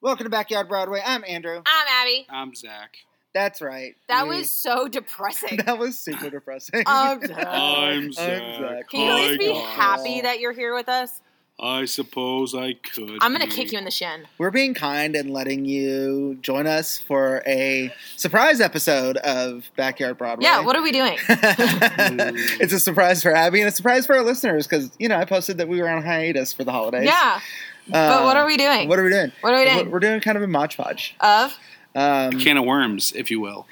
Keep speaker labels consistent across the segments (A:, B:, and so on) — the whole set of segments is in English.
A: Welcome to Backyard Broadway. I'm Andrew.
B: I'm Abby.
C: I'm Zach.
A: That's right.
B: That
A: We-
B: was so depressing.
A: that was super depressing.
B: Um,
C: I'm Zach. Oh
A: Zach.
B: Can you at
C: Hi,
B: least be
C: guys.
B: happy that you're here with us?
C: I suppose I could.
B: I'm gonna
C: be.
B: kick you in the shin.
A: We're being kind and letting you join us for a surprise episode of Backyard Broadway.
B: Yeah, what are we doing?
A: it's a surprise for Abby and a surprise for our listeners because you know I posted that we were on hiatus for the holidays.
B: Yeah, but what are we doing?
A: Uh, What are we doing?
B: What are we
A: We're
B: doing?
A: we're doing kind of a modge podge.
B: Of
A: Um,
C: A can of worms, if you will.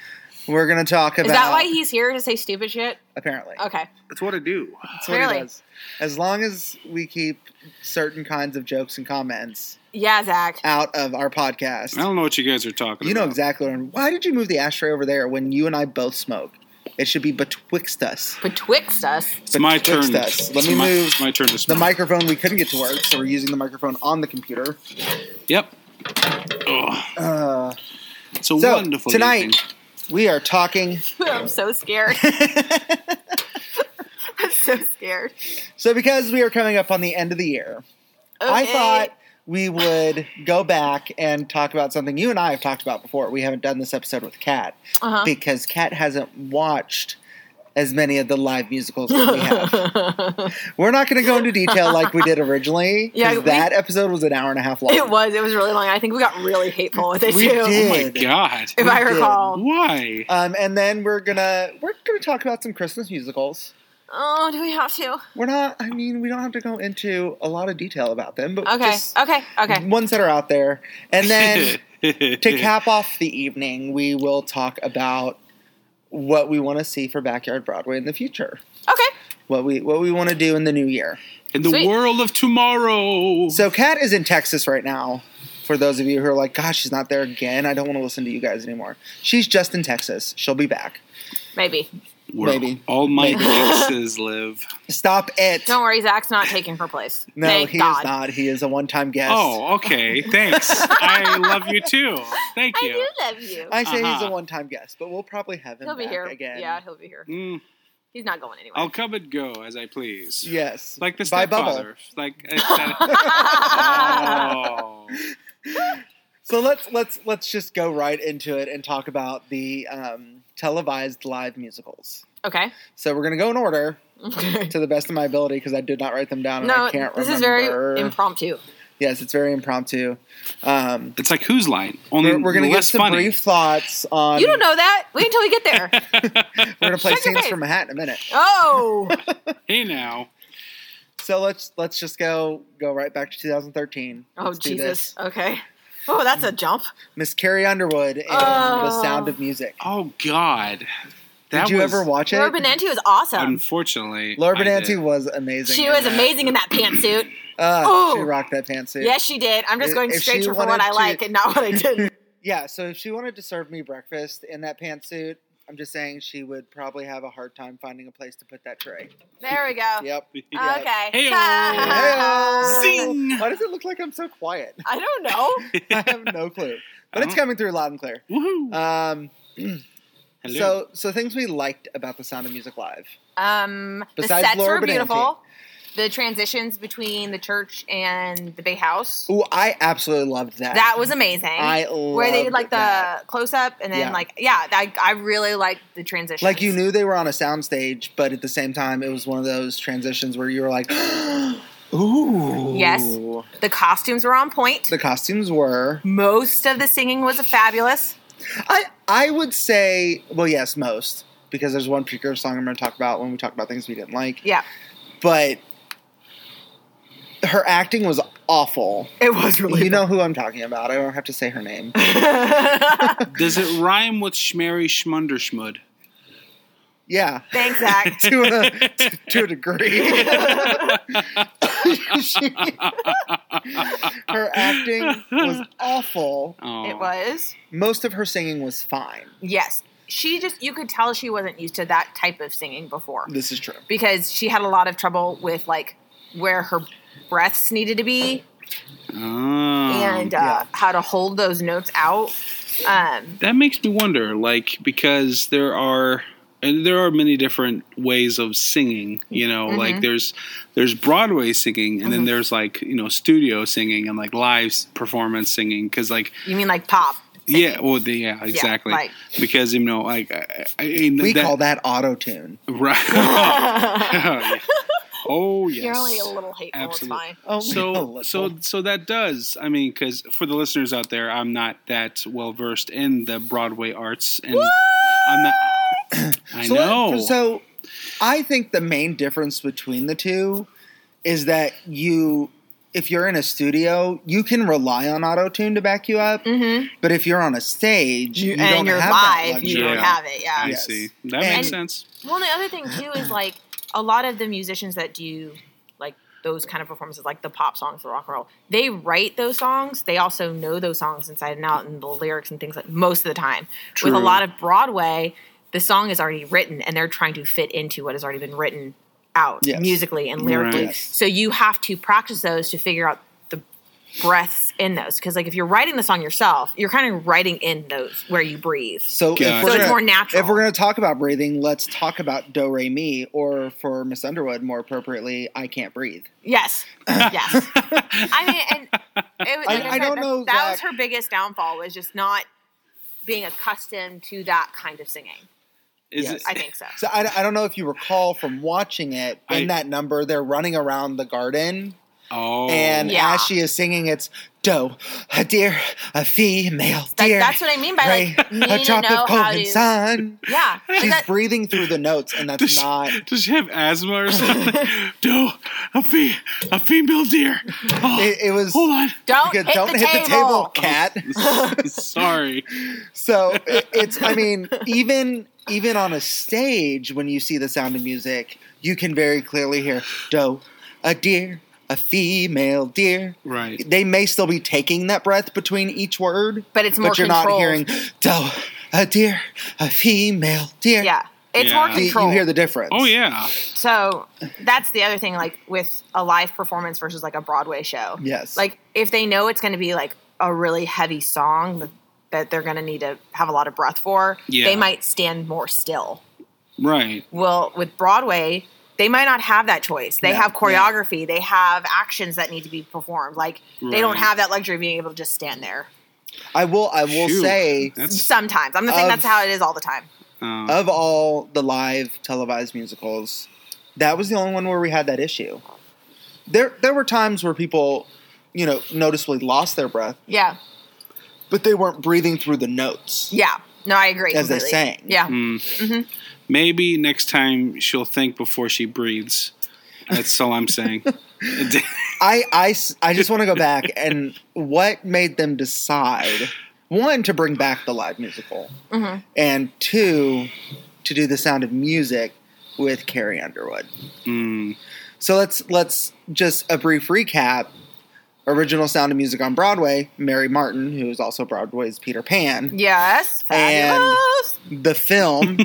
A: we're gonna talk about.
B: is that why he's here to say stupid shit?
A: Apparently,
B: Okay,
C: That's what I do.
A: That's what he
B: Really?
A: does. As long as we keep certain kinds of jokes and comments
B: yeah, Zach.
A: out of our podcast,
C: I don't know what you guys are talking
A: you know
C: about.
A: exactly. What I'm- why did you move the ashtray over there when you and I both smoke? It should be betwixt us.
B: Betwixt us,
C: It's my
A: Betwixt
C: turn.
A: us. Let
C: It's
A: me
C: my,
A: move
C: it's my turn to
A: The
C: smoke.
A: microphone we couldn't get to work, so we're using the microphone on the computer.
C: Yep. Ugh.
A: Uh,
C: It's a
A: So,
C: wonderful
A: tonight-
C: evening.
A: we are talking.
B: I'm so scared. I'm so scared.
A: So, because we are coming up on the end of the year, I
B: Okay.
A: thought we would go back and talk about something you and I have talked about before. We haven't done this episode with Kat
B: Uh-huh.
A: because Kat hasn't watched as many of the live musicals that we have. We're not going to go into detail like we did originally
B: Yeah,
A: because
B: we-
A: that episode was an hour and a half long.
B: it was. It was really long. I think we got really hateful with it
A: We
B: too.
A: did.
C: Oh my god.
B: If
A: We
B: I
A: did.
B: recall.
C: Why?
A: Um, and then we're gonna we're gonna talk about some Christmas musicals.
B: Oh, do we have to?
A: We're not. I mean, we don't have to go into a lot of detail about them, but
B: Okay.
A: just
B: Okay. Okay.
A: ones that are out there. And then to cap off the evening, we will talk about what we want to see for Backyard Broadway in the future.
B: Okay.
A: What we what we want to do in the new year.
C: in the
B: Sweet.
C: world of tomorrow.
A: So Kat is in Texas right now. For those of you who are like, gosh, she's not there again. I don't want to listen to you guys anymore. She's just in Texas. She'll be back.
B: Maybe.
C: Where
A: maybe.
C: all my
A: Maybe.
C: exes live.
A: Stop it.
B: Don't worry, Zach's not taking her place.
A: no,
B: Thank
A: he
B: God.
A: is not. He is a one time guest.
C: Oh, okay. Thanks. I love you too. Thank
B: I
C: you.
B: do love you.
A: I say he's
C: Uh-huh.
A: a one time guest, but we'll probably have him
B: he'll be
A: back
B: here
A: again.
B: Yeah, he'll be here.
C: Mm,
B: He's not going anywhere.
C: I'll come and go as I please.
A: Yes.
C: Like the
A: By Bubble.
C: stepfather. Like it's that- oh.
A: So let's let's let's just go right into it and talk about the um, televised live musicals.
B: okay.
A: So we're gonna go in order
B: Okay.
A: to the best of my ability because I did not write them down and
B: No,
A: Um, I can't
B: this
A: remember.
B: is very impromptu.
A: yes, it's very impromptu. Um,
C: It's like whose line? Only
A: we're, we're gonna get
C: Um, less
A: some
C: funny.
A: brief thoughts on.
B: you don't know that. Wait until we get there.
A: We're gonna play
B: Shut your
A: scenes
B: face.
A: from a hat in a minute.
B: oh.
C: Hey now.
A: So let's let's just go go right back to 2013.
B: Oh
A: Let's do
B: Jesus.
A: this.
B: Okay. Oh, that's a jump.
A: Miss Carrie Underwood in The
B: Oh.
A: Sound of Music.
C: Oh God. That
A: Did you
C: was,
A: ever watch it?
B: Laura Benanti was awesome.
C: Unfortunately,
A: Laura
C: I
A: Benanti
C: did.
A: was amazing.
B: She
A: in
B: was
A: that.
B: amazing in that pantsuit.
A: Uh,
B: Ooh.
A: she rocked that pantsuit.
B: Yes, she did. I'm just
A: If-
B: going
A: if
B: straight
A: she
B: for what
A: wanted
B: I
A: to-
B: like and not what I didn't.
A: Yeah, so if she wanted to serve me breakfast in that pantsuit, I'm just saying she would probably have a hard time finding a place to put that tray.
B: There we go.
A: Yep. Yeah.
B: Okay.
C: Heyo.
A: Heyo.
C: Zing.
A: Why does it look like I'm so quiet?
B: I don't know.
A: I have no clue. But it's
C: Oh.
A: coming through loud and clear.
C: Woohoo.
A: Um,
C: Hello.
A: so so things we liked about the Sound of Music Live.
B: Um,
A: Besides
B: the sets
A: Laura
B: were
A: Benanti.
B: beautiful. The transitions between the church and the Bay House.
A: Ooh, I absolutely loved that.
B: That was amazing.
A: I loved
B: Where they did like the
A: that.
B: close up and then
A: Yeah.
B: like yeah, I, I really liked the transitions.
A: Like you knew they were on a soundstage, but at the same time, it was one of those transitions where you were like, "Ooh,
B: Yes. the costumes were on point.
A: The costumes were.
B: Most of the singing was fabulous.
A: I I would say, well, yes, most because there's one particular song I'm going to talk about when we talk about things we didn't like.
B: Yeah,
A: But her acting was awful.
B: it was
A: You know who I'm talking about. I don't have to say her name.
C: Does it rhyme with Schmary Schmunder Schmud?
A: Yeah,
B: Thanks, Zach.
A: to a to a degree. She- her acting was awful.
C: Oh.
B: it was
A: Most of her singing was fine.
B: yes. She just you could tell she wasn't used to that type of singing before.
A: This is true.
B: because she had a lot of trouble with like where her breaths needed to be
C: Oh.
B: and uh,
A: yeah.
B: how to hold those notes out. Um,
C: that makes me wonder, like, because there are and there are many different ways of singing you know like there's there's broadway singing and then there's like you know studio singing and like live s- performance singing because like
B: You mean like pop?
C: yeah well the, yeah exactly
B: right.
C: because you know like i, I, I
A: We call that auto tune.
C: right oh yes
B: You're only a little hateful.
C: Absolutely.
B: It's fine.
A: Oh,
C: so so so that does i mean because for the listeners out there i'm not that well versed in the broadway arts and i'm not i
A: So,
C: know
A: so I think the main difference between the two is that you, if you're in a studio, you can rely on auto tune to back you up.
B: Mm-hmm.
A: But if you're on a stage, you don't
B: and you're
A: have that
B: live,
A: luxury.
B: you don't
C: Yeah.
B: have it. Yeah.
C: i
A: yes.
C: see that
A: And-
C: makes sense
B: Well, and the other thing too is like a lot of the musicians that do like those kind of performances, like the pop songs, the rock and roll, they write those songs. They also know those songs inside and out, and the lyrics and things like most of the time.
C: True.
B: With a lot of Broadway, the song is already written, and they're trying to fit into what has already been written out
A: Yes.
B: musically and lyrically.
A: Right.
B: So you have to practice those to figure out the breaths in those because like if you're writing the song yourself you're kind of writing in those where you breathe
A: So,
C: Gotcha.
A: if we're
C: So it's
A: gonna,
B: more natural.
A: If we're going to talk about breathing, let's talk about do re mi, or for Miss Underwood, more appropriately, I can't breathe.
B: Yes. Yes. I mean, and it, was- like I,
A: I
B: said,
A: don't
B: that,
A: know,
B: That was
A: Zach.
B: her biggest downfall was just not being accustomed to that kind of singing.
C: is
A: Yes.
C: it,
B: I think so.
A: So I, I don't know if you recall from watching it in
C: I-
A: that number, they're running around the garden,
C: oh
A: and
B: Yeah.
A: as she is singing, it's do a deer a female
B: That,
A: deer.
B: that's what I mean by
A: ray,
B: like
A: a
B: needing to
A: drop
B: know
A: of
B: how
A: golden
B: to.
A: sun.
B: Yeah. Is
A: She's
B: that-
A: breathing through the notes, and that's
C: does
A: not.
C: she, does she have asthma or something? no, a, fe- a female deer. Oh,
A: It, it was.
C: hold on.
B: don't
A: because
B: hit,
A: don't
B: the,
A: hit
B: table.
A: the table, cat.
C: Sorry.
A: So it, it's, I mean, even even on a stage, when you see the sound of music, you can very clearly hear doe, a deer, a female deer.
C: Right.
A: They may still be taking that breath between each word,
B: But it's more
A: but you're not
B: controlled.
A: hearing doe, a deer, a female deer.
B: Yeah. It's
C: Yeah.
B: more
C: You-
A: You-
B: controlled.
A: you hear the difference.
C: Oh yeah.
B: so that's the other thing, like with a live performance versus like a Broadway show.
A: Yes.
B: like if they know it's going to be like a really heavy song that- that they're going to need to have a lot of breath for
C: Yeah.
B: they might stand more still
C: Right.
B: well with broadway they might not have that choice they
A: No,
B: have
A: no.
B: choreography they have actions that need to be performed like they don't
C: Right.
B: have that luxury of being able to just stand there
A: I will. I will
C: Shoot.
A: say.
C: That's
B: sometimes i'm not saying
A: Of-
B: that's how it is all the time
C: uh,
A: of all the live televised musicals, that was the only one where we had that issue. There, there were times where people, you know, noticeably lost their breath,
B: yeah
A: but they weren't breathing through the notes.
B: yeah no i agree
A: As they
B: completely.
A: sang.
B: yeah
C: mm. Maybe next time she'll think before she breathes. That's all I'm saying.
A: I, I s- I just want to go back and what made them decide one to bring back the live musical,
B: hmm
A: and two to do the Sound of Music with Carrie Underwood.
C: Mm.
A: So let's let's just a brief recap. Original Sound of Music on Broadway, Mary Martin, who is also Broadway's Peter Pan.
B: yes fabulous.
A: The film,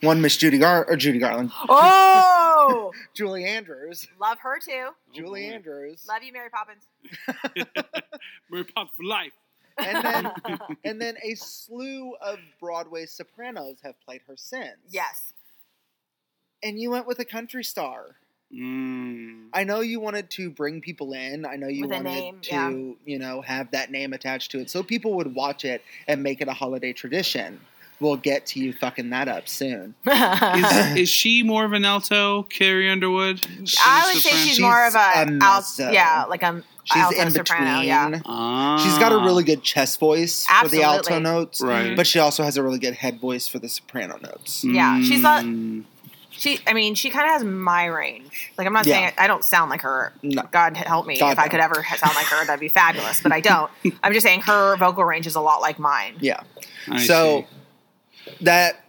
A: one Miss Judy Gar or Judy Garland,
B: oh
A: Julie Andrews,
B: love her too
A: Julie
C: boy.
A: Andrews,
B: love you mary poppins
C: Mary Poppins for life.
A: and then and then a slew of Broadway sopranos have played her since.
B: yes
A: and you went with a country star.
C: Mm.
A: I know you wanted to bring people in. I know you
B: With a
A: wanted
B: name,
A: to, you know, have that name attached to it so people would watch it and make it a holiday tradition. We'll get to you fucking that up soon.
C: Is, is she more of an alto, Carrie Underwood?
B: I would say
C: Soprano?
B: she's, more of a,
A: a
B: al-
A: mezzo.
B: yeah, like um, a
A: She's
B: alto
A: in between.
B: soprano. Yeah,
C: Ah.
A: She's got a really good chest voice for the alto
B: Absolutely.
A: notes,
C: Right.
A: but she also has a really good head voice for the soprano notes.
B: Yeah, she's a-
C: Mm.
B: she. I mean, she kind of has my range. Like I'm not
A: Yeah.
B: saying I don't sound like her.
A: No.
B: God help me
A: God
B: if I
A: no.
B: could ever ha- sound like her, that'd be fabulous. But I don't. I'm just saying her vocal range is a lot like mine.
A: Yeah.
C: I
A: so
C: see.
A: that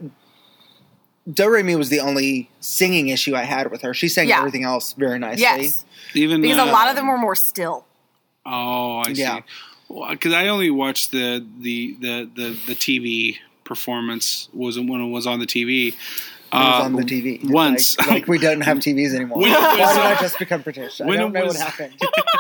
A: Do Re Mi was the only singing issue I had with her. She sang
B: Yeah.
A: everything else very nicely.
B: yes,
C: even
B: because
C: the-
B: a lot of them were more still.
C: Oh, I
A: Yeah.
C: see. Because I only watched the the the the, the TV performance was when it was on the TV.
A: It was
C: Uh,
A: on the TV It's
C: once.
A: Like, like we don't have TVs anymore.
C: When it
A: Why
C: was
A: did I
C: on-
A: just become British? I
C: when
A: don't
C: it
A: know
C: was-
A: what happened.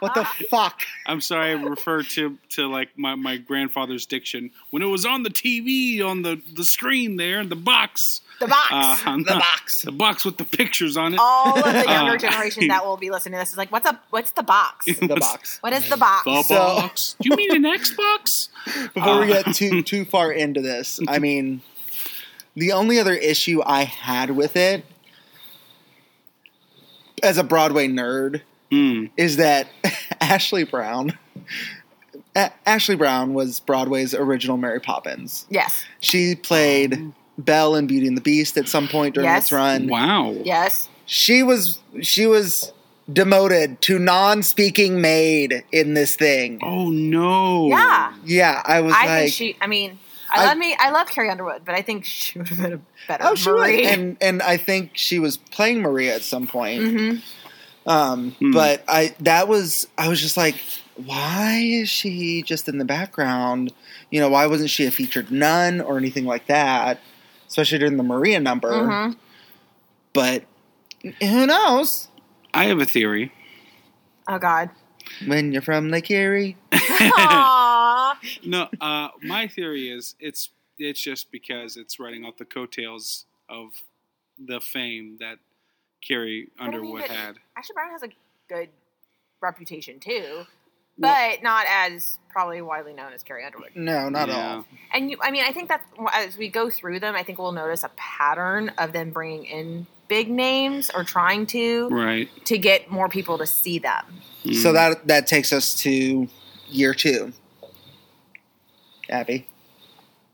A: What the fuck?
C: I'm sorry, I refer to to like my, my grandfather's diction when it was on the TV on the the screen there in the box.
B: The box.
C: Uh, I'm
A: The
C: not-
A: box. Oh,
C: The box with the pictures on it.
B: All of the younger
C: Uh,
B: generation that will be listening to this is like, what's up? What's the box?
A: The box.
B: What is the box?
C: The
A: So-
C: box. Do you mean an Xbox?
A: Before we
C: Uh,
A: get too too far into this, I mean, the only other issue I had with it, as a Broadway nerd,
C: Mm,
A: is that Ashley Brown. A- Ashley Brown was Broadway's original Mary Poppins.
B: Yes.
A: She played Belle in Beauty and the Beast at some point during
B: Oh. Yes.
A: its run.
C: wow.
B: Yes.
A: She was she was demoted to non-speaking maid in this thing.
C: Oh no.
B: Yeah.
A: Yeah, I was
B: I
A: like,
B: think she. I mean, I,
A: I-
B: love me. I love Carrie Underwood, but I think she would have been a better.
A: oh, she was,
B: Marie.
A: and and I think she was playing Maria at some point.
B: Mhm.
A: Um,
C: Hmm.
A: But I that was I was just like, why is she just in the background? You know, why wasn't she a featured nun or anything like that? Especially during the Maria number.
B: Mhm.
A: But who knows?
C: I have a theory.
B: Oh God.
A: When you're from Lake Erie,
B: Aww.
C: No, uh, my theory is it's it's just because it's riding off the coattails of the fame that Carrie
B: I mean,
C: Underwood
B: but-
C: had.
B: Ashley Brown has a good reputation too, but
C: Well-
B: not as probably widely known as Carrie Underwood.
A: no, not
C: Yeah.
A: all.
B: And you, I mean, I think that as we go through them, I think we'll notice a pattern of them bringing in big names or trying to
C: Right.
B: to get more people to see them.
C: Mm.
A: So that that takes us to year two. Abby,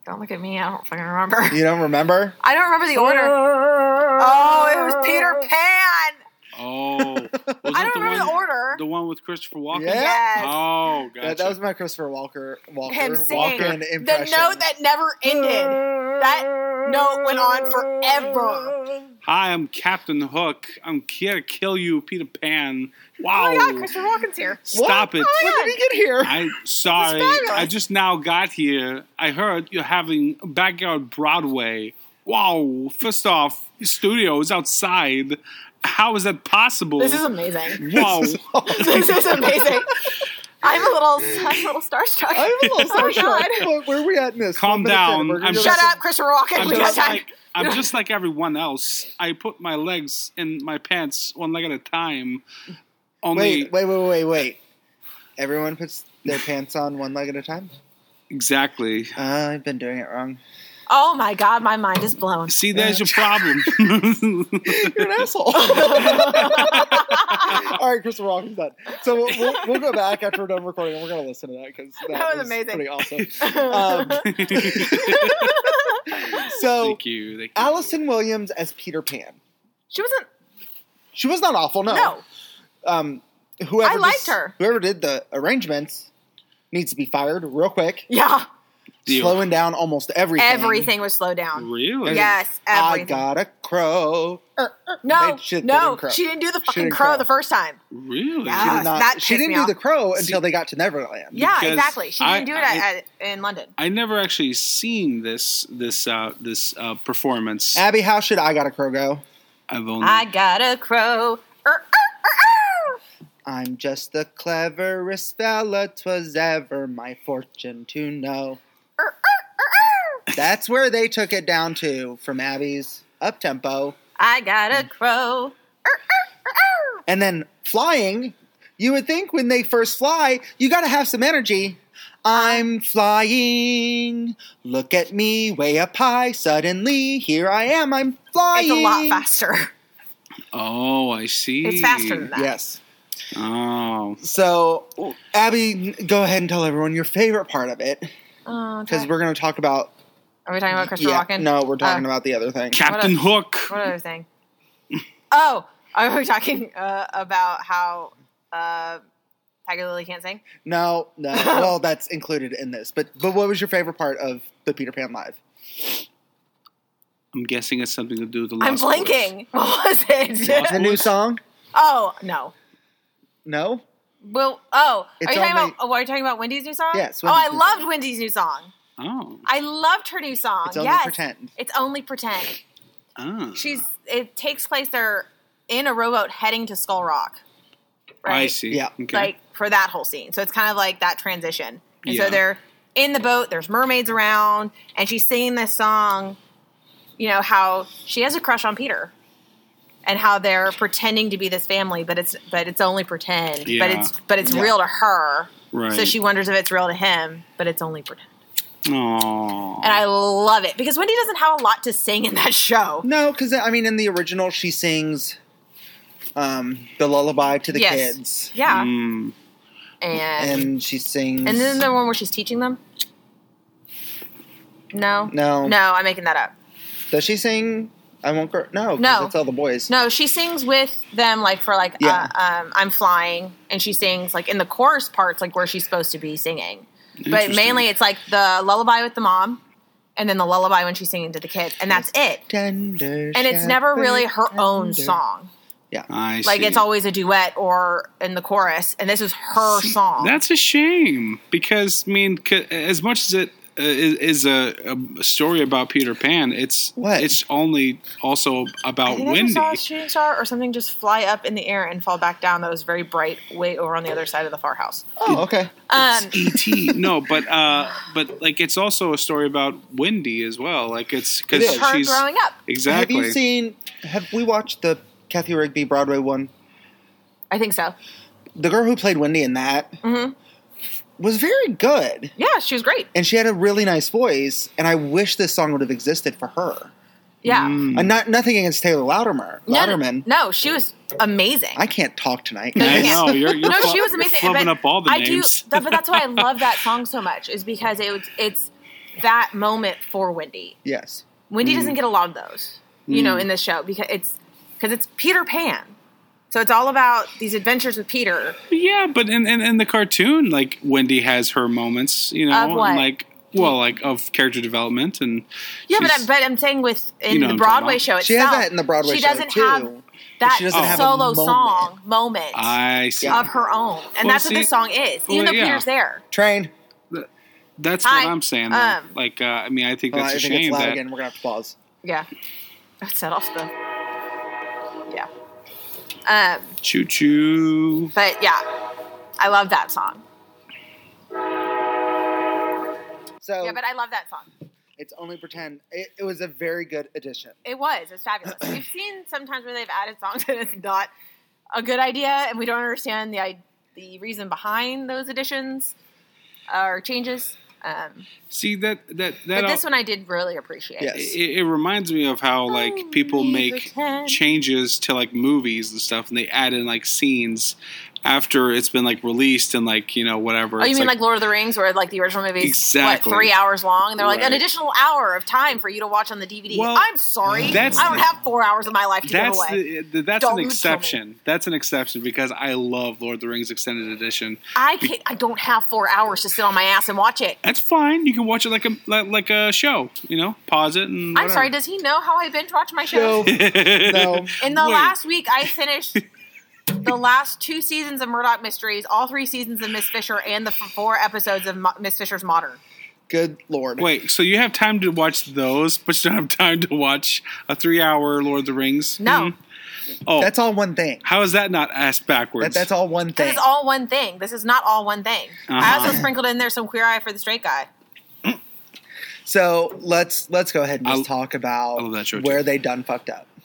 B: Don't look at me. I don't fucking remember.
A: you don't remember?
B: I don't remember the order. Oh, it was Peter Pan.
C: Oh, was
B: I don't remember
C: one,
B: the order.
C: The one with Christopher Walken.
A: Yeah.
B: Yes.
C: Oh, gotcha.
A: That, that was my Christopher Walker Walker
B: Him singing.
A: Walken
B: the
A: impression.
B: note that never ended. That note went on forever.
C: Hi, I'm Captain Hook. I'm here to kill you, Peter Pan. Wow.
B: Oh my god, Christopher Oh Walken's here.
C: Stop
A: What?
C: it.
A: When did he get here?
C: I sorry.
B: fabulous.
C: I just now got here. I heard you're having a backyard Broadway. Wow. First off, your studio is outside. How is that possible?
B: This is amazing.
C: wow.
A: This is all-
B: this is amazing. I'm a little, I'm a little starstruck.
A: I'm a little
B: Oh my
A: starstruck.
B: God.
A: Where- Where are we at in this?
C: Calm
A: Four minutes in,
C: down.
A: we're gonna
C: I'm
A: go
B: Shut
A: back
B: up, Christopher Walken.
C: I'm
B: we got
C: just
B: time.
C: like I'm just like everyone else. I put my legs in my pants one leg at a time.
A: to-
C: Only
A: Wait, wait, wait, wait, wait. Everyone puts their pants on one leg at a time.
C: exactly.
A: Uh, I've been doing it wrong.
B: Oh my god, my mind is blown.
C: See, there's your problem.
A: You're an asshole. All right, Christopher Walken's done. So we'll, we'll, we'll go back after we're done recording and we're gonna listen to that because that,
B: That was
A: was
B: amazing.
A: pretty awesome. Um, so
C: Thank you. Thank you.
A: Allison Williams as Peter Pan.
B: she wasn't.
A: She was not awful. No.
B: No,
A: Um, whoever
B: I liked
A: dis-
B: her.
A: Whoever did the arrangements needs to be fired real quick.
B: yeah,
C: Deal.
A: Slowing down almost everything.
B: everything was slowed down.
C: Really?
B: Yes,
A: I
B: everything.
A: got a crow. Er, er.
B: no,
A: They- she- they
B: no,
A: didn't crow.
B: she didn't do the fucking
A: didn't
B: crow,
A: crow.
B: the first time.
C: Really?
A: She
B: Yeah.
A: did
B: Yes,
A: not.
B: that
A: she
B: pissed
A: didn't
B: me
A: do
B: off.
A: the crow
C: See-
A: until they got to Neverland.
B: Yeah,
C: Because
B: exactly. She
C: I-
B: didn't do it
C: I-
B: at, at, in London.
C: I never actually seen this this uh, this uh, performance.
A: Abby, how should I got a crow go?
C: I've only
B: I got a crow. Er, er, er, er.
A: I'm just the cleverest fella 'twas ever my fortune to know.
B: Er, er, er, er.
A: That's where they took it down to from Abby's up tempo.
B: I got a crow. Er, er, er, er.
A: And then flying, you would think when they first fly, you got to have some energy. I'm flying. Look at me way up high. Suddenly, here I am. I'm flying.
B: It's a lot faster.
C: oh, I see.
B: It's faster than that.
A: Yes.
C: Oh,
A: So, Abby, go ahead and tell everyone your favorite part of it
B: Oh,
A: because
B: okay.
A: we're going to talk about.
B: Are we talking about Christopher
A: Yeah,
B: Walken?
A: no, we're talking
B: Oh.
A: about the other thing.
C: Captain Hook.
B: What other thing? oh, are we talking uh, about how uh, Tiger Lily can't sing?
A: No, no. well, that's included in this. But but what was your favorite part of the Peter Pan live?
C: I'm guessing it's something to do with the.
B: I'm
C: Lost Boys.
B: blinking. What was
C: Lost-
B: it?
A: The new song?
B: oh no.
A: No.
B: Well, oh,
A: It's
B: are you talking
A: only-
B: about? Oh, are you talking about Wendy's new song?
A: Yes,
B: oh, I
A: Wendy's new
B: loved
A: song.
B: Wendy's new song.
C: Oh,
B: I loved her new song.
A: It's only
B: yes.
A: pretend.
B: It's only pretend.
C: oh.
B: She's. It takes place. They're in a rowboat heading to Skull Rock. Right.
C: I see.
A: Yeah.
C: Okay.
B: Like for that whole scene. So it's kind of like that transition. And
C: Yeah.
B: so they're in the boat, there's mermaids around, and she's singing this song, you know, how she has a crush on Peter. And how they're pretending to be this family, but it's but it's only pretend.
C: Yeah.
B: But it's but it's
A: Yeah.
B: real to her.
C: Right.
B: So she wonders if it's real to him, but it's only pretend.
C: Aww.
B: And I love it because Wendy doesn't have a lot to sing in that show.
A: No, because I mean, in the original, she sings um, the lullaby to the
B: Yes.
A: kids,
B: Yeah.
C: Mm.
B: And
A: and she sings.
B: and then the one where she's teaching them? No.
A: no,
B: No, I'm making that up.
A: does she sing? I won't grow. No, 'cause
B: No.
A: it's all the boys.
B: No, she sings with them like for like
A: Yeah.
B: uh, um, I'm flying and she sings like in the chorus parts like where she's supposed to be singing. But
C: Interesting.
B: mainly it's like the lullaby with the mom and then the lullaby when she's singing to the kids and that's it.
A: Tender
B: And it's never really her
A: shepherd,
B: own
A: tender.
B: song.
C: I
B: Like
C: see.
B: it's always a duet or in the chorus and this is her song.
C: That's a shame because I mean, c- as much as it uh, is, is a, a story about Peter Pan, it's
A: What?
C: it's only also
B: I
C: about
B: think I just
C: Wendy.
B: saw a shooting star or something just fly up in the air and fall back down. That was very bright, way over on the other side of the farmhouse.
A: Oh, okay.
B: Um,
C: E.T. E No, but uh, but like it's also a story about Wendy as well. Like it's because
A: It is.
B: her
C: she's
B: growing up.
C: exactly.
A: Have you seen? Have we watched the Kathy Rigby Broadway one?
B: I think so.
A: The girl who played Wendy in that
B: Mhm.
A: was very good,
B: Yeah, she was great.
A: and she had a really nice voice. And I wish this song would have existed for her.
B: Yeah.
C: Mm.
A: And not nothing against Taylor Loudermer.
B: No,
A: Louderman.
B: No, no, she was amazing.
A: I can't talk tonight.
B: No, you
C: I
B: can't.
C: know you're, you're
B: no,
C: fl-
B: she was
C: you're
B: amazing.
C: flubbing
B: but
C: up all the
B: I
C: names.
B: do, that- but that's why I love that song so much is because it was, it's that moment for Wendy.
A: Yes.
B: Wendy doesn't get a lot of those, you know,
C: Mm.
B: in this show because it's because it's Peter Pan. So it's all about these adventures with Peter.
C: Yeah, but in, in in the cartoon, like Wendy has her moments, you know,
B: Of what?
C: and like well, like of character development and
B: Yeah, but I'm,
C: she's-
B: but I'm saying with in
C: You know
B: the
C: what I'm talking
B: Broadway
C: about.
B: show itself,
A: She has that in the Broadway
B: she
A: show,
B: doesn't
A: too.
B: have
A: But
B: that
A: she doesn't have a
B: solo
A: moment.
B: song moment
C: I see.
A: Yeah.
B: of her own, and
C: Well,
B: that's
C: see-
B: what this song is. Even
C: well,
B: though
C: yeah.
B: Peter's there,
A: Train.
C: That's what
B: Hi.
C: I'm saying. Though.
B: Um,
C: like, uh, I mean, I think
A: Oh,
C: that's
A: I
C: a
A: think
C: shame
A: it's loud
C: that
A: again. We're gonna have to pause.
B: yeah, I set off the yeah, um,
C: choo choo.
B: but yeah, I love that song.
A: So
B: Yeah, but I love that song.
A: it's only pretend. It, it was a very good addition.
B: It was. It was fabulous. We've seen sometimes where they've added songs and it's not a good idea, and we don't understand the i- the reason behind those additions uh, or changes. Um,
C: See that that that.
B: but this
C: al-
B: one I did really appreciate.
A: Yes.
C: it, it reminds me of how like people
B: Only
C: make
B: pretend.
C: changes to like movies and stuff, and they add in like scenes after it's been like released and like you know whatever.
B: Oh, you
C: It's
B: mean like, Lord of the Rings, where like the original movie is
C: Exactly.
B: what, three hours long, and they're like
C: Right.
B: an additional hour of time for you to watch on the DVD.
C: Well,
B: I'm sorry,
C: that's
B: I don't
C: the-
B: have four hours of my life to give
C: that's
B: away.
C: the, the- that's
B: Don't tell
C: an
B: me.
C: exception. That's an exception because I love Lord of the Rings extended edition.
B: I can't, I don't have four hours to sit on my ass and watch it.
C: That's fine. You can watch it like a like, like a show. You know, pause it and.
B: I'm sorry. Does he know how I binge watch my shows?
A: No, no.
B: In the
C: Wait.
B: last week, I finished the last two seasons of Murdoch Mysteries, all three seasons of Miss Fisher, and the f- four episodes of Mo- Miss Fisher's Modern.
A: Good lord.
C: Wait, so you have time to watch those, but you don't have time to watch a three-hour Lord of the Rings?
B: No.
C: Hmm. Oh,
A: That's all one thing.
C: how is that not ass
A: That,
C: backwards?
A: that's all one
B: This
A: thing.
B: is all one thing. This is not all one thing. I also
C: Uh-huh.
B: sprinkled in there some queer eye for the straight guy.
A: so let's let's go ahead and just
C: I'll- oh,
A: talk about
C: I love that show, too.
A: where they done fucked up.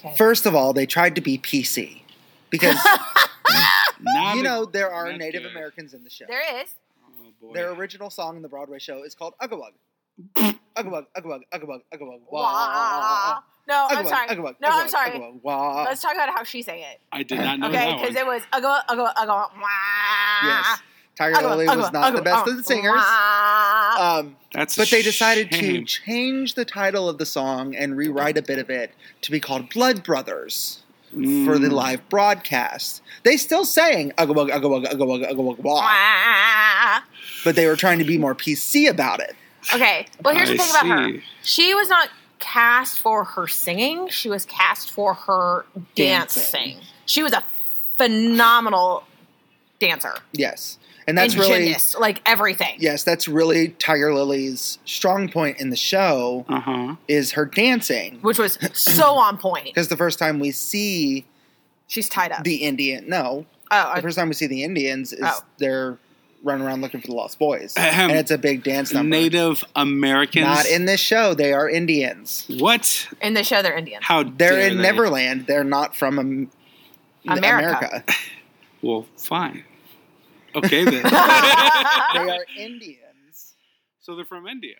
B: Okay.
A: First of all, they tried to be PC because
C: Not
A: you
C: a-
A: know there are
C: Not
A: Native
C: good.
A: Americans in the show.
B: There is.
C: Oh, boy.
A: Their original song in the Broadway show is called Ugawug. Ugawug, Ugawug, Ugawug, Ugawug.
B: Wah. No, I'm
A: Ugawug,
B: sorry.
A: Ugawug,
B: No, I'm
A: Ugawug,
B: sorry.
A: Ugawug, wah.
B: Let's talk about how she sang it.
C: I did not know
B: Okay,
C: that
B: because
C: one.
B: it was ugga ugga ugga wah.
A: Yes. Tiger
B: Ugga,
A: Lily
B: ugga,
A: was not the
B: ugga,
A: best
B: ugga,
A: of the singers.
B: wah.
A: Um,
C: That's a
A: but they decided to
C: shame.
A: change the title of the song and rewrite a bit of it to be called Blood Brothers for the
C: Mm.
A: live broadcast. They still sang Ugawug, Ugawug, Ugawug, Ugawug, wah, Uh,
B: Wah.
A: but they were trying to be more PC about it.
B: Okay. Well, here's
C: I
B: the thing about her.
C: see.
B: She was not cast for her singing. She was cast for her
A: Dancing.
B: dancing. She was a phenomenal dancer
A: Yes. And that's
B: and
A: really.
B: gymnast, like everything.
A: Yes, that's really Tiger Lily's strong point in the show
C: Uh huh.
A: is her dancing.
B: Which was so on point.
A: Because the first time we see
B: She's tied up.
A: the Indian, no,
B: Oh, I-
A: the first time we see the Indians is
B: Oh.
A: they're running around looking for the Lost Boys,
C: Ahem.
A: and it's a big dance number.
C: Native Americans.
A: Not in this show. They are Indians.
C: what?
B: in the show, they're Indian.
C: How
A: They're
C: dare
A: in
C: they?
A: Neverland. They're not from um,
B: America.
A: America.
C: Well, fine. Okay then.
A: they are Indians.
C: so they're from India.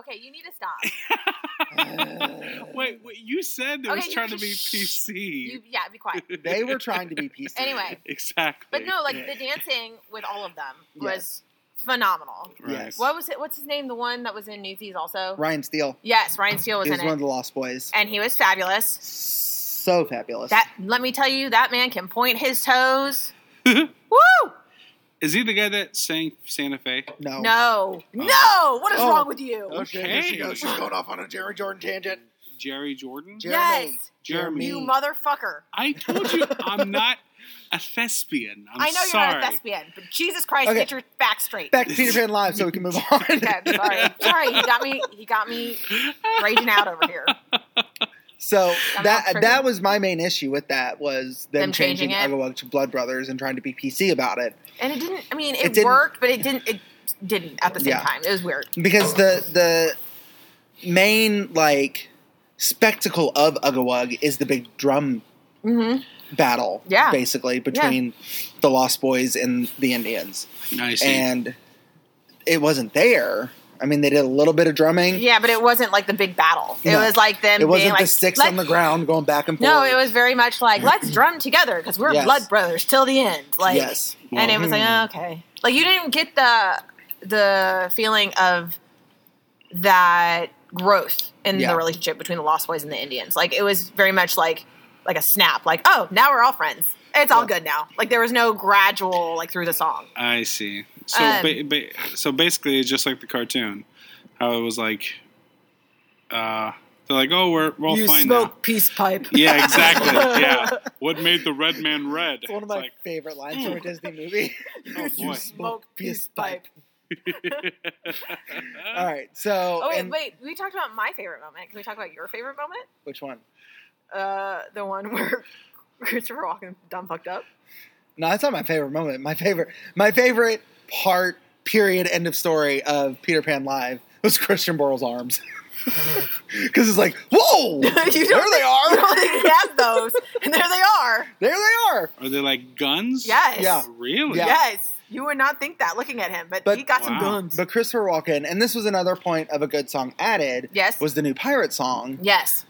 B: Okay, you need to stop.
A: Uh,
C: Wait, wait you said there was
B: Okay, you-
C: trying to be
B: shh.
C: PC.
B: You, yeah, be quiet.
A: they were trying to be PC.
B: Anyway,
C: exactly.
B: but no, like the dancing with all of them was phenomenal.
C: Right.
A: Yes.
B: What was it? What's his name? The one that was in Newsies also.
A: Ryan Steele.
B: Yes, Ryan Steele was
A: He was
B: in
A: one
B: it,
A: of the Lost Boys.
B: and he was fabulous.
A: So fabulous.
B: That let me tell you, that man can point his toes. Woo!
C: Is he the guy that sang Santa Fe?
A: no.
B: No, no. What is
A: Oh.
B: wrong with you?
A: Okay.
C: Okay.
A: There she goes. She's going off on a Jerry Jordan tangent.
C: Jerry Jordan?
A: Jer- Jeremy.
B: Yes,
C: Jeremy.
B: you
A: Me.
B: motherfucker.
C: I told you I'm not a thespian. I'm
B: I know
C: sorry.
B: you're not a thespian, but Jesus Christ,
A: Okay.
B: get your back straight.
A: Back to Peter Pan Live so we can move on.
B: Okay, sorry, sorry. He got me. He got me raging out over here.
A: So
B: I'm not
A: that
B: sure.
A: that was my main issue with that was them,
B: Them changing
A: changing,
B: it?
A: Overwatch to Blood Brothers and trying to be PC about it
B: And it didn't. I mean,
A: It
B: it,
A: didn't-
B: worked, but it didn't. It didn't at the same
A: Yeah.
B: time. It was weird.
A: because the the main like spectacle of Ugawug is the big drum
B: Mm-hmm.
A: battle,
B: Yeah.
A: basically between the Lost Boys and the Indians,
C: I see.
A: and it wasn't there. I mean, they did a little bit of drumming.
B: Yeah, but it wasn't like the big battle. It
A: No.
B: was like them.
A: It wasn't
B: being like,
A: the sticks
B: "Let's
A: on the ground going back and forth.
B: No, it was very much like let's drum together because we're
A: Yes.
B: blood brothers till the end. Like,
A: yes,
B: and it was like
A: Mhm.
B: oh, okay, like you didn't get the the feeling of that growth in
A: Yeah.
B: the relationship between the Lost Boys and the Indians. Like it was very much like like a snap. Like oh, now we're all friends. It's all
A: Yeah.
B: good now. Like there was no gradual like through the song.
C: I see. So,
B: Um,
C: ba- ba- so basically, it's just like the cartoon, how it was like, uh, they're like, "Oh, we're we're all fine now."
B: peace pipe.
C: Yeah, exactly. yeah. What made the red man red?
A: It's one of
C: It's
A: my
C: like,
A: favorite lines from a Disney movie.
C: oh
A: You
C: boy.
A: smoke peace All
C: Uh,
A: right, so
B: Oh wait,
A: and-
B: wait. We talked about my favorite moment. Can we talk about your favorite moment?
A: which one?
B: Uh, the one where Christopher Walken dumb fucked up.
A: No, that's not my favorite moment. My favorite, my favorite part, period, end of story of Peter Pan Live was Christian Borle's arms, because it's like, whoa,
B: You
A: there
B: don't
A: they
B: think- I
A: are,
B: don't think Oh, he has those, and there they are.
A: there they are.
C: Are they like guns?
B: Yes.
A: Yeah.
C: Really?
A: Yeah.
B: Yes. You would not think that looking at him, but,
A: But-
B: he got some
C: Wow.
B: guns.
A: But Christopher Walken, and this was another point of a good song added,
B: yes.
A: was the new pirate song.
B: yes.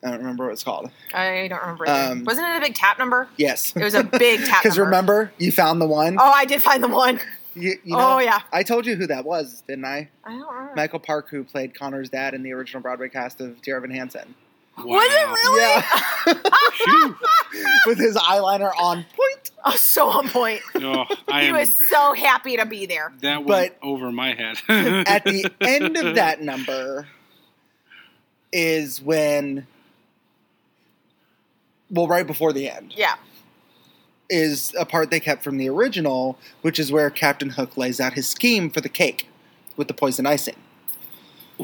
A: I don't remember what it's called.
B: I don't remember.
A: Um,
B: Wasn't it a big tap number?
A: Yes,
B: It was a big tap.
A: because
B: number.
A: remember, you found the one.
B: Oh, I did find the one.
A: You, you know,
B: oh yeah.
A: I told you who that was, didn't I?
B: I don't remember.
A: Michael Park, who played Connor's dad in the original Broadway cast of Dear Evan Hansen,
C: Wow.
B: Was it really?
C: Phew.
A: with his eyeliner on point.
B: Oh, so on point.
C: Oh, I
B: he
C: am.
B: was so happy to be there.
C: that went
A: but-
C: over my head.
A: At the end of that number is when, well, right before the end
B: Yeah.
A: is a part they kept from the original, which is where Captain Hook lays out his scheme for the cake with the poison icing.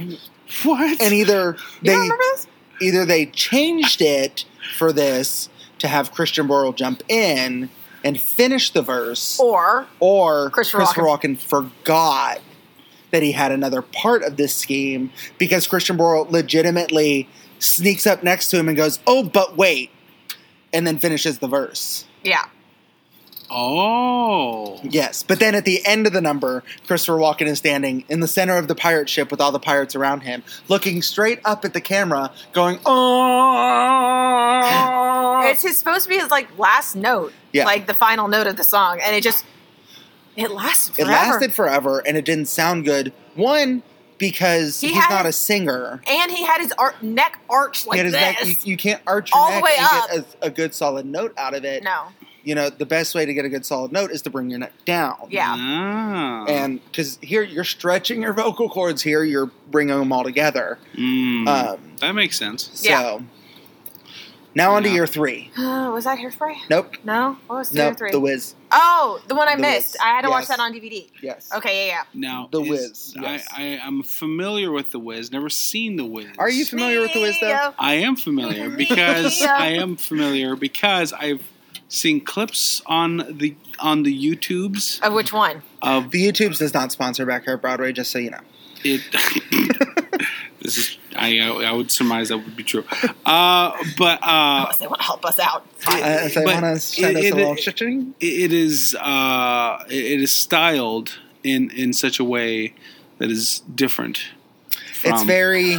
C: what?
A: And either
B: You
A: they
B: don't remember this?
A: either they changed it for this to have Christian Borle jump in and finish the verse.
B: Or
A: or
B: Christopher
A: Christopher, Walken. forgot that he had another part of this scheme because Christian Borle legitimately sneaks up next to him and goes, "Oh, but wait," and then finishes the verse.
B: yeah.
C: oh.
A: Yes, but then at the end of the number, Christopher Walken is standing in the center of the pirate ship with all the pirates around him, looking straight up at the camera, going, "Oh."
B: It's his, supposed to be his like last note,
A: Yeah.
B: like the final note of the song, and it just it lasted
A: it
B: forever.
A: lasted forever, and it didn't sound good. One because
B: He
A: he's
B: had-
A: not a singer.
B: and he had his ar- neck arched like
A: Get his
B: this.
A: neck- you, you can't arch your
B: All the
A: neck
B: way
A: and get a, a good solid note out of it.
B: no,
A: You know, the best way to get a good solid note is to bring your neck down.
B: Yeah.
C: Ah.
A: And because here you're stretching your vocal cords here, you're bringing them all together.
C: Mm.
A: Um,
C: that makes sense.
A: so
B: Yeah.
A: now on to
C: Yeah.
A: year three.
B: was that hairspray?
A: Nope.
B: No, what was two or
A: nope.
B: three?
A: The Wiz.
B: oh, the one I
A: The
B: missed.
A: Wiz.
B: I had to watch
A: Yes.
B: that on DVD.
A: Yes.
B: Okay, yeah,
C: Now,
A: The
C: is-
A: Wiz, yes.
C: I, I, I'm familiar with the Wiz. Never seen the Wiz.
A: Are you
B: yeah.
A: familiar with the Wiz though?
B: Leo.
C: I am familiar because I am familiar because I've seen clips on the on the YouTubes
B: Of which one?
C: of
A: The YouTube's does not sponsor Back Hair Broadway, just so you know.
C: it. this is I I would surmise that would be true, uh, but uh,
B: Unless they want to help us out. Fine.
A: Uh, if they
C: But
A: want to send
C: it-
A: us a
C: it-
A: little cha-ching.
C: it it is uh, it is styled in in such a way that is different.
A: it's
C: from-
A: very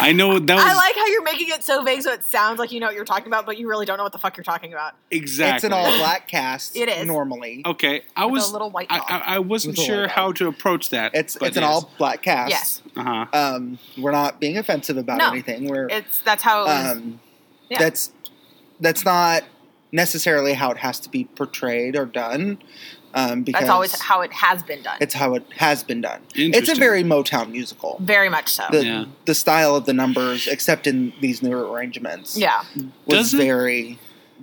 C: I know that was
B: I like how you're making it so vague so it sounds like you know what you're talking about, but you really don't know what the fuck you're talking about.
C: exactly. Oh,
A: it's an all black cast.
B: It is.
A: normally.
C: Okay, I
B: With
C: was
B: a little white
C: I,
B: dog.
C: I, I wasn't
A: With a
C: sure
A: little
C: how to approach that.
A: It's
C: but
A: it's an
C: yes.
A: all black cast.
B: Yes.
C: Uh-huh.
A: Um, we're not being offensive about
B: No.
A: anything. We're
B: It's that's how it was.
A: um,
B: Yeah.
A: that's that's not necessarily how it has to be portrayed or done. Um, because
B: that's always how it has been done.
A: it's how it has been done. It's a
C: Interesting.
A: very Motown musical.
B: Very much so.
A: The
C: Yeah.
A: the style of the numbers, except in these newer arrangements,
B: yeah.
A: was
C: Does it-
A: very.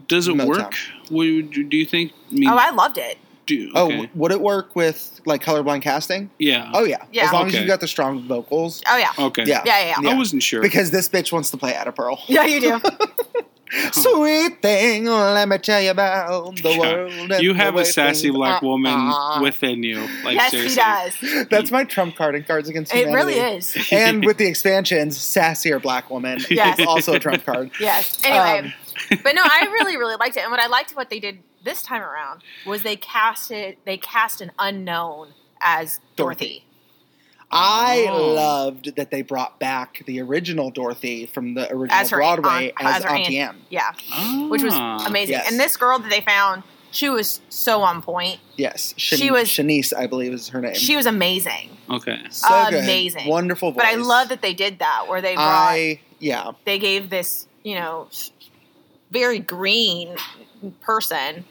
C: Does it
A: Motown.
C: work? Would you, do you think? I mean,
B: Oh, I loved it.
C: do,
A: Oh, would it work with like colorblind casting?
C: yeah.
A: Oh yeah,
B: Yeah.
A: As long as
C: Okay.
A: you got the strong vocals,
B: Oh yeah.
C: okay.
A: yeah.
B: Yeah, yeah, yeah.
A: Yeah.
C: I wasn't sure.
A: because this bitch wants to play Ada Pearl.
B: Yeah, you do.
A: Sweet thing, let me tell you about the
C: Yeah.
A: world. and
C: you
A: the
C: have
A: way
C: a sassy
A: things
C: black
A: are.
C: woman
A: Ah.
C: within you. Like
B: yes,
C: seriously.
B: he does.
A: That's my trump card in Cards Against
B: It
A: Humanity.
B: really is.
A: And with the expansions, sassier black woman
B: Yes.
A: is also a trump card.
B: Yes. Anyway,
A: Um,
B: but no, I really, really liked it. And what I liked what they did this time around was they cast it. They cast an unknown as Dorothy.
A: Dorothy. I
C: Oh.
A: loved that they brought back the original Dorothy from the original
B: As her aunt-
A: Broadway as,
B: as her
A: Auntie M.
B: Yeah,
C: Ah.
B: which was amazing.
A: Yes.
B: And this girl that they found, she was so on point.
A: Yes,
B: She was-
A: Shanice, I believe is her name.
B: She was amazing.
C: Okay.
A: so good.
B: amazing.
A: wonderful voice.
B: But I love that they did that, where they brought
A: I yeah,
B: they gave this, you know, very green person.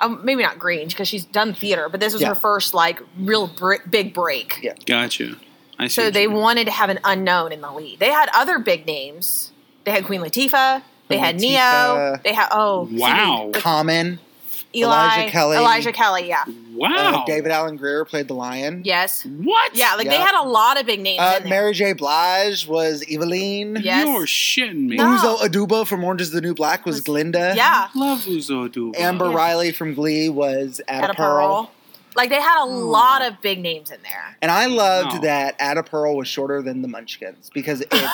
B: Um, maybe not green because she's done theater, but this was her
A: Yeah.
B: first like real br- big break.
A: Yeah.
C: Gotcha. I see.
B: So
C: what
B: they
C: you mean.
B: wanted to have an unknown in the lead. They had other big names. They had Queen Latifah. They
A: Queen
B: had Neo.
A: Latifah.
B: They had oh
C: Wow.
A: Common.
B: CD, Eli,
A: Elijah Kelly.
B: Elijah Kelly. Yeah.
C: Wow.
A: Uh, David Allen Greer played the lion.
B: Yes.
C: What?
B: Yeah. Like they
A: Yeah.
B: had a lot of big names.
A: Uh,
B: in there.
A: Mary J. Blige was Eveline.
B: Yeah. Yes.
C: You're shitting me.
B: No.
A: Uzo Aduba from Orange is the New Black was,
B: Was-
A: Glinda.
B: Yeah.
C: Love Uzo Aduba.
A: Amber
B: Yeah.
A: Riley from Glee was Ada, Pearl.
B: Like they had a
C: Hmm.
B: lot of big names in there.
A: And I loved
C: Wow.
A: that Ada Pearl was shorter than the Munchkins because it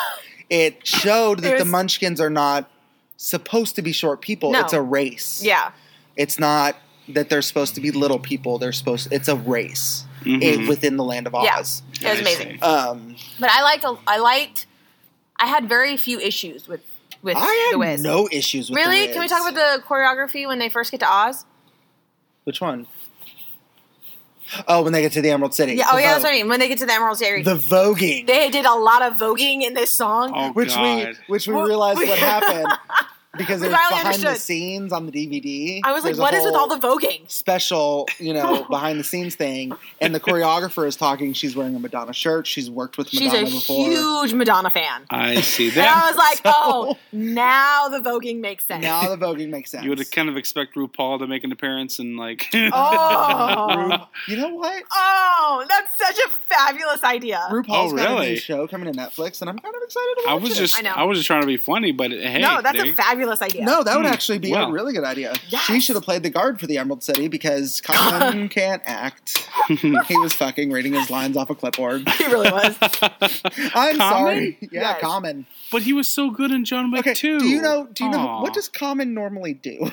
A: it showed that the
B: There's-
A: Munchkins are not supposed to be short people.
B: No.
A: It's a race.
B: Yeah.
A: It's not that they're supposed to be little people. They're supposed. It's a race
C: Mhm.
A: i- within the land of
B: Yeah.
A: Oz.
B: It was
C: I
B: amazing.
C: see.
A: Um,
B: But I liked. I liked. I had very few issues with with
A: I had
B: the Wiz.
A: no issues with The
B: really?
A: Wiz.
B: Can we talk about the choreography when they first get to Oz?
A: which one? Oh, when they get to the Emerald City.
B: Yeah. Oh
A: The
B: yeah, that's
A: Vogue.
B: what I mean. When they get to the Emerald City,
A: The voguing.
B: they did a lot of voguing in this song.
C: Oh
A: which
C: God.
A: we which we
B: Well,
A: realized
B: we-
A: what happened because
B: We
A: it was
B: finally
A: behind the
B: understood.
A: scenes on the DVD.
B: I was like,
A: There's a
B: what is with
A: whole
B: all the voguing?
A: special, you know, behind the scenes thing? And the choreographer is talking. She's wearing a Madonna shirt. She's worked with
B: She's
A: Madonna
B: a
A: before.
B: huge Madonna fan.
C: I see
B: And I
C: that.
B: was like,
A: So-
B: oh, now the voguing makes sense.
A: Now the voguing makes sense.
C: You would kind of expect RuPaul to make an appearance and like.
B: oh,
A: You know what?
B: oh, that's such a fabulous idea.
A: RuPaul's got a
C: Oh, really?
A: new show coming to Netflix, and I'm kind of excited about
C: I
A: it.
C: was just
B: I know.
C: I, was just trying to be funny, but uh, hey,
B: no, that's
C: there
B: a
C: you-
B: fabulous idea.
A: No, that would
C: Hmm,
A: actually be
C: well.
A: a really good idea.
B: Yes.
A: She should have played the guard for the Emerald City because Colin can't act. He was fucking reading his lines off a clipboard.
B: it really was.
A: I'm
C: Common?
A: sorry. Yeah,
B: Yes.
A: common.
C: but he was so good in John Wick
A: Okay.
C: too.
A: Do you know? Do you know
C: Aw.
A: what does common normally do?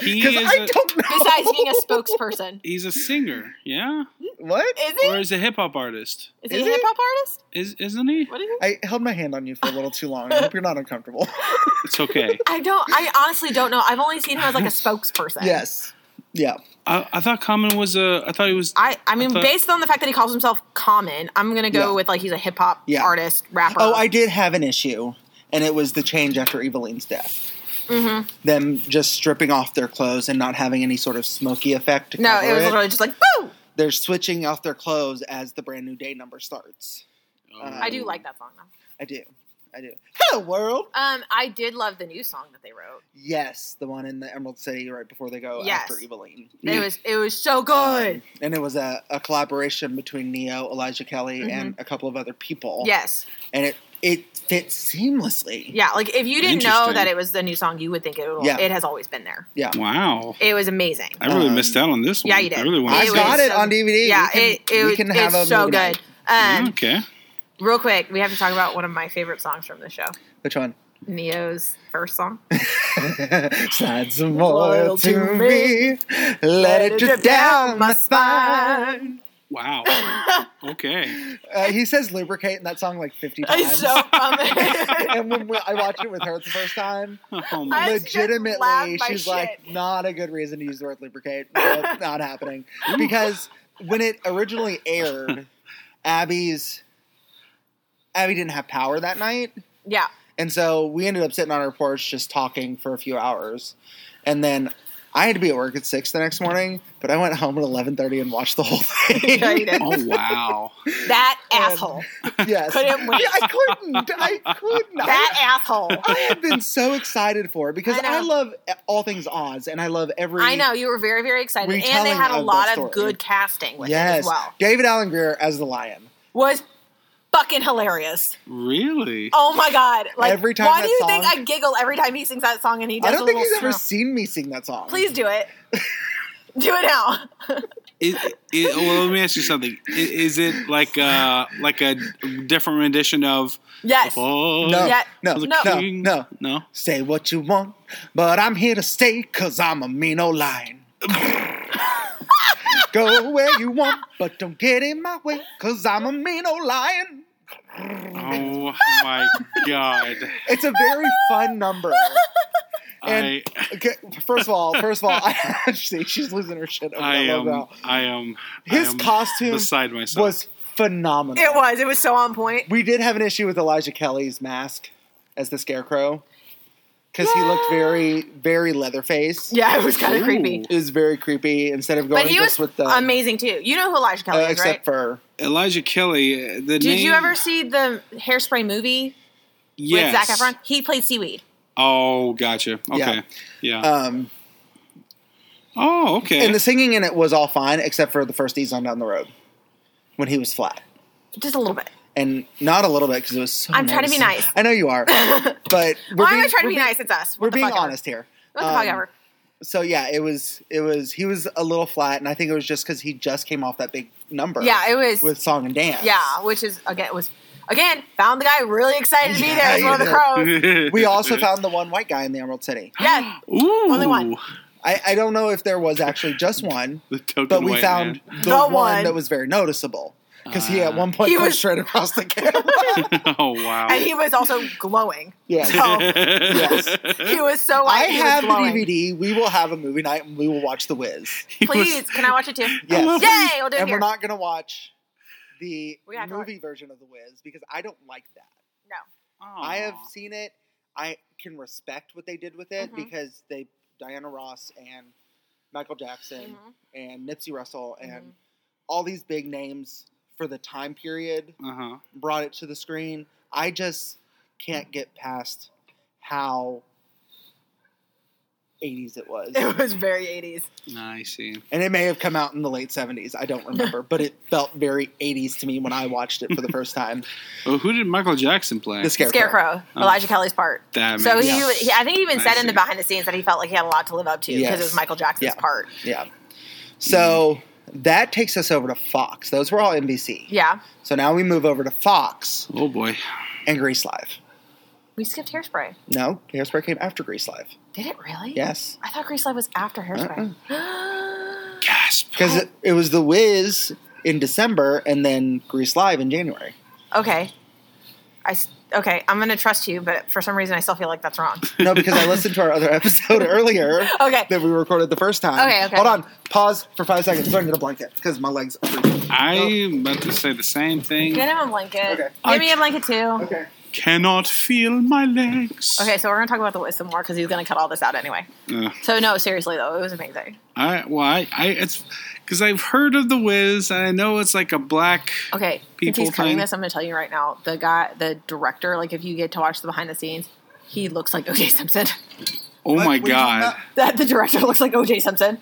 C: He
A: Because
C: is
A: I
C: a-
A: don't know.
B: Besides being a spokesperson,
C: He's a singer, yeah,
A: what?
B: is
C: or
B: he?
C: is a hip hop artist?
B: Is he
A: Is
B: a
A: he?
B: hip hop artist?
C: Is isn't he?
B: What is he?
A: I held my hand on you for a little too long. I hope you're not uncomfortable.
C: It's okay.
B: I don't. I honestly don't know. I've only seen him as like a spokesperson.
A: yes. Yeah.
C: I, I thought Common was a. I thought he was.
B: I, I mean,
C: I thought-
B: based on the fact that he calls himself Common, I'm gonna go
A: Yeah.
B: with like he's a hip hop
A: Yeah.
B: artist rapper.
A: Oh, I did have an issue, and it was the change after Eveline's death.
B: Mhm.
A: Them just stripping off their clothes and not having any sort of smoky effect. To
B: no,
A: cover
B: it was literally just like boo.
A: They're switching off their clothes as the brand new day number starts.
B: I do like that song. though.
A: I do. I do. Hello, world.
B: Um, I did love the new song that they wrote.
A: Yes, the one in the Emerald City right before they go
B: Yes.
A: after Eveline. Um,
B: It was it was so good.
A: And it was a, a collaboration between Neo, Elijah Kelly, and a couple of other people.
B: Mm-hmm. yes,
A: And it it fits seamlessly.
B: Yeah, like if you didn't know
C: Interesting.
B: that it was the new song, you would think it would,
A: Yeah.
B: it has always been there.
C: um, Wow.
B: It was amazing.
C: I really
A: Um,
C: missed out on this one.
B: yeah, you did.
C: I really
A: I
C: wanted
B: was-
A: got
C: to.
A: it on DVD.
B: yeah,
A: we can,
B: it,
A: we
B: it was-
A: can have a
B: it's so
A: movie night.
B: good. Um,
C: okay.
B: Real quick, we have to talk about one of my favorite songs from the show,
A: Which one?
B: Neo's first song.
A: Slide some oil to me. Let it drip down my spine.
C: Wow. okay.
A: Uh, he says lubricate in that song like 50
B: It's
A: times.
B: so funny.
A: and when we, I watched it with her the first time,
C: Oh my.
B: I- just laughed
A: legitimately,
B: my
A: she's
B: shit.
A: like, not a good reason to use the word lubricate. No, it's not happening. Because when it originally aired, Abby's Abby didn't have power that night.
B: yeah,
A: And so we ended up sitting on our porch just talking for a few hours. And then I had to be at work at six the next morning, but I went home at eleven thirty and watched the whole thing.
B: Yeah, you did.
C: Oh wow.
B: that
A: Um,
B: asshole.
A: yes.
B: Couldn't wait.
A: Yeah, I couldn't. I couldn't. I-
B: That asshole.
A: I have been so excited for it because
B: I know.
A: I, love all things Oz and I love every.
B: I know you were very, very excited, and they
A: retelling
B: had a
A: of
B: lot
A: that
B: of
A: story.
B: good casting with it
A: Yes.
B: as well.
A: David Allen Greer as the lion.
B: Was fucking hilarious.
C: Really?
B: Oh my god! Like
A: Every time
B: why
A: that
B: do you
A: song-
B: think I giggle every time he sings that song and he does
A: I
B: a
A: don't think
B: little
A: he's ever
B: snarl?
A: seen me sing that song.
B: Please do it. do it now.
C: It, it, well, let me ask you something. I- Is, it like uh like a different rendition of?
B: Yes.
C: Oh,
A: No,
B: Yeah.
A: no,
B: No.
A: no, no,
C: no.
A: Say what you want, but I'm here to stay because I'm a mean old lion. Go where you want, but don't get in my way because I'm a mean old lion.
C: Oh my god!
A: It's a very fun number.
C: I
A: And- Okay, first of all, first of all, I, see, she's losing her shit over
C: I
A: that
C: am
A: logo.
C: I am I
A: His
C: am
A: costume
C: beside myself.
A: was phenomenal.
B: It was. It was so on point.
A: We did have an issue with Elijah Kelly's mask as the scarecrow because he looked very, very leather faced.
B: Yeah, it was kind of
C: Ooh.
B: creepy.
A: It was very creepy instead of going
B: But he was
A: just with the.
B: amazing too. You know who Elijah
A: uh,
B: Kelly is,
A: except
B: right?
A: for.
C: Elijah Kelly. uh, The
B: Did
C: name,
B: you ever see the Hairspray movie
C: yes.
B: with Zac Efron? He played seaweed.
C: Oh, gotcha.
A: Yeah.
C: Okay, yeah.
A: Um,
C: oh, okay.
A: and the singing in it was all fine except for the first Ease on Down the Road when he was flat.
B: Just a little bit.
A: And not a little bit because it was so.
B: I'm trying to be
A: noticeable.
B: nice.
A: I know you are. But we're
B: Why
A: being,
B: am I trying to
A: we're
B: be
A: being-
B: nice? It's us. What
A: We're
B: the
A: being
B: fuck ever.
A: honest here.
B: What the fuck
A: Um,
B: ever.
A: so yeah, it was it was he was a little flat, and I think it was just because he just came off that big number.
B: Yeah, it was.
A: with song and dance.
B: yeah, which is again was again found the guy really excited to be there as
A: Yeah,
B: one of the
A: you
B: crows.
A: we also found the one white guy in the Emerald City.
B: Yeah,
C: Ooh,
B: Only one.
A: I, I don't know if there was actually just one,
C: The token
A: but we
C: white
A: found the,
B: The
A: one,
B: one.
A: that was very noticeable because he at
C: Ah.
A: one point
B: He
A: went
B: was-
A: straight across the camera.
C: man. oh wow.
B: and he was also glowing.
A: yeah.
B: So he was so.
A: I
B: White, Oh, he was
A: have the
B: glowing.
A: DVD. We will have a movie night and we will watch The Wiz.
C: He was-
B: Please, can I watch it too?
A: Yes.
C: love
B: Yay, we'll do it
A: and
B: here.
A: we're not going to watch the
B: We have to
A: movie version of The Wiz because I don't like that.
C: Aw.
A: I have seen it. I can respect what they did with it
B: Mhm.
A: because they Diana Ross and Michael Jackson
B: Mhm.
A: and Nipsey Russell and
B: Mhm.
A: all these big names for the time period
C: Uh-huh.
A: brought it to the screen. I just can't get past how 80s it was.
B: It was very 80s.
C: I see.
A: and it may have come out in the late 70s. I don't remember, but it felt very 80s to me when I watched it for the first time.
C: Well, who did Michael Jackson play?
A: The Scarecrow. Um,
B: Scarecrow,
C: Oh.
B: Elijah Kelly's part.
C: That
B: So
C: makes-
B: he,
A: Yeah.
B: he, I think he even
C: I
B: said in the
C: see.
B: behind the scenes that he felt like he had a lot to live up to because
A: Yes.
B: it was Michael Jackson's
A: Yeah.
B: part.
A: Yeah. So that takes us over to Fox. Those were all NBC.
B: Yeah,
A: So now we move over to Fox
C: Oh boy.
A: and Grease Live.
B: we skipped Hairspray.
A: No, Hairspray came after Grease Live.
B: Did it really?
A: Yes.
B: I thought Grease Live was after Hairspray.
C: Gasp.
A: Because it, it was The Wiz in December and then Grease Live in January.
B: okay, I s- okay. I'm gonna trust you, but for some reason I still feel like that's wrong.
A: No, because I listened to our other episode earlier
B: Okay.
A: that we recorded the first time.
B: Okay, okay.
A: Hold on. Pause for five seconds. So I can get a blanket because my legs are freezing.
B: Oh.
C: I'm about to say the same thing.
B: Get him a blanket.
A: Okay.
B: Give me a blanket too. Okay.
A: Okay.
C: Cannot feel my legs.
B: so we're gonna talk about the Wiz some more because he's gonna cut all this out anyway.
C: Ugh.
B: So no, seriously though, it was amazing.
C: I well, I, I it's because I've heard of the Wiz, and I know it's like a black.
B: Okay, since
C: People
B: he's cutting
C: thing.
B: this, I'm gonna tell you right now. The guy, the director, like if you get to watch the behind the scenes, he looks like OJ Simpson.
C: Oh
A: What? What are
C: my
A: you talking
C: god!
A: about?
B: That the director looks like OJ Simpson.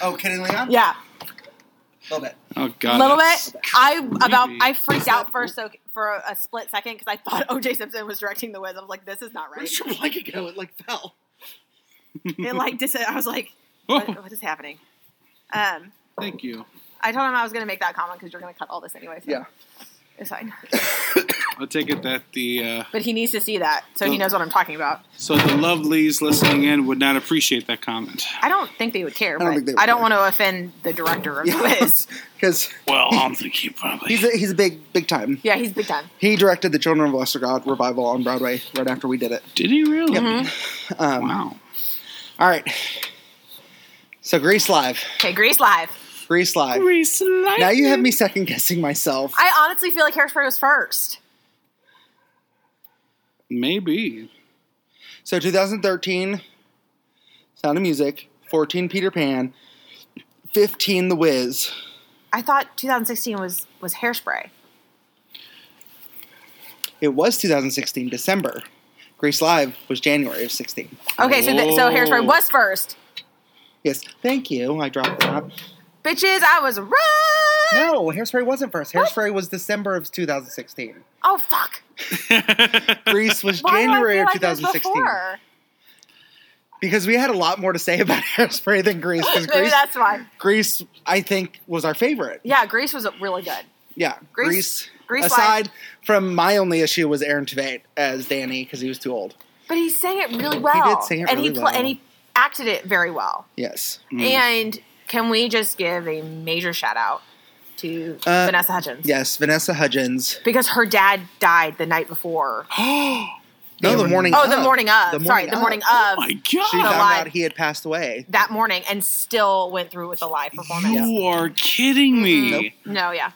A: Oh, Kenny Leon?
B: Yeah,
A: A little bit.
C: Oh
B: a
C: god!
B: little
C: that's
B: bit. I about
C: creepy.
B: I freaked out for so for for a, a split second because I thought O.J. Simpson was directing The Wiz. I was like, this is not right.
A: Where's your blanket go? It like fell.
B: it like dis- I was like,
C: Oh.
B: what, what is happening? Um,
C: Thank you.
B: I told him I was going to make that comment because you're going to cut all this anyway. So
A: Yeah.
B: it's fine.
C: I'll take it that the uh,
B: But he needs to see that so he
C: Well-
B: knows what I'm talking about.
C: so the lovelies listening in would not appreciate that comment.
B: I don't think they would care.
A: don't
B: but
A: think they would
B: I don't
A: care.
B: want to offend the director of The Wiz.
A: Because
C: Well, I'm thinking probably.
A: he's a, he's a big big time.
B: Yeah, he's big time.
A: He directed the Children of Lesser God revival on Broadway right after we did it.
C: Did he really?
B: Mm-hmm.
A: Um,
C: Wow.
A: All right. So Grease Live,
B: Okay, Grease live.
A: Grease Live. Now you have me second guessing myself.
B: I honestly feel like Hairspray was first.
C: Maybe.
A: So 2013, Sound of Music. 14, Peter Pan. 15, The Wiz.
B: I thought 2016 was was Hairspray.
A: It was 2016, December. Grease Live was January of 16.
B: Okay, so th- so Hairspray
C: Oh.
B: was first.
A: Yes, thank you. I dropped that.
B: Bitches, I was right.
A: No, Hairspray wasn't first. Hairspray was December of 2016.
B: Oh fuck!
A: Grease was
B: Why
A: January
B: do I
A: of
B: feel like it was
A: 2016.
B: before?
A: Because we had a lot more to say about Hairspray than Grease. Because
B: Maybe
A: Grease,
B: that's why.
A: Grease, I think, was our favorite.
B: Yeah, Grease was really good.
A: Yeah, Grease.
B: Grease- Grease
A: aside from my only issue was Aaron Tveit as Danny because he was too old.
B: But he sang it really well.
A: sing it
B: and
A: really
B: he
A: well. Mm.
B: and he acted it very well.
A: Yes.
B: And can we just give a major shout out to
A: Uh,
B: Vanessa Hudgens?
A: Yes, Vanessa Hudgens.
B: Because her dad died the night before.
A: No, the morning.
B: Oh,
A: of. Oh
B: the morning of. Sorry, the morning of.
C: My
A: She
C: God.
A: found
B: lie.
A: out he had passed away.
B: that morning and still went through with the live performance.
C: You are kidding me.
A: Mm-hmm. Nope.
B: No, yeah.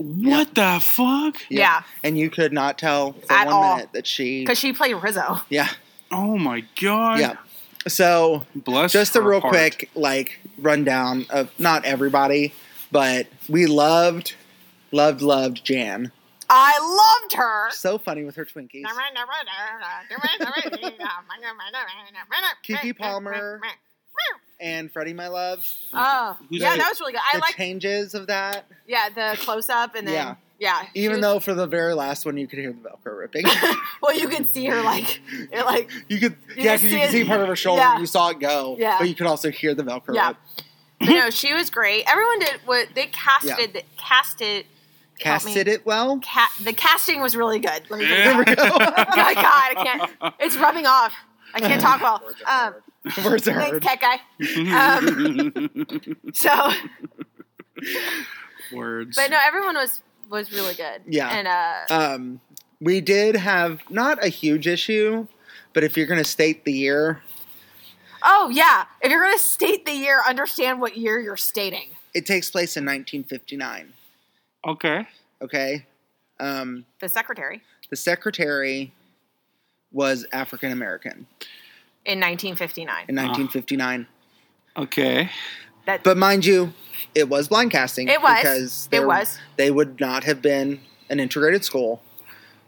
C: What the fuck?
A: Yep.
B: Yeah.
A: And you could not tell for
B: At
A: one
B: all.
A: minute that she.
B: Because she played Rizzo.
A: Yeah.
C: Oh my god.
A: Yeah. So
C: Bless
A: just a
C: her
A: real
C: heart.
A: quick like rundown of not everybody, but we loved, loved, loved Jan.
B: I loved her.
A: So funny with her Twinkies. Kiki Palmer. And Freddie, my love.
B: Oh,
C: Who's
B: yeah,
C: the-
B: that was really good. I
A: the
B: like,
A: changes of that.
B: yeah, the close up and
A: Yeah.
B: then, yeah. she
A: Even
B: was-
A: though for the very last one you could hear the Velcro ripping.
B: well, you can see her like, it like,
A: you could
B: You
A: yeah,
B: could
A: 'cause you
B: see
A: could
B: it.
A: see part of her shoulder.
B: Yeah.
A: and You saw it go.
B: Yeah.
A: But you could also hear the Velcro
B: Yeah.
A: rip.
B: but no, she was great. Everyone did what they
A: Yeah.
B: casted, the casted, help me.
A: Casted it well.
B: ca- the casting was really good. Let me put it
C: Yeah.
B: that way. my God, I can't, it's rubbing off. I can't talk well. Um,
A: Words are
B: Thanks,
A: hard.
B: tech guy.
A: Um,
B: So,
C: Words.
B: but no, everyone was was really good.
A: Yeah.
B: and uh,
A: Um, we did have not a huge issue, but if you're going to state the year,
B: oh yeah, if you're gonna state the year, understand what year you're stating.
A: it takes place in 1959.
C: okay.
A: Okay. Um,
B: The secretary
A: the secretary was African American
B: in 1959.
A: in 1959.
C: Okay.
B: That
A: But mind you, it was blind casting.
B: It was.
A: Because
B: It
A: there-
B: was.
A: They would not have been an integrated school.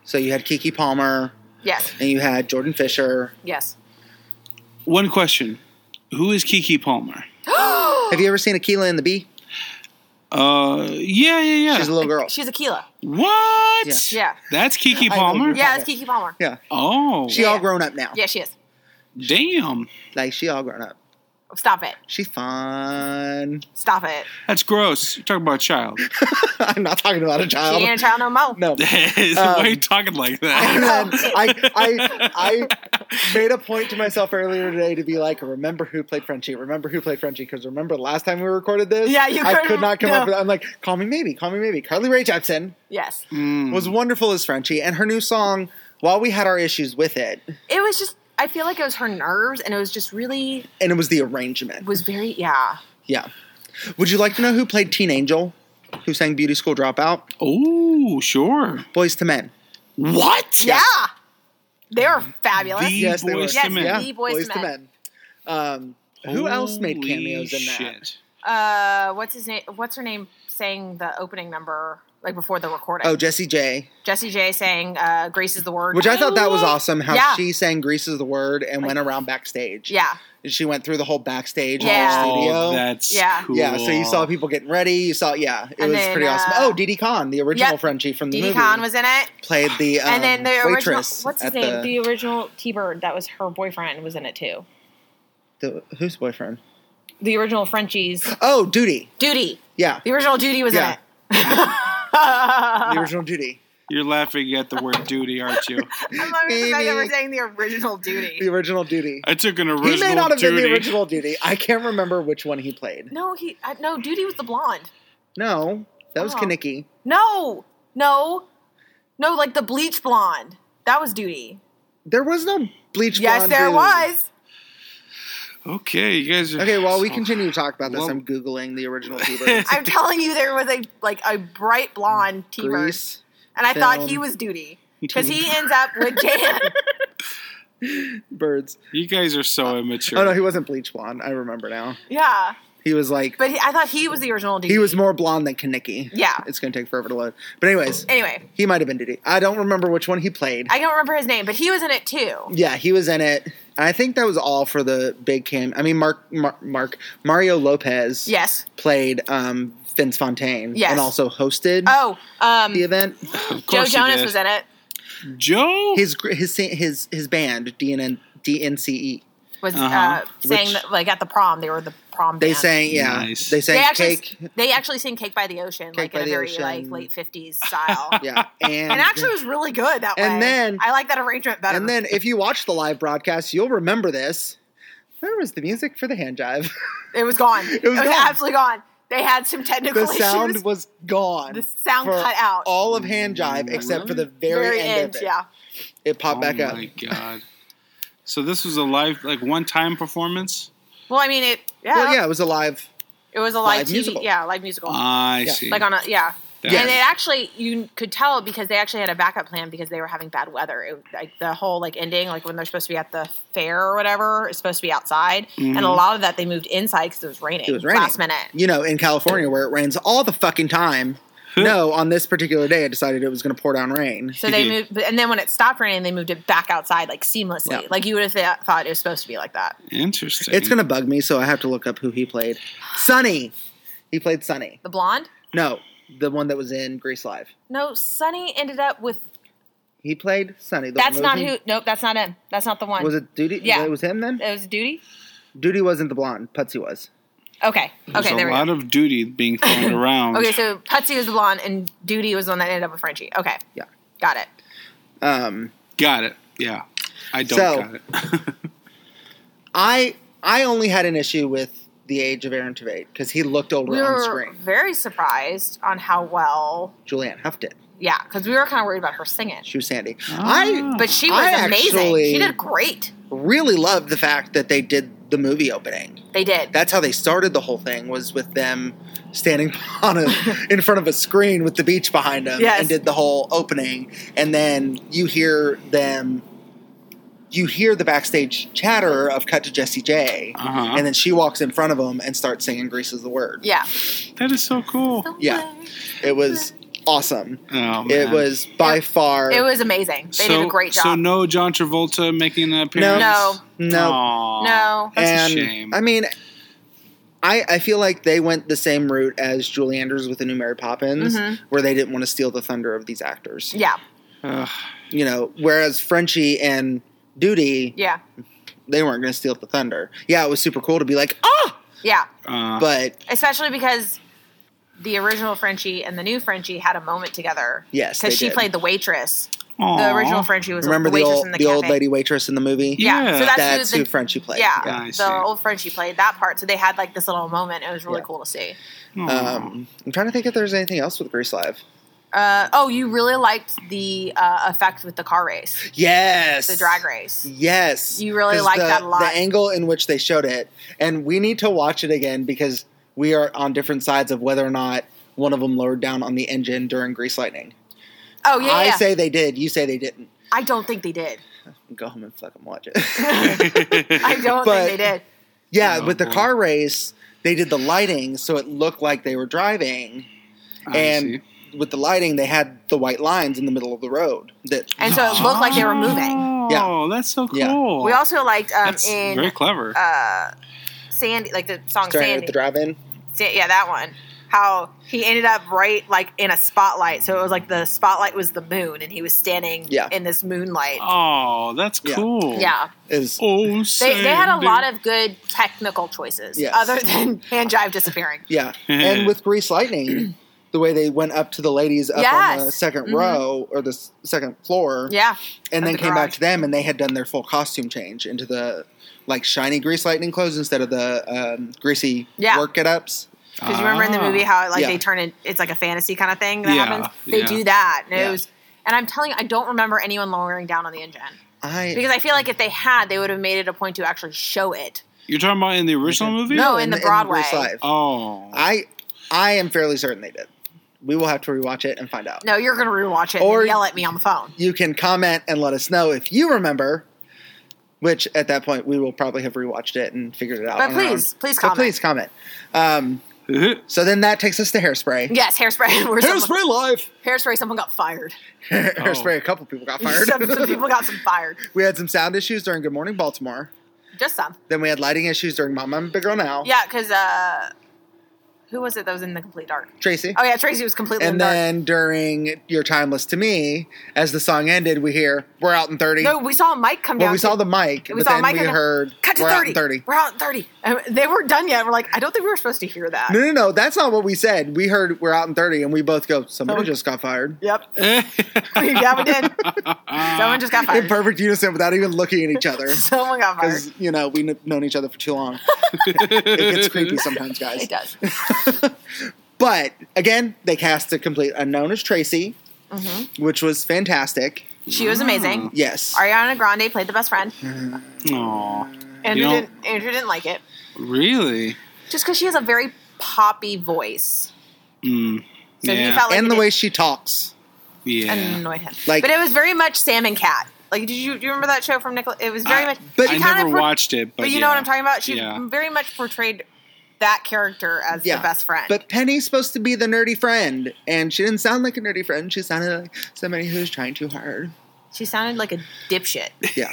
A: So you had Kiki Palmer
B: yes,
A: and you had Jordan Fisher.
B: yes.
C: One question. Who is Kiki Palmer?
A: Have you ever seen Aquila and the Bee?
C: Uh, yeah, yeah, yeah.
A: She's a little girl.
B: She's Aquila.
C: what?
A: Yeah.
B: Yeah.
C: That's Kiki
A: know
C: Palmer.
A: you're-
B: Yeah, it's Kiki Palmer.
A: yeah.
C: Oh,
A: She all
B: Yeah.
A: grown up now.
B: Yeah, she is.
C: damn.
A: Like she all grown up.
B: Oh, Stop it.
A: She's fine.
B: Stop it.
C: That's gross. You're talking about a child.
A: I'm not talking about a
B: She ain't a
A: child.
B: child no more.
A: Uh, No.
C: Why are you talking like that?
A: And then Um, I, I, I made a point to myself earlier today to be like, remember who played Frenchie? Remember who played Frenchie? Because remember the last time we recorded this?
B: Yeah, you
A: I
B: couldn't-
A: could not come up
B: no.
A: with I'm like, call me maybe, call me maybe. Carly Rae Jepsen
B: Yes,
C: Mm.
A: was wonderful as Frenchie, and her new song, while we had our issues with it,
B: it was just. I feel like it was her nerves, and it was just really
A: and it was the arrangement.
B: was very yeah.
A: Yeah. Would you like to know who played Teen Angel? Who sang Beauty School Dropout?
C: Oh, sure.
A: Boys to Men.
C: What?
B: Yeah. They were fabulous.
C: The
A: Yes, they
C: E boys
A: were.
C: to men.
A: Yeah,
B: The Boyz II E Men.
A: Um, who else made
C: Holy
A: cameos in that?
C: shit.
B: uh, what's his name? What's her name? Saying the opening number like before the recording.
A: Oh, Jesse J.
B: Jesse J saying uh, "Grace is the word,"
A: Which I thought that was awesome how
B: Yeah.
A: she sang Grease is the word and went around backstage.
B: yeah,
A: and she went through the whole backstage
B: Yeah.
A: of the studio.
C: Oh, that's
B: Yeah.
C: cool.
A: Yeah, so you saw people getting ready. You saw, yeah, it
B: And
A: was
B: then,
A: pretty awesome.
B: uh,
A: Oh, Didi Khan, the original
B: yep,
A: Frenchie from the
B: Didi
A: movie,
B: Khan was in it,
A: played the um,
B: and then the original
A: waitress.
B: what's
A: at
B: his name, the, original T Bird that was her boyfriend was in it too.
A: The, the whose boyfriend?
B: The original Frenchies,
A: Oh, Duty.
B: Duty.
A: Yeah,
B: The original Duty was
A: Yeah.
B: in it.
A: the
B: Uh,
A: original Duty.
C: You're laughing at the word duty, aren't you?
B: I'm not even
A: Maybe.
B: that we're saying the original Duty.
A: The original Duty.
C: I took an original
A: He may not have
C: duty.
A: been the original Duty. I can't remember which one he played.
B: No, he I, no Duty was the blonde.
A: No, that was
B: Oh.
A: Kanicki.
B: No, no, no, like the bleach blonde. That was Duty.
A: There was no bleach.
B: yes,
A: blonde
B: there
A: dude.
B: was.
C: Okay, you guys are
A: Okay, while we
C: so-
A: continue to talk about this,
C: Oh. Well-
A: I'm googling the original T-Bird.
B: I'm telling you, there was a like a bright blonde T bird,
A: Grease.
B: and I thought he
A: film.
B: was Duty because he ends up with Jan.
A: Birds.
C: You guys are so immature.
A: Oh no, he wasn't bleach blonde. I remember now.
B: yeah,
A: He was like
B: but he, I thought he was the original Duty.
A: he was more blonde than Kanicki.
B: Yeah.
A: It's gonna take forever to load. But anyways,
B: Anyway,
A: he might have been Diddy. I don't remember which one he played.
B: I don't remember his name, but he was in it too.
A: yeah, he was in it. And I think that was all for the big cam. I mean, Mark, Mar- Mark, Mario Lopez
B: Yes.
A: played um, Vince Fontaine
B: Yes.
A: and also hosted
B: Oh, um,
A: the event.
C: Of
B: Joe
C: course he
B: Jonas
C: did.
B: was in it.
C: Joe.
A: His gr- his sa- his his band DNN, DNCE.
B: Was uh
C: Uh-huh.
B: saying
A: Which-
B: that like at the prom they were the prom.
A: They
B: band.
A: sang yeah.
C: Nice.
A: They sang
B: They actually
A: cake.
B: they actually sing "Cake by the Ocean"
A: Cake
B: like
A: by
B: in a
A: the
B: very
A: Ocean.
B: like late fifties style.
A: Yeah, and,
B: and actually it was really good that way.
A: And then-
B: I like that arrangement better.
A: And then if you watch the live broadcast, you'll remember this. Where was the music for the hand jive?
B: it was gone. It was,
A: was gone.
B: absolutely gone. They had some technical
A: the sound
B: issues.
A: was gone.
B: the sound
A: for
B: cut out.
A: All of hand jive except for the very,
B: very
A: end,
B: end,
A: of it.
B: yeah.
A: It popped back
C: oh
A: up.
C: my god. So this was a live, like one-time performance.
B: Well, I mean it. Yeah,
A: Well, yeah, it was a live.
B: It was a live,
A: Live
B: TV,
A: musical.
B: Yeah, live musical.
C: I
A: Yeah.
C: see.
B: like on a yeah.
C: That-
A: Yes.
B: And it actually, you could tell because they actually had a backup plan because they were having bad weather. It, like the whole like ending, like when they're supposed to be at the fair or whatever, it's supposed to be outside, and a
C: Mhm.
B: lot of that they moved inside because it was raining.
A: Mm-hmm. It was raining.
B: last minute.
A: You know, in California where it rains all the fucking time. no, on this particular day, I decided it was going to pour down rain.
B: So they moved, but- and then when it stopped raining, they moved it back outside like seamlessly.
A: Yeah.
B: Like you would have th- thought it was supposed to be like that.
C: Interesting.
A: It's going to bug me, so I have to look up who he played. Sonny. He played Sonny.
B: The blonde?
A: No, the one that was in Grease Live.
B: No, Sunny ended up with.
A: He played Sonny. The
B: That's
A: one that
B: not
A: was
B: who. Nope, that's not him. That's not the one.
A: in- Was it Duty?
B: Yeah.
A: It was him then?
B: It was Duty.
A: Duty wasn't the blonde. Putsy was.
B: Okay.
C: There's
B: okay.
C: a
B: There we
C: lot
B: go.
C: of duty being thrown around.
B: Okay, so Putsy was the blonde, and Duty was the one that ended up with Frenchie. Okay.
A: Yeah.
B: Got it.
A: Um,
C: got it. Yeah, I don't
A: So-
C: got it.
A: I I only had an issue with the age of Aaron Tveit because he looked older
B: We
A: on
B: were
A: screen.
B: very surprised on how well.
A: Julianne Huff did.
B: Yeah, because we were kind of worried about her singing,
A: She was Sandy.
C: Ah.
A: I
B: but she was
A: I
B: amazing.
A: actually-
B: She did great.
A: really loved the fact that they did the movie opening.
B: They did.
A: That's how they started the whole thing was with them standing on a, in front of a screen with the beach behind them
B: Yes.
A: and did the whole opening. And then you hear them, you hear the backstage chatter of cut to Jesse J.
C: Uh huh.
A: And then she walks in front of them and starts singing "Grease is the word."
B: yeah.
C: That is so cool.
A: Yeah. It was awesome.
C: Oh,
A: It
C: man.
A: was by far
B: It was amazing. They did a great job.
C: So no John Travolta making an
A: No.
C: appearance.
B: no,
A: no,
C: Aw,
B: No.
C: That's
A: and
C: a shame.
A: I mean, I I feel like they went the same route as Julie Andrews with the new Mary Poppins,
B: Mhm.
A: where they didn't want to steal the thunder of these actors.
B: yeah,
C: Ugh.
A: You know, whereas Frenchie and Duty,
B: yeah,
A: they weren't going to steal the thunder. Yeah, it was super cool to be like, ah,
B: yeah.
C: Uh,
A: but
B: Especially because the original Frenchie and the new Frenchie had a moment together.
A: Yes, they
B: because she
A: did.
B: played the waitress.
C: aw.
B: The original Frenchie was
A: remember
B: the
A: the
B: waitress
A: old
B: in the,
A: the, old
B: cafe.
A: lady waitress in the movie? Uh,
B: Yeah,
C: Yeah.
B: so that's,
A: that's
B: who,
A: who
B: the,
A: Frenchie played.
B: Yeah,
C: I see.
B: the old Frenchie played that part, so they had like this little moment. It was really
A: Yeah.
B: cool to see.
C: Aw.
A: Um, I'm trying to think if there's anything else with Grease Live.
B: Uh, oh, you really liked the uh, effect with the car race,
A: Yes,
B: the drag race.
A: Yes.
B: You really
A: 'Cause
B: like
A: the,
B: that a lot.
A: The angle in which they showed it. And we need to watch it again because we are on different sides of whether or not one of them lowered down on the engine during Grease Lightning.
B: Oh yeah,
A: I
B: yeah.
A: say they did. You say they didn't.
B: I don't think they did.
A: Go home and fucking watch it.
B: I don't
A: But-
B: think they did.
A: yeah,
C: Oh,
A: with the
C: boy.
A: car race, they did the lighting so it looked like they were driving.
C: I
A: and
C: see.
A: with the lighting, they had the white lines in the middle of the road. That
B: And so it looked like they were moving.
C: Oh, that's so cool.
A: Yeah.
B: We also liked um,
C: that's very
B: in
C: clever.
B: uh, Sandy, like the song
A: Starting
B: Sandy.
A: with the drive-in.
B: Sa- yeah, that one. How he ended up right like in a spotlight, so it was like the spotlight was the moon, and he was standing
A: Yeah.
B: in this moonlight.
C: oh, that's
A: Yeah.
C: cool.
B: Yeah,
A: Is
C: Oh,
B: they, they had a lot of good technical choices,
A: Yes.
B: other than hand jive disappearing.
A: yeah, and with Grease Lightning, the way they went up to the ladies up on the
B: Yes.
A: 2nd
B: Mhm.
A: row or the s- second floor,
B: Yeah,
A: and
B: At
A: then
B: the
A: came back
B: garage.
A: to them, and they had done their full costume change into the like shiny Grease Lightning clothes instead of the um, greasy
B: Yeah.
A: work get ups.
B: because you remember in the
C: Ah.
B: movie how like
A: Ah. Yeah.
B: they turn it, it's like a fantasy kind of thing that
C: Yeah,
B: happens. They
C: yeah.
B: do that, and
A: Yeah.
B: it was. And I'm telling you, I don't remember anyone lowering down on the engine
A: I
B: because I feel like if they had, they would have made it a point to actually show it.
C: you're talking about in the original movie.
B: No. in the Broadway.
A: Grease Live.
C: Oh.
A: I I am fairly certain they did. We will have to rewatch it and find out.
B: No, you're going to rewatch it
A: Or-
B: and yell at me on the phone.
A: You can comment and let us know if you remember. Which at that point we will probably have rewatched it and figured it out.
B: But
A: on our own.
B: please, please
A: But
B: comment.
A: please comment. Um, so then that takes us to hairspray.
B: Yes, hairspray. Where someone,
A: live.
B: hairspray. Someone got fired.
A: hairspray. A couple people got fired.
B: some, some people got some fired.
A: we had some sound issues during Good Morning Baltimore.
B: Just some.
A: Then we had lighting issues during Mama and Big Girl Now.
B: Yeah, because uh, who was it that was in the complete dark?
A: Tracy.
B: Oh yeah, Tracy was completely in
A: and
B: the dark.
A: then during Your Timeless to Me, as the song ended, we hear "We're out in 30.
B: No, we saw Mike come
A: Well,
B: down.
A: we
B: to-
A: saw the mic,
B: We
A: but
B: saw
A: then
B: Mike
A: we
B: and the-
A: heard
B: cut to
A: we're out in
B: 30.
A: 30.
B: We're out in thirty. And they weren't done yet. We're like, I don't think we were supposed to hear that.
A: No, no, no. That's not what we said. We heard we're out in 30, and we both go, somebody
B: Someone-
A: just got fired.
B: Yep. yeah, we did.
C: Uh,
B: Someone just got
A: In
B: fired.
A: perfect unison without even looking at each other.
B: Someone got fired.
A: Because, you know, we've kn- known each other for too long. It gets creepy sometimes, guys.
B: It does.
A: But again, they cast a complete unknown as Tracy,
B: Mhm.
A: which was fantastic.
B: She was amazing.
A: Yes.
B: Ariana Grande played the best friend.
C: Aw.
B: Andrew,
C: know-
B: didn't, Andrew didn't like it.
C: Really?
B: Just because she has a very poppy voice.
C: Mm.
B: So
C: yeah.
B: he felt like
A: and
B: it
A: the
B: did-
A: way she talks.
C: yeah.
B: annoyed him.
A: Like-
B: Like, but it was very much Sam and Cat. Like, did you, do you remember that show from Nickel? It was very
C: I-
B: much.
A: but
B: she
C: I
A: you
B: kinda
C: never
B: por-
C: watched it, but,
B: But you
C: yeah.
B: know what I'm talking about. She
C: Yeah.
B: very much portrayed that character as
A: Yeah.
B: the best friend.
A: But Penny's supposed to be the nerdy friend, and she didn't sound like a nerdy friend. She sounded like somebody who's trying too hard.
B: she sounded like a dipshit.
A: Yeah.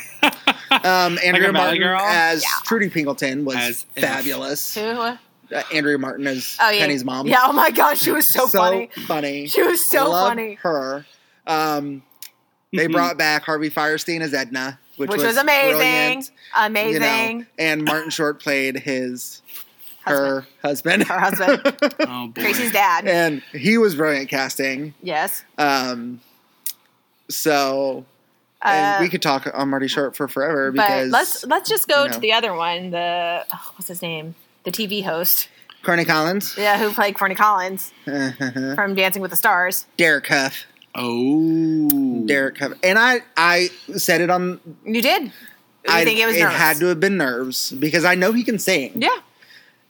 A: Um, Andrea
C: Valley
A: Martin
C: Girl?
A: as
B: Yeah.
A: Trudy Pinkleton was
C: As F.
A: fabulous.
B: Who? Oh
A: Uh, Andrea Martin as
B: yeah.
A: Penny's mom.
B: Yeah. Oh my gosh, she was so, funny.
A: funny.
B: She was so
A: Love
B: funny,
A: her. Um, they
C: Mhm.
A: brought back Harvey Firestein as Edna, which,
B: which, was, amazing,
A: brilliant,
B: amazing.
A: you know, and Martin Short played his
B: Husband.
A: her husband.
B: Her husband,
C: Oh boy.
B: Tracy's dad.
A: and he was brilliant casting.
B: Yes.
A: Um, so
B: Uh,
A: and we could talk on Marty Short for forever
B: but
A: because
B: let's let's just go
A: you know.
B: to the other one. The oh, what's his name? The TV host.
A: Corny Collins,
B: Yeah, who played Corny Collins from Dancing with the Stars.
A: Derek Huff,
C: Oh.
A: Derek Huff, and I I said it on
B: You did. I
A: I
B: think it was
A: it
B: nerves.
A: had to have been nerves because I know he can sing.
B: Yeah.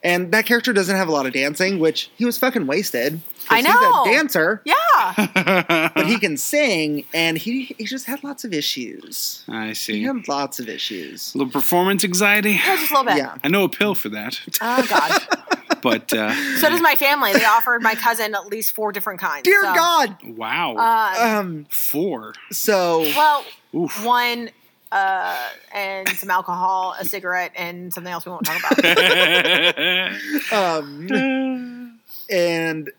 A: And that character doesn't have a lot of dancing, which he was fucking wasted. 'cause
B: I know.
A: He's a dancer,
B: Yeah.
A: but he can sing, and he he just had lots of issues.
C: I
A: He
C: see. A
A: had lots of issues.
C: little performance anxiety.
B: Yeah, just a little bit.
A: Yeah.
C: I know a pill for that,
B: Oh god.
C: but uh,
B: So does my family. They offered my cousin at least four different kinds.
A: Dear
B: So,
A: God.
C: wow,
B: Uh,
A: Um.
C: four.
A: So
B: well,
C: Oof.
B: one uh, and some alcohol, a cigarette, and something else we won't talk about.
A: um.
C: yeah,
A: And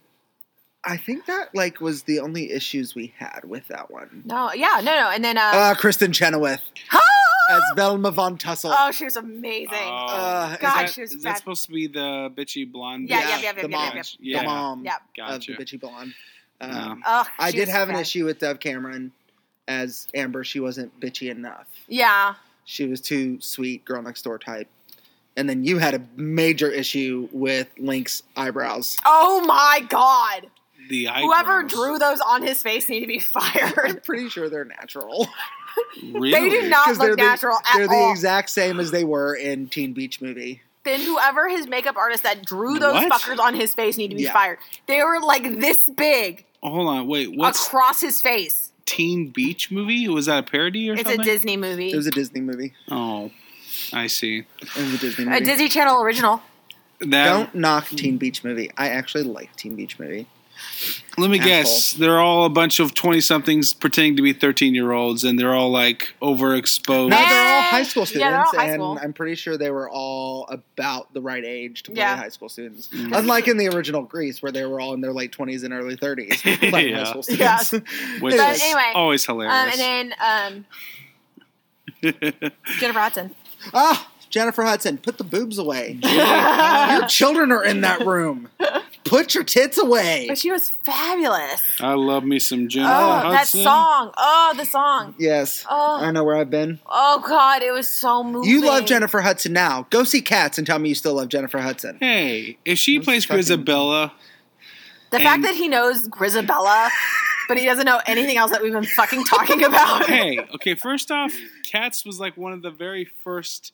A: I think that like was the only issues we had with that one.
B: No, yeah, no, no. And then, uh,
A: Uh, Kristen Chenoweth as Velma von Tussle.
B: oh, she was amazing.
C: Oh,
A: Uh, is
B: God,
C: that,
B: she was
C: is that
B: bad.
C: supposed to be the bitchy blonde?
B: Yeah, yeah,
C: bitch?
B: yeah, yeah,
A: the
B: yeah,
A: mom,
B: yeah,
A: the mom
B: Yeah.
A: of the
C: Gotcha.
A: bitchy blonde. Um,
C: Yeah.
B: Ugh,
A: I
B: she
A: did
B: was
A: have an
B: bad.
A: issue with Dove Cameron as Amber. She wasn't bitchy enough.
B: Yeah,
A: She was too sweet, girl next door type. And then you had a major issue with Link's eyebrows.
B: Oh my god!
C: the
B: Whoever
C: eyebrows.
B: drew those on his face need to be
A: I'm
B: fired.
A: pretty sure they're natural
C: Really?
B: They do not
A: they're
B: look natural
A: the, they're
B: at all.
A: the exact same as they were in Teen Beach Movie.
B: then whoever his makeup artist that drew those
C: What?
B: fuckers on his face need to be
A: Yeah.
B: fired. They were like this big
C: Hold on, wait. What's
B: across his face.
C: Teen Beach movie? Was that a parody or
B: It's
C: something?
B: a Disney movie.
A: It was a Disney movie.
C: oh, I see.
A: It was a Disney movie.
B: a Disney Channel original.
C: That
A: Don't knock Teen Beach Movie. I actually like Teen Beach Movie.
C: Let me
A: Asshole.
C: guess. They're all a bunch of 20 somethings pretending to be 13 year olds and they're all like overexposed.
A: No, they're all
B: Yeah.
A: high school
B: Yeah, they're all
A: students,
B: high
A: and
B: school.
A: I'm pretty sure they were all about the right age to play
B: Yeah.
A: high school students.
C: Mm.
A: Unlike in the original Greece, where they were all in their late 20s and early 30s playing high
C: Yeah.
A: school students.
C: Which
B: But
C: is
B: anyway,
C: always
B: Um,
C: hilarious.
B: and then um, Jennifer Hudson.
A: Ah, Jennifer Hudson, put the boobs away. your children are in that room. Put your tits away.
B: But she was fabulous.
C: I love me some Jennifer
B: Oh, that
C: Hudson.
B: song. Oh, the song.
A: Yes. I
B: Oh,
A: know where I've been.
B: oh God, it was so moving.
A: You love Jennifer Hudson now. Go see Cats and tell me you still love Jennifer Hudson.
C: Hey, if she
A: Those
C: plays
A: fucking-
C: Grisabella,
B: The fact
C: and-
B: that he knows Grisabella, but he doesn't know anything else that we've been fucking talking about.
C: hey, okay, first off, Cats was like one of the very first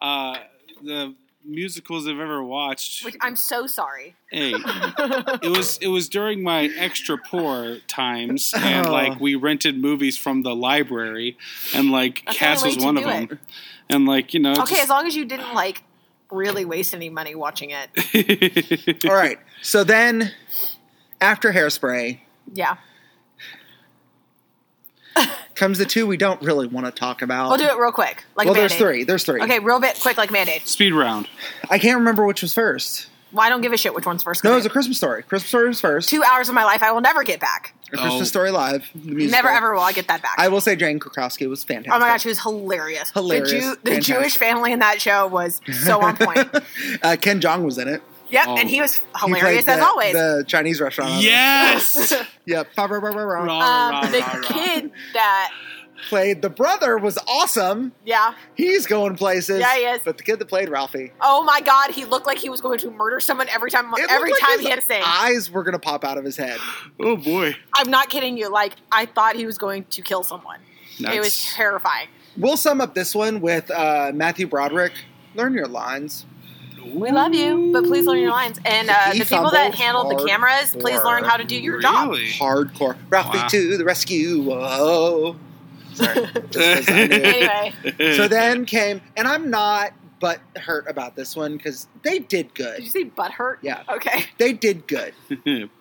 C: uh, the musicals I've ever watched.
B: Which I'm so sorry.
C: Hey, it was it was during my extra poor times, and
B: Oh.
C: like we rented movies from the library, and like
B: That's
C: Cats
B: the only
C: was
B: way
C: one
B: to
C: of
B: do
C: them, and like you know,
B: Okay, as long as you didn't like really waste any money watching it.
C: just-
A: All right. So then, after Hairspray,
B: Yeah,
A: comes the two we don't really want to talk about.
B: we'll do it real quick. Like
A: well,
B: a
A: there's
B: Band-Aid.
A: three. There's three.
B: Okay, real bit quick, like Band-Aid.
C: speed round.
A: I can't remember which was first.
B: Well, I don't give a shit which one's first.
A: No, it
B: 'cause
A: was a Christmas story. Christmas story was first.
B: two hours of my life I will never get back.
A: A Christmas
C: Oh.
A: story live. the musical.
B: Never ever will I get that back.
A: I will say Jane Krakowski was fantastic.
B: oh my gosh, she was hilarious.
A: Hilarious.
B: The, Jew, the
A: Fantastic.
B: Jewish family in that show was so on point.
A: uh, Ken Jong was in it.
B: yep,
C: Oh.
B: and he was
A: He played
B: hilarious as
A: the-
B: always.
A: The Chinese restaurant. owner.
C: Yes.
A: Yep. Ba, ba, ba, ba, ba.
C: Oh, Rah, rah,
B: um, the
C: rah, rah.
B: kid that
A: Played the brother was awesome.
B: yeah.
A: He's going places.
B: Yeah, he is.
A: But the kid that played Ralphie,
B: Oh my god, he looked like he was going to murder someone every time.
A: it looked
B: Every
A: like
B: time
A: his
B: he had a thing.
A: eyes were gonna pop out of his head.
C: Oh boy,
B: I'm not kidding you. Like I thought he was going to kill someone. It was
C: That's-
B: terrifying.
A: We'll sum up this one with uh, Matthew Broderick. Learn your lines.
B: We love you, but please learn your lines. And uh,
A: He
B: the people
A: fumbled
B: that handled the
A: hard
B: cameras, please
A: for-
B: learn how to do your job.
C: Really?
A: Hardcore. Ralphie
C: Wow.
A: to the rescue. Whoa. Sorry. Just 'cause I knew it.
B: Anyway,
A: so then came, and I'm not but hurt about this one because they did
B: did you
A: good.
B: say butt hurt?
A: Yeah,
B: Okay.
A: they did good.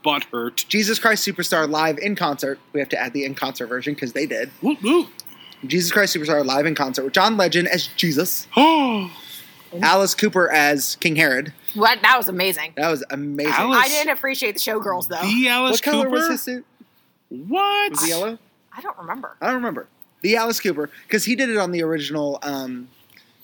C: butt hurt.
A: Jesus Christ Superstar live in concert. We have to add the in concert version because they did.
C: Whoop, whoop.
A: Jesus Christ Superstar live in concert with John Legend as Jesus,
C: Oh,
A: Alice Cooper as King Herod.
B: What? That was amazing.
A: That was amazing.
C: Alice-
B: I didn't appreciate the showgirls though.
C: the Alice
A: what color
C: Cooper.
A: was his suit?
C: What?
A: Was it yellow?
B: I don't remember.
A: I don't remember. The Alice Cooper because he did it on the original um,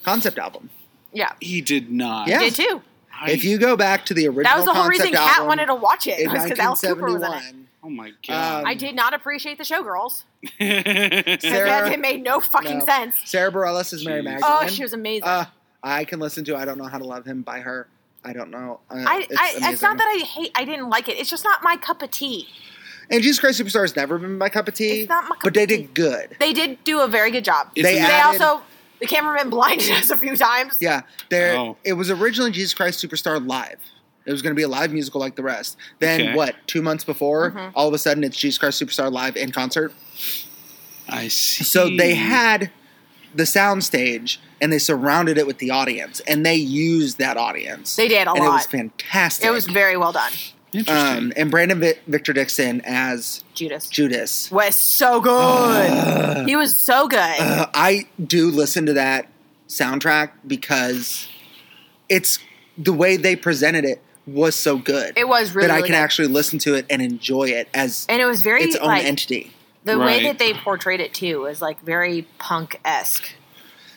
A: concept album.
B: Yeah,
C: He did not.
A: Yeah.
B: I did too.
C: I-
A: if you go back to the original,
B: That was the whole
A: concept
B: reason Kat
A: album
B: wanted to watch it
A: in
B: was because Alice Cooper was in it.
A: 1971.
C: oh my god.
A: Um,
B: I did not appreciate the showgirls
A: Sarah-
B: because it made no fucking
A: No.
B: sense.
A: Sarah Bareilles is Mary
C: Jeez.
A: Magdalene.
B: Oh, she was amazing.
A: Uh, I can listen to "I Don't Know How to Love Him" by her. I don't know. Uh,
B: I,
A: it's,
B: I, it's
A: amazing.
B: not that I hate. I didn't like it. It's just not my cup of tea.
A: And Jesus Christ Superstar has never been my cup of tea.
B: It's not my cup
A: but they
B: of tea.
A: did good.
B: They did do a very good job.
C: It's
A: They
B: they
A: added-
B: also the cameraman blinded us a few times.
A: Yeah, there.
C: Oh.
A: It was originally Jesus Christ Superstar live. It was going to be a live musical like the rest. Then
C: Okay.
A: what? Two months before,
B: Mhm.
A: all of a sudden, it's Jesus Christ Superstar live in concert.
C: I see.
A: So they had the soundstage and they surrounded it with the audience, and they used that audience.
B: They did a
A: and it was
B: lot.
A: fantastic.
B: It was very well done.
C: Interesting.
A: Um, and Brandon Vi- Victor Dixon as
B: Judas
A: Judas.
B: was so good.
A: Ugh.
B: he was so good.
A: Uh, I do listen to that soundtrack because it's the way they presented it was so good
B: it was really,
A: that I
B: really
A: can
B: good.
A: actually listen to it and enjoy it as
B: and it was very
A: its own
B: like
A: entity.
B: the
C: Right.
B: way that they portrayed it too was like very punk esque.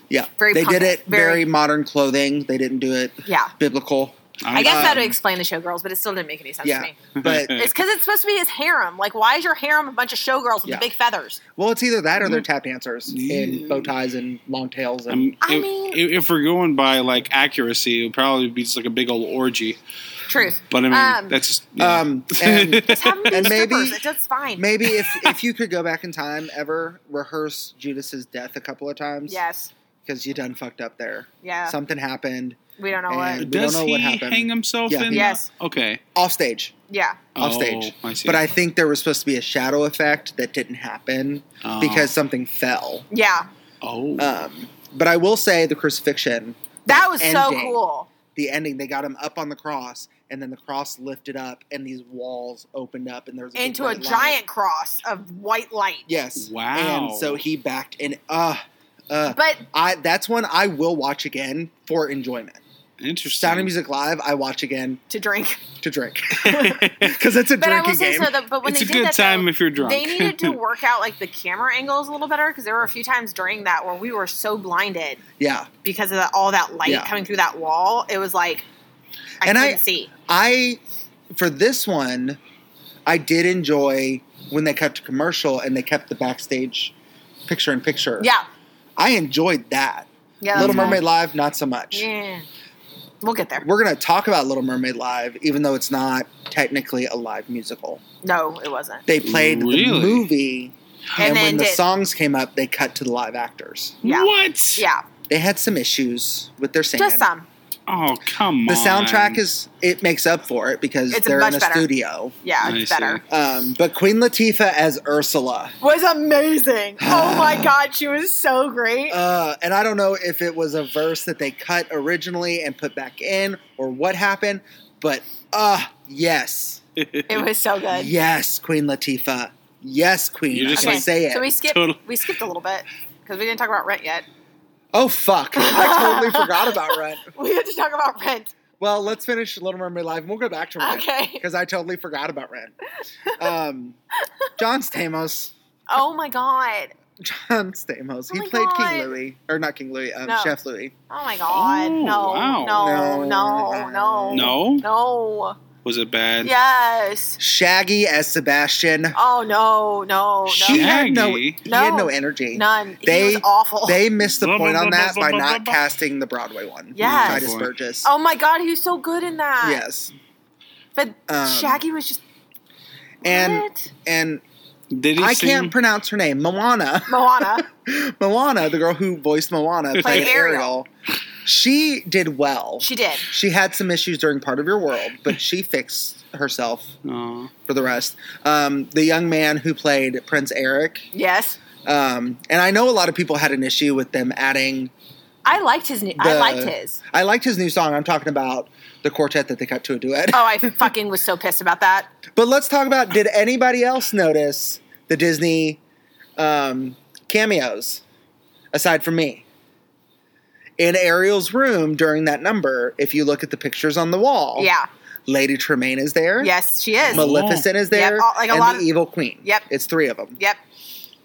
A: Yeah,
B: very
A: they did
B: punk-
A: it very,
B: very-
A: modern clothing. They didn't do it
B: Yeah,
A: biblical,
B: I guess
A: Um,
B: that would explain the showgirls, but it still didn't make any sense
A: yeah.
B: to me.
A: but
B: It's because it's supposed to be his harem. Like, why is your harem a bunch of showgirls with
A: Yeah.
B: big feathers?
A: well, it's either that or they're tap dancers
C: Mm-hmm. Yeah.
A: in bow ties and long tails. And
C: Um,
B: I
C: if,
B: mean-
C: if- if we're going by like accuracy, it would probably be just like a big old orgy.
B: Truth.
C: But I mean,
B: Um,
C: that's just yeah.
A: um, and
B: Just have them be
A: And maybe-
B: strippers. It does fine.
A: maybe if if you could go back in time, ever rehearse Judas's death a couple of times,
B: yes.
A: because you done fucked up there.
B: Yeah.
A: Something happened.
B: we don't know
A: and-
B: what.
A: we don't
C: does
A: know
C: he
A: what happened.
C: hang himself
A: Yeah.
C: in? the-
B: Yes.
C: okay.
A: off stage,
B: Yeah.
A: Off
C: oh,
A: stage.
C: I see.
A: but I think there was supposed to be a shadow effect that didn't happen
C: Oh.
A: because something fell.
B: Yeah.
C: oh,
A: Um, but I will say the crucifixion,
B: That was so
A: Ending.
B: cool.
A: the ending, they got him up on the cross and then the cross lifted up, and these walls opened up, and there was a big
B: into a
A: white light.
B: giant cross of white light.
A: Yes.
C: Wow.
A: And so he backed, and uh, uh,
B: But
A: I that's one I will watch again for enjoyment.
C: Interesting.
A: Sound of Music Live, I watch again
B: to drink,
A: to drink because it's a
D: But I
A: drinking
D: will say
A: game.
D: so. That, but when
C: it's a
D: they did
C: good
D: that,
C: time
D: though,
C: if you're drunk.
D: they needed to work out like the camera angles a little better because there were a few times during that where we were so blinded
A: yeah,
D: because of that, all that light
A: Yeah.
D: coming through that wall. It was like I
A: And I-
D: couldn't see.
A: I for this one, I did enjoy when they cut to commercial and they kept the backstage picture in picture.
B: yeah,
A: I enjoyed that.
B: yeah.
A: Little
B: that's
A: Mermaid Live, not so much.
D: Yeah,
B: fine. We'll get there.
A: We're gonna talk about Little Mermaid Live, even though it's not technically a live musical.
B: No, it wasn't.
A: They played the
C: Really?
A: movie, and,
B: And then
A: when the
B: did-
A: songs came up, they cut to the live actors.
B: Yeah.
C: What?
B: Yeah,
A: They had some issues with their singing.
B: just some.
C: Oh, come
A: The
C: on.
A: soundtrack is it makes up for it because
B: It's
A: they're in
B: much
A: a
B: better.
A: studio.
B: Yeah,
C: I
B: it's
C: see.
B: better.
A: Um, but Queen Latifah as Ursula,
B: Was amazing. Oh my god, she was so great.
A: uh, and I don't know if it was a verse that they cut originally and put back in or what happened, but uh yes,
B: It was so good.
A: yes, Queen Latifah, yes, Queen.
C: You're
A: I
C: just
A: can
C: like-
A: say it.
D: So we skipped.
C: Total-
D: We skipped a little bit because we didn't talk about rent yet.
A: oh fuck, I totally forgot about Rent.
B: We had to talk about Rent.
A: Well, let's finish Little Mermaid Live, and we'll go back to Rent.
B: Okay.
A: because I totally forgot about Rent. Um, John Stamos.
D: Oh my god!
A: John Stamos.
D: Oh
A: He
D: my
A: played King
D: God.
A: Louis, or not King Louis, um,
B: No.
A: Chef Louis.
B: Oh my god.
C: Oh,
B: no,
C: wow.
B: no,
A: No.
B: no, no,
C: No?
B: no.
C: Was it bad?
B: Yes.
A: Shaggy as Sebastian.
B: Oh no, no, no.
A: She had no.
C: Shaggy?
A: He had no
B: No.
A: energy.
B: None.
A: They-
B: he was awful.
A: They missed the
C: Blah,
A: point
C: blah,
A: on
C: blah,
A: that
C: blah,
A: by
C: blah,
A: not
C: blah.
A: casting the Broadway one.
B: Yes.
A: Titus
C: Boy.
A: Burgess.
B: oh my god, he was so good in that.
A: Yes,
B: But
A: Um,
B: Shaggy was just
A: and-
B: What?
A: and
C: Did he
A: I
C: sing?
A: can't pronounce her name. Moana.
B: Moana.
A: Moana, the girl who voiced Moana, played, Ariel.
B: Ariel.
A: She did well.
B: she did.
A: She had some issues during part of your world, but she fixed herself
C: Oh.
A: for the rest. Um, the young man who played Prince Eric,
B: Yes.
A: um, and I know a lot of people had an issue with them adding.
B: I liked his new I
A: The-
B: liked his.
A: I liked his new song. I'm talking about the quartet that they cut to a duet.
B: Oh, I fucking was so pissed about that.
A: But let's talk about did anybody else notice the Disney um, cameos aside from me? In Ariel's room during that number, if you look at the pictures on the wall,
B: Yeah.
A: Lady Tremaine is there.
B: Yes, she is.
A: Maleficent is there,
B: Yep, all- like a
A: and
B: lot
A: the
B: of-
A: evil queen.
B: Yep.
A: it's three of them.
B: Yep.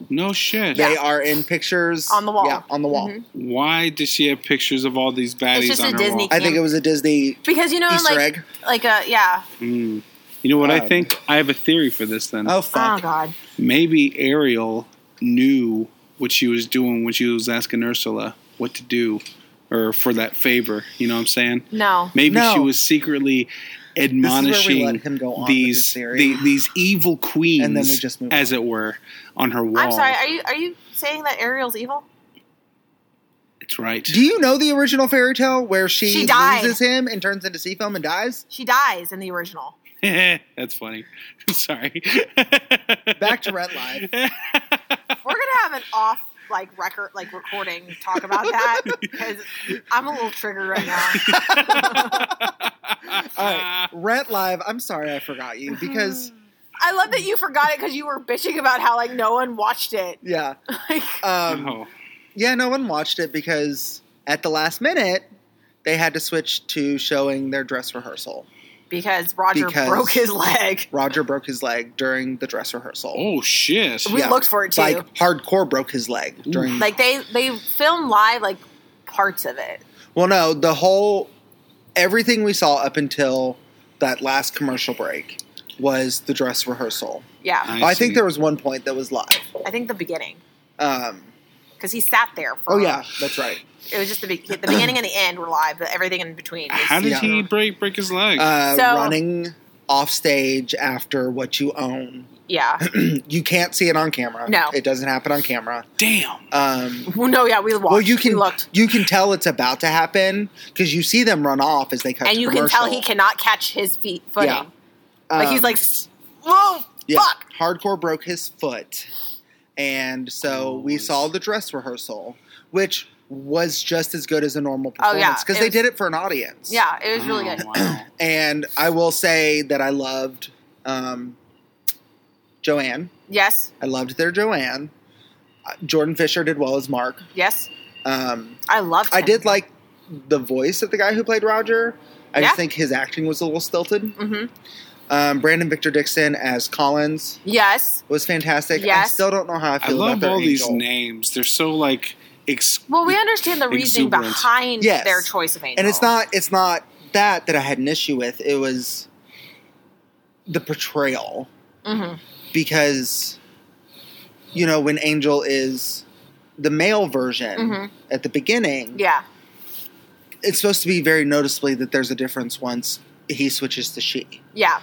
C: No shit.
A: They
B: Yeah.
A: are in pictures
B: On the wall.
A: Yeah, on the wall.
B: Mhm.
C: Why does she have pictures of all these baddies
B: It's just
C: on
B: a
C: her
B: Disney
C: wall?
A: I think
B: Cam-
A: it was a Disney
B: Because you know,
A: Easter
B: like
A: egg.
B: like a yeah.
C: Mm. You know what I
A: Um,
C: think? I have a theory for this then.
A: Oh
B: Oh
A: fuck!
B: god.
C: Maybe Ariel knew what she was doing when she was asking Ursula what to do or for that favor. You know what I'm saying?
B: No.
C: Maybe
A: No.
C: she was secretly
A: this is where we
C: admonishing
A: let him go on with his
C: these
A: theory.
C: the, these evil queens,
A: then we just move
C: as
A: on.
C: it were, on her wall.
D: I'm sorry. Are you are you saying that Ariel's evil?
C: It's right.
A: Do you know the original fairy tale where she,
B: She died.
A: loses him and turns into sea foam and dies?
B: She dies in the original.
C: That's funny. sorry.
A: Back to Rent Live.
B: We're gonna have an off like record like recording talk about that because I'm a little triggered right now.
A: All right, Rent Live. I'm sorry, I forgot you because
B: I love that you forgot it because you were bitching about how like no one watched it.
A: yeah,
B: Like
A: um,
C: Oh.
A: yeah. No one watched it because at the last minute they had to switch to showing their dress rehersal.
B: because Roger
A: Because-
B: broke his leg.
A: Roger broke his leg during the dress rehearsal.
C: Oh, shit.
B: We
A: Yeah.
B: looked for it too.
A: like
B: Like,
A: hardcore broke his leg during.
B: they they film live like parts of it.
A: well, no, the whole everything we saw up until that last commercial break was the dress rehearsal.
B: Yeah,
A: I, think
C: see.
A: there was one point that was live.
B: I think the beginning
A: Um,
B: because he sat there. For,
A: oh yeah, that's right.
B: it was just the, be- the beginning and the end were live, but everything in between. Was,
C: How did
A: Yeah.
C: he break break his leg?
A: Uh,
B: So-
A: running off stage after what you own.
B: yeah,
A: You can't see it on camera.
B: No.
A: it doesn't happen on camera.
C: Damn.
A: Um,
B: well, no, yeah, we watched.
A: well, you can
B: we looked,
A: you can tell it's about to happen because you see them run off as they cut.
B: and
A: to
B: you can tell
A: commercial.
B: he cannot catch his feet footing.
A: Yeah.
B: Like he's
A: Um,
B: like, "S- whoa,
A: yeah,
B: fuck.
A: hardcore broke his foot, and so we
C: Gross.
A: saw the dress rehearsal, which was just as good as a normal
B: Oh, yeah.
A: performance because
B: It
A: they
B: was-
A: did it for an audience.
B: Yeah, it was really
C: Oh,
A: Mm.
B: good.
C: Wow.
A: and I will say that I loved um, Joanne.
B: Yes,
A: I loved their Joanne. Uh, Jordan Fisher did well as Mark.
B: yes,
A: Um,
B: I loved.
A: I
B: him.
A: did like the voice of the guy who played Roger. I
B: Yeah.
A: just think his acting was a little stilted.
B: hmm
A: Um, Brandon Victor Dixon as Collins
B: Yes.
A: was fantastic. I
B: Yes.
A: still don't know how I
C: I
A: feel about
C: love
A: their
C: all these
A: angel.
C: names. They're so like ex-
B: Well, we understand the reasoning
C: Exuberant.
B: behind
A: Yes.
B: their choice of angel,
A: and it's not it's not that that I had an issue with. It was the portrayal
B: hmm
A: because you know when Angel is the male version
B: hmm
A: at the beginning,
B: Yeah,
A: it's supposed to be very noticeably that there's a difference once he switches to she,
B: yeah,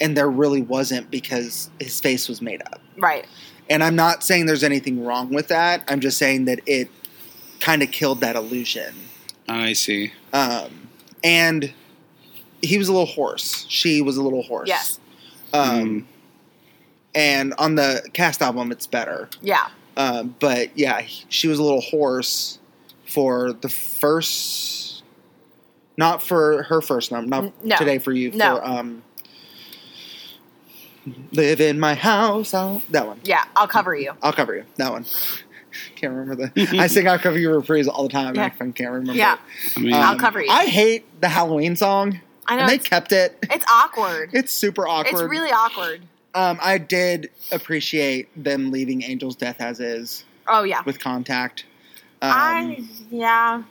A: and there really wasn't because his face was made up.
B: right.
A: And I'm not saying there's anything wrong with that. I'm just saying that it kind of killed that illusion.
C: oh, I see.
A: Um, and he was a little horse. She was a little horse.
B: Yes.
A: Um, And on the cast album, it's better.
B: Yeah,
A: Um, but yeah, he- she was a little horse for the first, not for her first number,
B: N-
A: not
B: no.
A: today for you.
B: No.
A: For, um, live in my house. I'll, that one.
B: yeah. I'll cover you.
A: I'll cover you. That one. can't remember the. I sing I'll cover you reprise all the time. And
B: Yeah.
A: I fucking can't remember.
B: Yeah,
A: it.
C: I mean,
B: I'll
A: Um,
B: cover you.
A: I hate the Halloween song.
B: I know.
A: and they
B: it's,
A: kept it.
B: it's awkward.
A: It's super awkward.
B: It's really awkward.
A: Um, I did appreciate them leaving Angel's death as is
B: Oh yeah.
A: with contact. Um,
B: I yeah,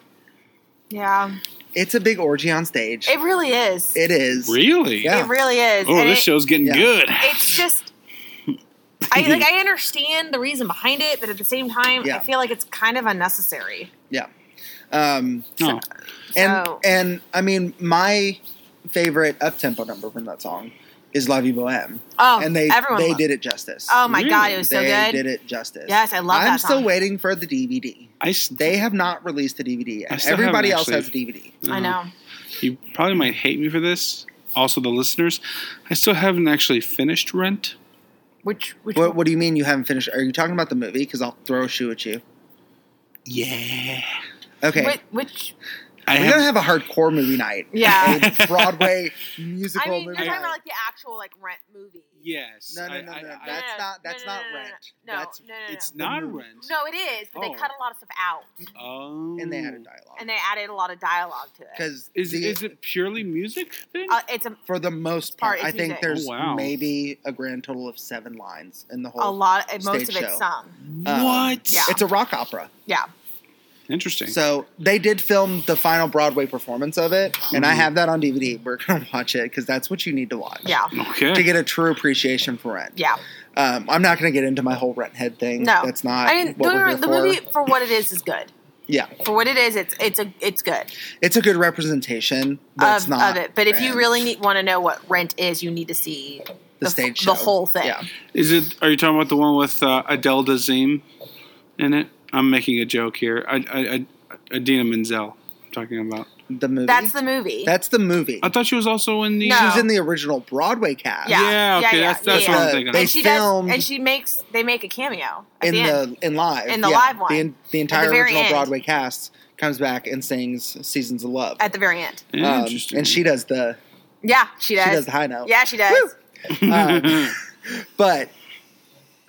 B: yeah.
A: It's a big orgy on stage.
B: It really is.
A: it is.
C: really?
A: Yeah.
B: It really is.
C: Oh,
B: And
C: this
B: it-
C: show's getting
A: yeah.
C: good.
B: It's just. I like. I understand the reason behind it, but at the same time,
A: Yeah.
B: I feel like it's kind of unnecessary.
A: Um,
C: Oh,
A: and
B: So-
A: and I mean, my favorite up tempo number from that song is "La Vie Boheme,"
B: Oh,
A: and they
B: everyone.
A: they
B: loved-
A: did it justice.
B: Oh my god,
C: Really?
B: it was so
A: they
B: good.
A: did it justice.
B: Yes, I love
A: I'm
B: that
A: still
B: song.
A: waiting for the DVD.
C: I s-
A: They have not released the DVD
C: I
A: yet.
C: still
A: Everybody else has
C: haven't
A: a
C: actually-
A: DVD.
B: I know.
C: uh, You probably might hate me for this. Also, the listeners, I still haven't actually finished Rent.
B: Which which
A: What,
B: one-
A: what do you mean you haven't finished? Are you talking about the movie? Because I'll throw a shoe at you.
C: Yeah,
A: Okay.
B: which, which
C: I
A: We're
C: have.
A: gonna have a hardcore movie night.
B: yeah.
A: A Broadway
B: I
A: musical
B: mean, you're
A: movie
B: talking
A: night.
B: about like the actual like Rent movie.
C: yes.
A: no, no,
C: I-
A: no, no.
C: I- I-
A: that's
B: no,
A: not.
B: no,
A: That's
B: no,
A: not
B: no, no, no,
A: rent.
B: no,
A: That's,
B: no, no, no.
C: it's not
A: the movie.
C: Rent.
B: No, it is, but
C: Oh.
B: they cut a lot of stuff out
C: Oh.
A: And they added dialogue.
B: and they added a lot of dialogue to it.
A: because
C: Is is it purely music then?
B: Uh, it's a,
A: for the most part,
B: Part is
A: I think
B: music.
A: there's
C: Oh, wow.
A: maybe a grand total of seven lines in the whole.
B: a lot. and Most of
A: stage
B: it's
A: show.
B: sung.
A: um,
C: what?
B: yeah.
A: It's a rock opera,
B: Yeah.
C: Interesting.
A: so they did film the final Broadway performance of it, and I
C: Mhm.
A: have that on DVD. We're gonna watch it because that's what you need to watch.
B: Yeah.
C: okay.
A: To get a true appreciation for Rent.
B: Yeah.
A: Um, I'm not going to get into my whole Rent head thing.
B: No.
A: that's not.
B: I mean,
A: what we're
B: the,
A: here
B: the
A: for.
B: movie for what it is is good.
A: Yeah,
B: For what it is, it's it's a it's good
A: it's a good representation. That's
B: of,
A: not
B: of it. But if
A: Rent.
B: you really need, want to know what Rent is, you need to see
A: the
B: f-
A: stage
B: the
A: show.
B: whole thing.
A: Yeah,
C: Is it? Are you talking about the one with uh, Adele Dazeem in it? I'm making a joke here. I, I, I, Adina Menzel. I'm talking about.
A: the movie.
B: That's the movie.
A: That's the movie.
C: I thought she was also in the.
B: No.
A: She was in the original Broadway cast.
B: Yeah.
C: Yeah. Okay.
B: yeah,
C: that's that's
B: yeah,
C: what I'm
A: yeah.
C: thinking.
A: They
B: and she
A: filmed-
B: does, and she makes they make a cameo at
A: in
B: the, end.
A: the in live
B: In the
A: yeah.
B: live one.
A: The, en- the entire
B: very
A: original
B: end.
A: Broadway cast comes back and sings "Seasons of Love."
B: at the very end.
A: Um,
C: Interesting.
A: and she does the
B: Yeah, she does.
A: she does the high note.
B: yeah, she does.
A: Woo! uh, But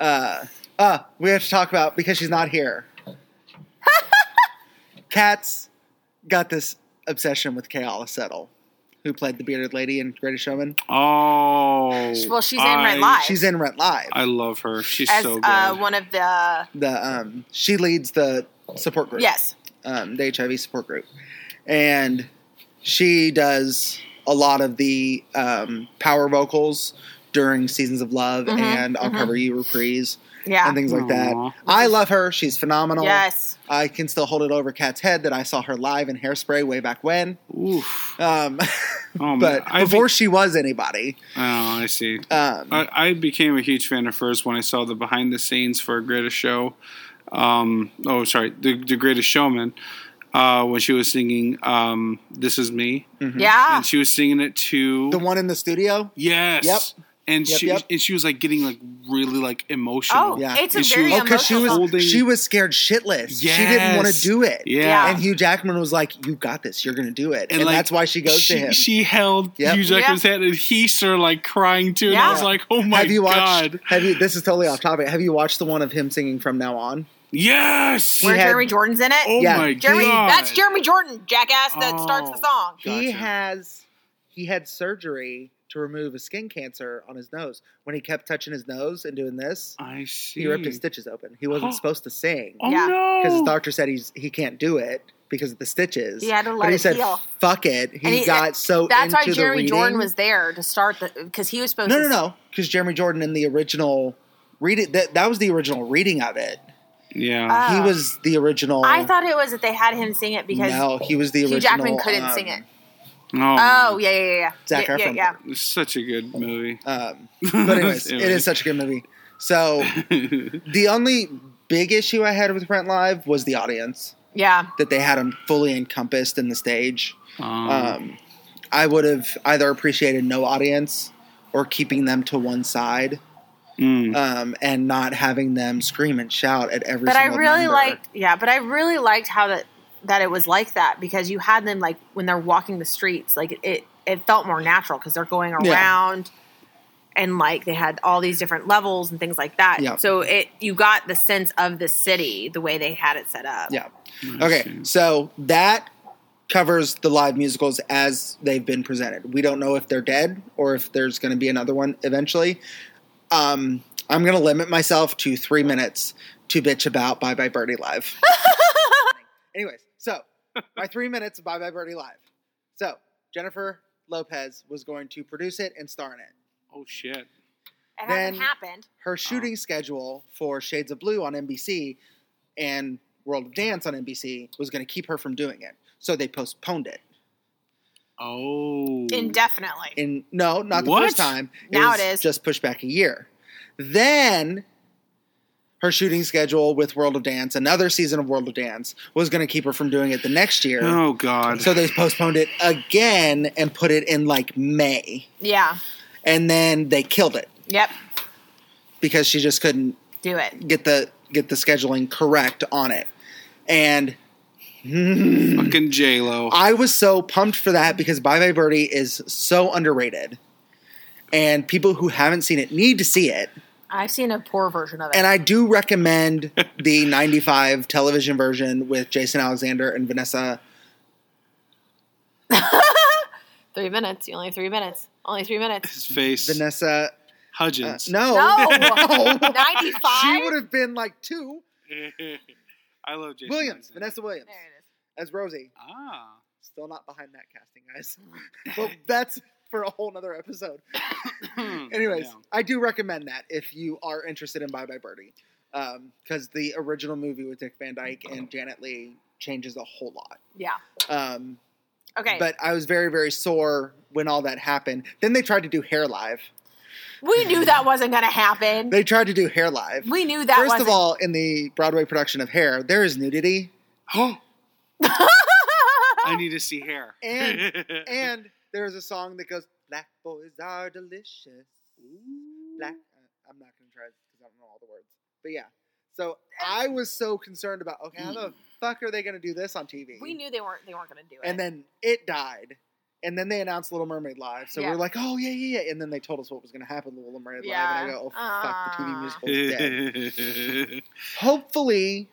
A: uh, uh, we have to talk about because she's not here. Kat's got this obsession with Kayla Settle, who played the bearded lady in Greatest Showman.
C: oh.
B: Well, she's in
C: I,
B: Rent Live.
A: She's in Rent Live.
C: I love her. She's
B: As
C: so good.
B: uh, one of the
A: the um, she leads the support group.
B: yes,
A: um, the HIV support group, and she does a lot of the um, power vocals during Seasons of Love
B: Mhm,
A: and I'll
B: mhm.
A: Cover You reprise
B: yeah,
A: and things like
C: Aw.
A: that. I love her; she's phenomenal.
B: yes,
A: I can still hold it over Kat's head that I saw her live in Hairspray way back when,
C: Oof.
A: um,
C: Oh, man.
A: but
C: I be-
A: before she was anybody.
C: oh, I see.
A: Um,
C: I, I became a huge fan of hers when I saw the behind the scenes for Greatest Show. Um, oh, sorry, the, the Greatest Showman. Uh, when she was singing um, "This Is Me,"
A: mhm.
B: yeah,
C: and she was singing it to
A: the one in the studio.
C: yes,
A: Yep.
C: and
A: Yep,
C: she
A: yep.
C: and she was like getting like really like emotional.
B: Oh,
A: Yeah.
B: it's a
C: Is she-
B: very
A: Oh,
B: emotional.
A: because she was
C: Holding-
A: she was scared shitless. She didn't want to
C: Yes.
A: do it.
C: yeah.
A: And Hugh Jackman was like, "You got this. You're gonna do it." And,
C: And, like,
A: that's why she goes
C: she,
A: to him.
C: she held
A: Yep.
C: Hugh Jackman's hand and he started like crying too. And I
B: Yeah.
C: was like, oh my
A: have you watched?
C: God.
A: Have you? This is totally off topic. Have you watched the one of him singing from now on?
C: Yes.
A: He
B: where
A: had-
B: Jeremy Jordan's in it.
C: oh
A: yeah.
C: my
B: Jeremy,
C: God.
B: that's Jeremy Jordan, jackass that starts the
C: Oh.
B: song.
A: He
C: Gotcha.
A: has he had surgery to remove a skin cancer on his nose. When he kept touching his nose and doing this,
C: I see.
A: he ripped his stitches open. He wasn't supposed to sing
C: Oh
B: Yeah.
C: no.
A: because his doctor said he's he can't do it because of the stitches.
B: He had to let
A: but he
B: it
A: said,
B: heal.
A: "Fuck it." He,
B: And he-
A: got so
B: That's why
A: into the
B: Jeremy Jordan
A: reading.
B: was there to start the because he was supposed
A: No,
B: to
A: no, no. Because Jeremy Jordan in the original reading that that was the original reading of it.
C: Yeah.
B: Oh.
A: He was the original.
B: I thought it was that they had him sing it because
A: no, he was the
B: Hugh
A: original. um,
B: Jackman couldn't sing it.
C: oh.
B: Oh yeah, yeah, yeah, yeah.
A: Zac
B: yeah, yeah,
A: Efron.
B: yeah.
C: It's such a good movie.
A: Um, but anyways, it is such a good movie. So the only big issue I had with Rent Live was the audience
B: Yeah.
A: that they had them fully encompassed in the stage.
C: um,
A: Um, I would have either appreciated no audience or keeping them to one side
C: mm.
A: um, and not having them scream and shout at every.
B: But I
A: single
B: really
A: member.
B: liked yeah, but I really liked how that that it was like that because you had them like when they're walking the streets, like it it felt more natural because they're going
A: Yeah.
B: around and like they had all these different levels and things like that.
A: Yeah.
B: So it you got the sense of the city the way they had it set up.
A: Yeah. Okay, so that covers the live musicals as they've been presented. We don't know if they're dead or if there's going to be another one eventually. Um, I'm going to limit myself to three minutes to bitch about Bye Bye Birdie Live. Anyways, so my three minutes of Bye Bye Birdie Live. So Jennifer Lopez was going to produce it and star in it.
C: Oh shit.
B: It
A: Then-
B: hasn't happened.
A: Her shooting schedule for Shades of Blue on NBC and World of Dance on NBC was going to keep her from doing it. So they postponed it.
C: Oh.
B: Indefinitely.
A: in no, not the
C: What?
A: first time.
B: Now
A: was
B: it is.
A: just pushed back a year. Then her shooting schedule with World of Dance, another season of World of Dance, was going to keep her from doing it the next year.
C: Oh god.
A: So they postponed it again and put it in like May,
B: yeah.
A: and then they killed it
B: Yep.
A: because she just couldn't
B: Do it.
A: get the get the scheduling correct on it. And
C: Fucking J Lo.
A: I was so pumped for that because Bye Bye Birdie is so underrated, and people who haven't seen it need to see it.
B: I've seen a poor version of it.
A: and I do recommend the 95 television version with Jason Alexander and Vanessa.
B: three minutes. You only have three minutes. Only three minutes.
C: His face.
A: Vanessa. uh,
C: Hudgens.
A: no.
B: No.
A: She
B: 95?
A: would have been like two.
C: I love Jason.
A: Williams.
C: Alexander.
A: Vanessa Williams
B: There it is.
A: as Rosie.
C: Ah.
A: Still not behind that casting, guys. but that's for a whole nother episode. Anyways,
C: Yeah.
A: I do recommend that if you are interested in Bye Bye Birdie. Because the original movie with Dick Van Dyke and Janet Lee changes a whole lot.
B: Yeah.
A: Um,
B: Okay.
A: But I was very, very sore when all that happened. Then they tried to do Hair Live.
B: we knew that wasn't going to happen.
A: They tried to do Hair Live.
B: we knew that
A: 1st
B: wasn't.
A: of all, in the Broadway production of Hair, there is nudity.
C: Oh. I need to see hair.
A: And- And there is a song that goes, Black boys are delicious. Black. uh, I'm not going to try because I don't know all the words. But yeah. So I was so concerned about, okay, how the fuck are they going to do this on TV?
B: Mm. we knew they weren't. They weren't going to do it.
A: And then it died. And then they announced Little Mermaid Live. So we
B: Yeah.
A: are like, oh, yeah, yeah, yeah. And then they told us what was going to happen with Little Mermaid Live. And I
B: Yeah.
A: go, oh, fuck, the TV
B: Ah.
A: musical is dead.
C: Maybe
A: Hopefully,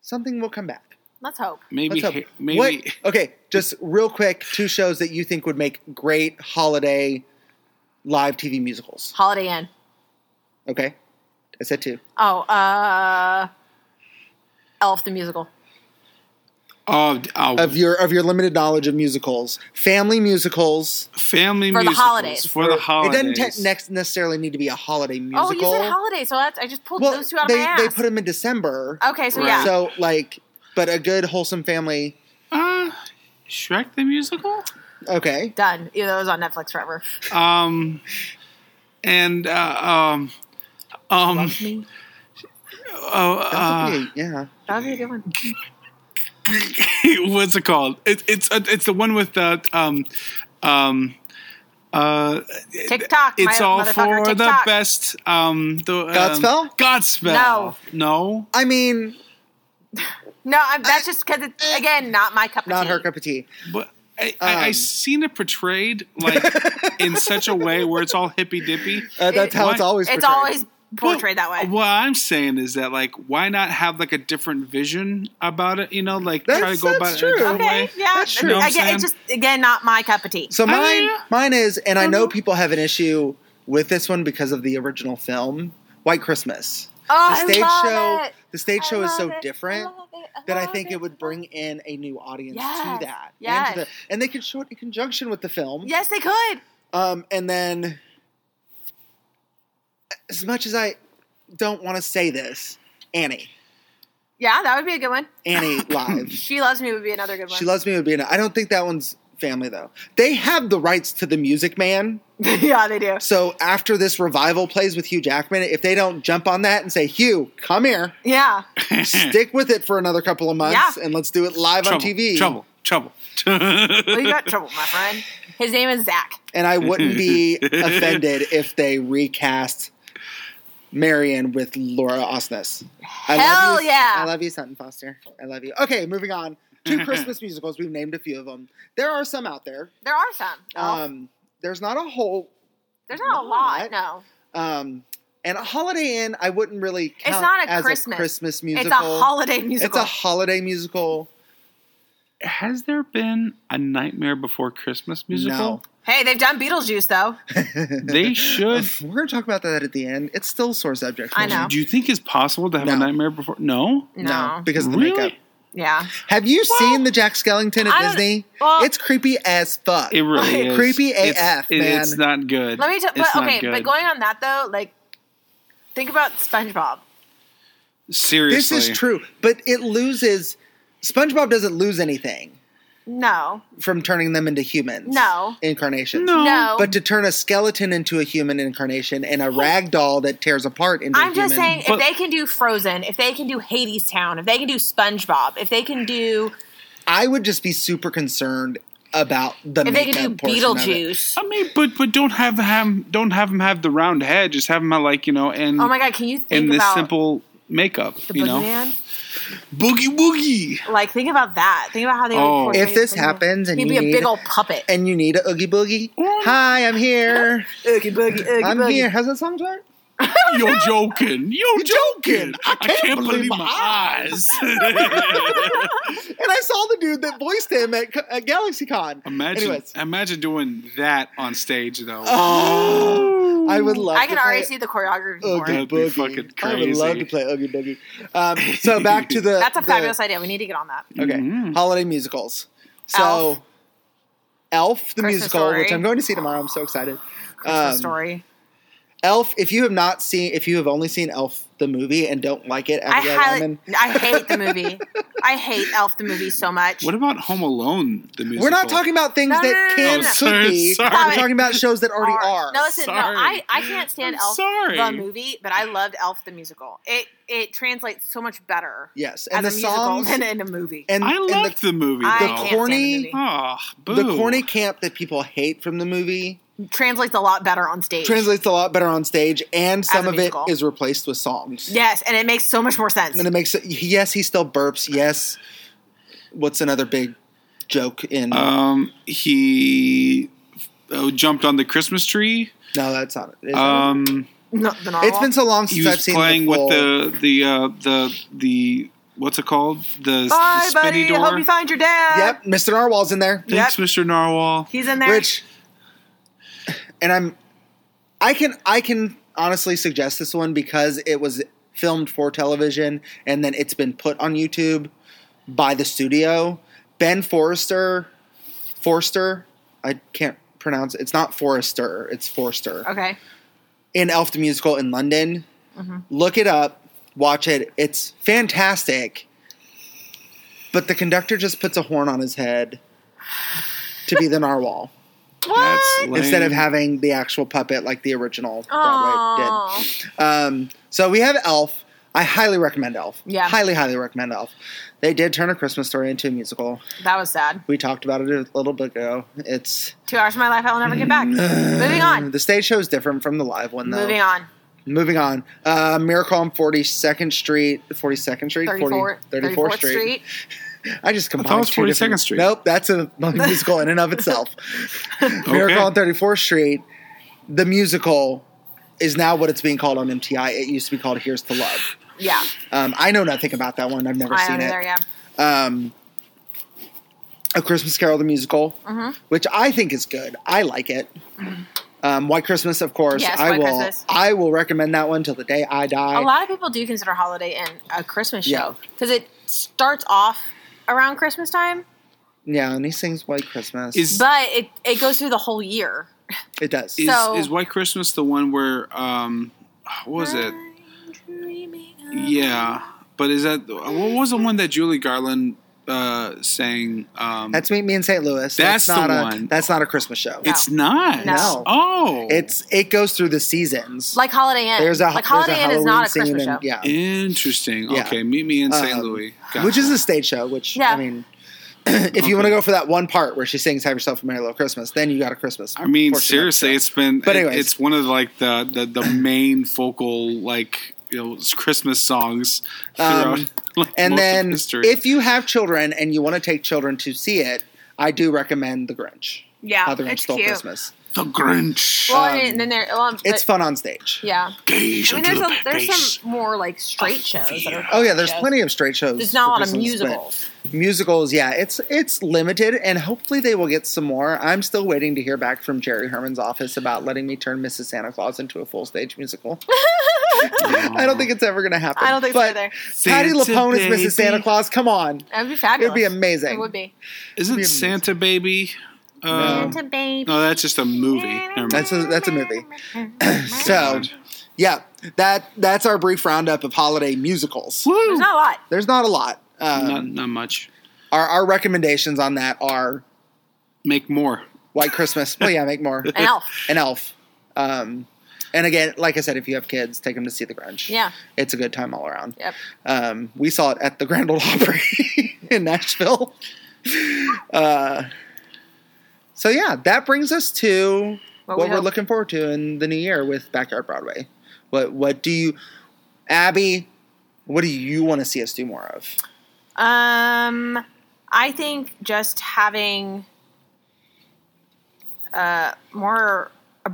A: something will come back.
B: let's hope.
A: Let's hope.
C: ha- maybe
A: What? Okay, just real quick, two shows that you think would make great holiday live TV musicals.
B: Holiday Inn.
A: Okay, I said two.
B: Oh, uh, Elf the musical.
C: oh, oh,
A: Of your of your limited knowledge of musicals, family musicals.
C: family
B: for the
C: musicals,
B: holidays.
C: for the holidays.
A: It doesn't te- next necessarily need to be a holiday musical.
B: Oh, you said holiday, so that's, I just pulled
A: Well,
B: those two out
A: they
B: of my ass.
A: they put them in December.
B: okay, so
C: Right.
B: yeah.
A: So like, but a good wholesome family.
C: Uh, Shrek the musical.
A: Okay,
B: Done. Either of those on Netflix forever.
C: Um, and uh, um, um,
B: Love me.
C: oh,
A: that
C: uh,
A: would be, yeah.
B: That would be a good one.
C: what's it called? It, it's uh, it's the one with the um, um, Uh,
B: TikTok.
C: it's
B: my
C: all
B: motherfucker,
C: for the
B: TikTok.
C: best. Um, the, um,
A: Godspell?
C: Godspell.
B: No.
C: No.
A: I mean,
B: No, I'm, that's just because it's again not my cup of
A: not
B: tea.
A: her cup of tea.
C: But I, I, I
A: Um.
C: seen it portrayed like in such a way where it's all hippy dippy.
A: Uh, that's how
C: Why-
A: it's always.
B: It's
A: portrayed.
B: always portrayed that way.
C: What I'm saying is that like, why not have like a different vision about it? You know, like try
A: That's-
C: to go
A: that's
C: about it. a
A: true.
C: different
B: Okay,
C: way.
B: yeah.
A: That's true. You know
C: what I'm
B: Again,
C: saying?
B: it's just again not my cup of tea.
A: So
C: I
A: mine,
C: mean, yeah.
A: mine is, and I know
C: Mhm.
A: people have an issue with this one because of the original film, White Christmas.
B: oh,
A: The stage
B: I love
A: show,
B: it.
A: the stage
B: I
A: show is
B: love
A: so
B: it. I
A: different
B: love it. I
A: that I
B: love
A: think it would
B: I
A: bring in a new audience
B: Yes.
A: to that.
B: Yes.
A: And, to the, and they could show it in conjunction with the film.
B: love- Yes, they could.
A: Um, and then, as much as I don't want to say this, Annie,
B: Yeah, that would be a good one.
A: Annie live.
B: She loves me would be another good one.
A: she loves me would be in it. I don't think that one's family though. They have the rights to the Music Man.
B: yeah, they do.
A: So after this revival plays with Hugh Jackman, if they don't jump on that and say, Hugh, come here,
B: Yeah,
A: stick with it for another couple of months, and let's do it live
C: trouble,
A: on TV.
C: trouble, trouble.
B: well, you got trouble, my friend. His name is Zach.
A: And I wouldn't be offended if they recast Marion with Laura Osnes. I
B: Hell
A: love you.
B: yeah.
A: I love you, Sutton Foster. I love you. Okay, moving on. Two Christmas musicals. We've named a few of them. There are some out there.
B: There are some.
A: Um, there's not a whole.
B: There's not a lot. No,
A: Um, and a Holiday Inn, I wouldn't really count
B: not a
A: as
B: Christmas.
A: a Christmas
B: it's
A: musical.
B: a holiday musical.
A: It's a holiday musical.
C: Has there been a Nightmare Before Christmas musical?
B: hey, they've done Beetlejuice though.
C: They should.
A: We're going to talk about that at the end. It's still sore subject.
B: I
A: matter.
B: know.
C: Do you think it's possible to have
A: No.
C: a Nightmare Before? No.
B: No,
A: because of the
C: Really?
A: makeup.
B: yeah.
A: Have you
C: Well,
A: seen the Jack Skellington
B: I
A: at
B: don't-
A: Disney?
B: Well,
A: it's creepy as fuck.
C: It really is
A: Creepy AF,
C: It's, it- it's
A: man.
C: not good.
B: let me. T-
C: It's
B: but
C: not
B: okay,
C: good.
B: but going on that though, like, think about SpongeBob.
A: This
C: seriously,
A: is true, but it loses. SpongeBob doesn't lose anything
B: No,
A: from turning them into humans.
B: No.
A: Incarnations.
C: No.
B: no.
A: But to turn a skeleton into a human incarnation and a rag doll that tears apart into a
B: I'm just
A: human-
B: saying, if
C: But-
B: they can do Frozen, if they can do Hades Town, if they can do SpongeBob, if they can do,
A: I would just be super concerned about the
B: if they
A: makeup
B: can do
A: portion of it.
B: Beetlejuice.
C: I mean, but but don't have him don't have him have the round head. Just have him have, like you know, and
B: Oh my god, can you
C: and
B: think
C: this
B: about
C: simple makeup.
B: the
C: you know,
B: boogeyman?
C: boogie woogie.
B: Like, think about that. Think about how they. would
C: Oh.
B: portray
A: If this
B: Boogeyman.
A: happens and
B: he'd
A: you
B: be a
A: need
B: big old puppet.
A: and you need a oogie boogie. Hi, I'm here.
B: Oogie boogie, oogie
A: I'm
B: boogie.
A: here. How's that song start?
C: You're joking. You're joking. I can't, believe, my eyes.
A: And I saw the dude that voiced him at, at GalaxyCon.
C: imagine,
A: Anyways.
C: imagine doing that on stage though.
A: Oh, I would love.
B: I
A: to
B: can
A: play
B: already see the choreography for
A: Oogie
B: it.
C: That'd be
A: Boogie.
C: fucking
A: I would love
C: crazy.
A: to play Oogie Boogie. Um, so back to the
B: That's a
A: the
B: fabulous idea. We need to get on that.
A: Okay,
C: Mhm.
A: holiday musicals. So,
B: Elf.
A: Elf, the
B: Christmas
A: musical, which
B: Story.
A: I'm going to see tomorrow. I'm so excited.
B: Christmas
A: Um,
B: story.
A: Elf. If you have not seen, if you have only seen Elf the movie and don't like it,
B: I,
A: Abigail
B: highly,
A: Ryman,
B: I hate the movie. I hate Elf the movie so much.
C: What about Home Alone? The musical.
A: we're not talking about things
B: No, no,
A: that
B: no, no,
A: can
B: no.
A: could
C: Sorry,
A: be.
C: sorry.
A: We're talking about shows that already are.
B: No, listen,
C: Sorry.
B: no, I, I can't stand
C: I'm
B: Elf
C: sorry.
B: the movie, but I loved Elf the musical. It it translates so much better
A: yes,
B: as
A: and
B: a
A: the
B: musical
A: songs
B: than in a movie.
A: and,
C: I
A: and
C: loved
A: the,
C: the, movie.
B: I
C: though.
B: can't
A: corny-
B: stand the movie.
C: Ah, boo.
A: the corny camp that people hate from the movie
B: translates a lot better on stage.
A: translates a lot better on stage, and some
B: a
A: of
B: musical.
A: it is replaced with songs.
B: yes, and it makes so much more sense.
A: and it makes it. Yes, he still burps. Yes, what's another big joke in?
C: Um, he uh, jumped on the Christmas tree.
A: no, that's not it. Is
C: Um,
B: No, the
A: it? It's
B: narwhal.
A: been so long
C: he
A: since I've
C: was
A: seen
C: playing
A: the full,
C: with the the uh, the the what's it called? The,
B: Bye,
C: the spinny
B: buddy.
C: door.
B: Hope you find your dad.
A: Yep, Mr. Narwhal's in there.
C: Thanks, Mr. Narwhal.
B: He's in there.
A: Which, and I'm, I can I can honestly suggest this one because it was filmed for television and then it's been put on YouTube by the studio. Ben Forrester, Forster, I can't pronounce. It's not Forrester. It's Forster
B: okay.
A: in Elf the Musical in London.
B: Mm-hmm.
A: Look it up, watch it. It's fantastic. But the conductor just puts a horn on his head to be the narwhal
C: That's lame.
A: instead of having the actual puppet like the original Broadway
B: Aw.
A: did. Um, so we have Elf. I highly recommend Elf.
E: Yeah.
A: Highly, highly recommend Elf. They did turn a Christmas story into a musical.
B: That was sad.
A: We talked about it a little bit ago. It's
B: Two hours of my life I will never get back. Moving on.
A: The stage show is different from the live one, though.
B: Moving on.
A: Moving on. Uh, Miracle on 42nd Street. 42nd Street?
B: 34th,
A: 34th
B: 34th Street.
A: I just combined
C: it was
A: two different-
C: 42nd Street.
A: Nope, that's a musical in and of itself.
C: Okay.
A: Miracle on 34th Street, the musical, is now what it's being called on MTI. It used to be called Here's to Love.
B: Yeah.
A: Um, I know nothing about that one. I've never
B: I
A: seen
B: am
A: it.
B: there, yeah.
A: Um, a Christmas Carol, the musical,
B: Mhm.
A: which I think is good. I like it. Um, White Christmas, of course.
B: Mm-hmm. Yes,
A: I
B: White
A: will.
B: Christmas.
A: I will recommend that one till the day I die.
B: A lot of people do consider Holiday Inn a Christmas
A: Yeah.
B: show because it starts off around Christmas time,
A: Yeah, and he sings White Christmas.
C: Is-
B: but it, it goes through the whole year.
A: it does.
C: Is,
B: So-
C: is White Christmas the one where um, what was it? Yeah, but is that what was the one that Julie Garland uh, sang? Um,
A: that's Meet Me in St. Louis.
C: That's the
A: not a,
C: one.
A: That's not a Christmas show.
B: No.
C: it's not.
A: No.
C: Oh,
A: It's it goes through the seasons.
B: Like Holiday Inn.
A: there's a
B: like
A: there's
B: Holiday
A: a
B: Inn
A: Halloween
B: is not a
A: scene
B: Christmas show.
A: and- yeah,
C: interesting.
A: um, Yeah.
C: Okay, meet me in St.
A: Um,
C: Louis,
A: which is a stage show. Which
B: Yeah.
A: I mean, if you want
C: Okay.
A: to go for that one part where she sings "Have Yourself a Merry Little Christmas," then you got a Christmas.
C: I mean,
A: portion of the
C: seriously,
A: show.
C: it's been.
A: But
C: it-
A: anyways.
C: it's one of like the the, the main focal like you know Christmas songs throughout.
A: Um,
C: like,
A: and
C: most of
A: then
C: history.
A: if you have children and you want to take children to see it, I do recommend The Grinch.
B: Yeah,
A: How the Grinch
B: Oh, it's
A: Stole
B: cute.
A: Christmas.
C: the Grinch.
B: Well,
A: Um,
B: and then there, well, but-
A: It's fun on stage.
B: yeah.
C: Gaze
B: I mean,
C: into
B: there's
C: the
B: a, there's
C: face.
B: some more like straight shows that are.
A: Oh yeah, there's
B: shows.
A: plenty of straight shows.
B: There's not a
A: for
B: lot of
A: Christmas, but
B: musicals.
A: Musicals, yeah, it's it's limited, and hopefully they will get some more. I'm still waiting to hear back from Jerry Herman's office about letting me turn Mrs. Santa Claus into a full stage musical. I don't think it's ever going to happen.
B: I don't think so
A: but
B: either.
A: Patty
C: Santa
A: LaPone is Mrs. Santa
C: baby.
A: Claus. Come on,
B: That would be
A: it
B: fabulous.
A: would be amazing.
B: It would be.
C: Isn't
A: amazing.
C: Santa Baby? Uh,
A: Santa
B: baby.
C: no, that's just a movie. Never mind.
A: That's a that's a movie. so yeah, that that's our brief roundup of holiday musicals.
C: Woo!
B: There's not a lot.
A: There's not a lot. Um,
C: not, not much.
A: Our our recommendations on that are
C: Make more.
A: White Christmas. well, yeah, make more.
B: An elf.
A: an elf. Um, and again, like I said, if you have kids, take them to see The Grinch.
B: Yeah.
A: It's a good time all around.
B: Yep.
A: Um, we saw it at the Grand Ole Opry in Nashville. Uh, so, yeah, that brings us to
B: What
A: what,
B: we
A: we're
B: hope.
A: looking forward to in the new year with Backyard Broadway. What, what do you, Abby, what do you want to see us do more of?
B: Um, I think just having uh, more a,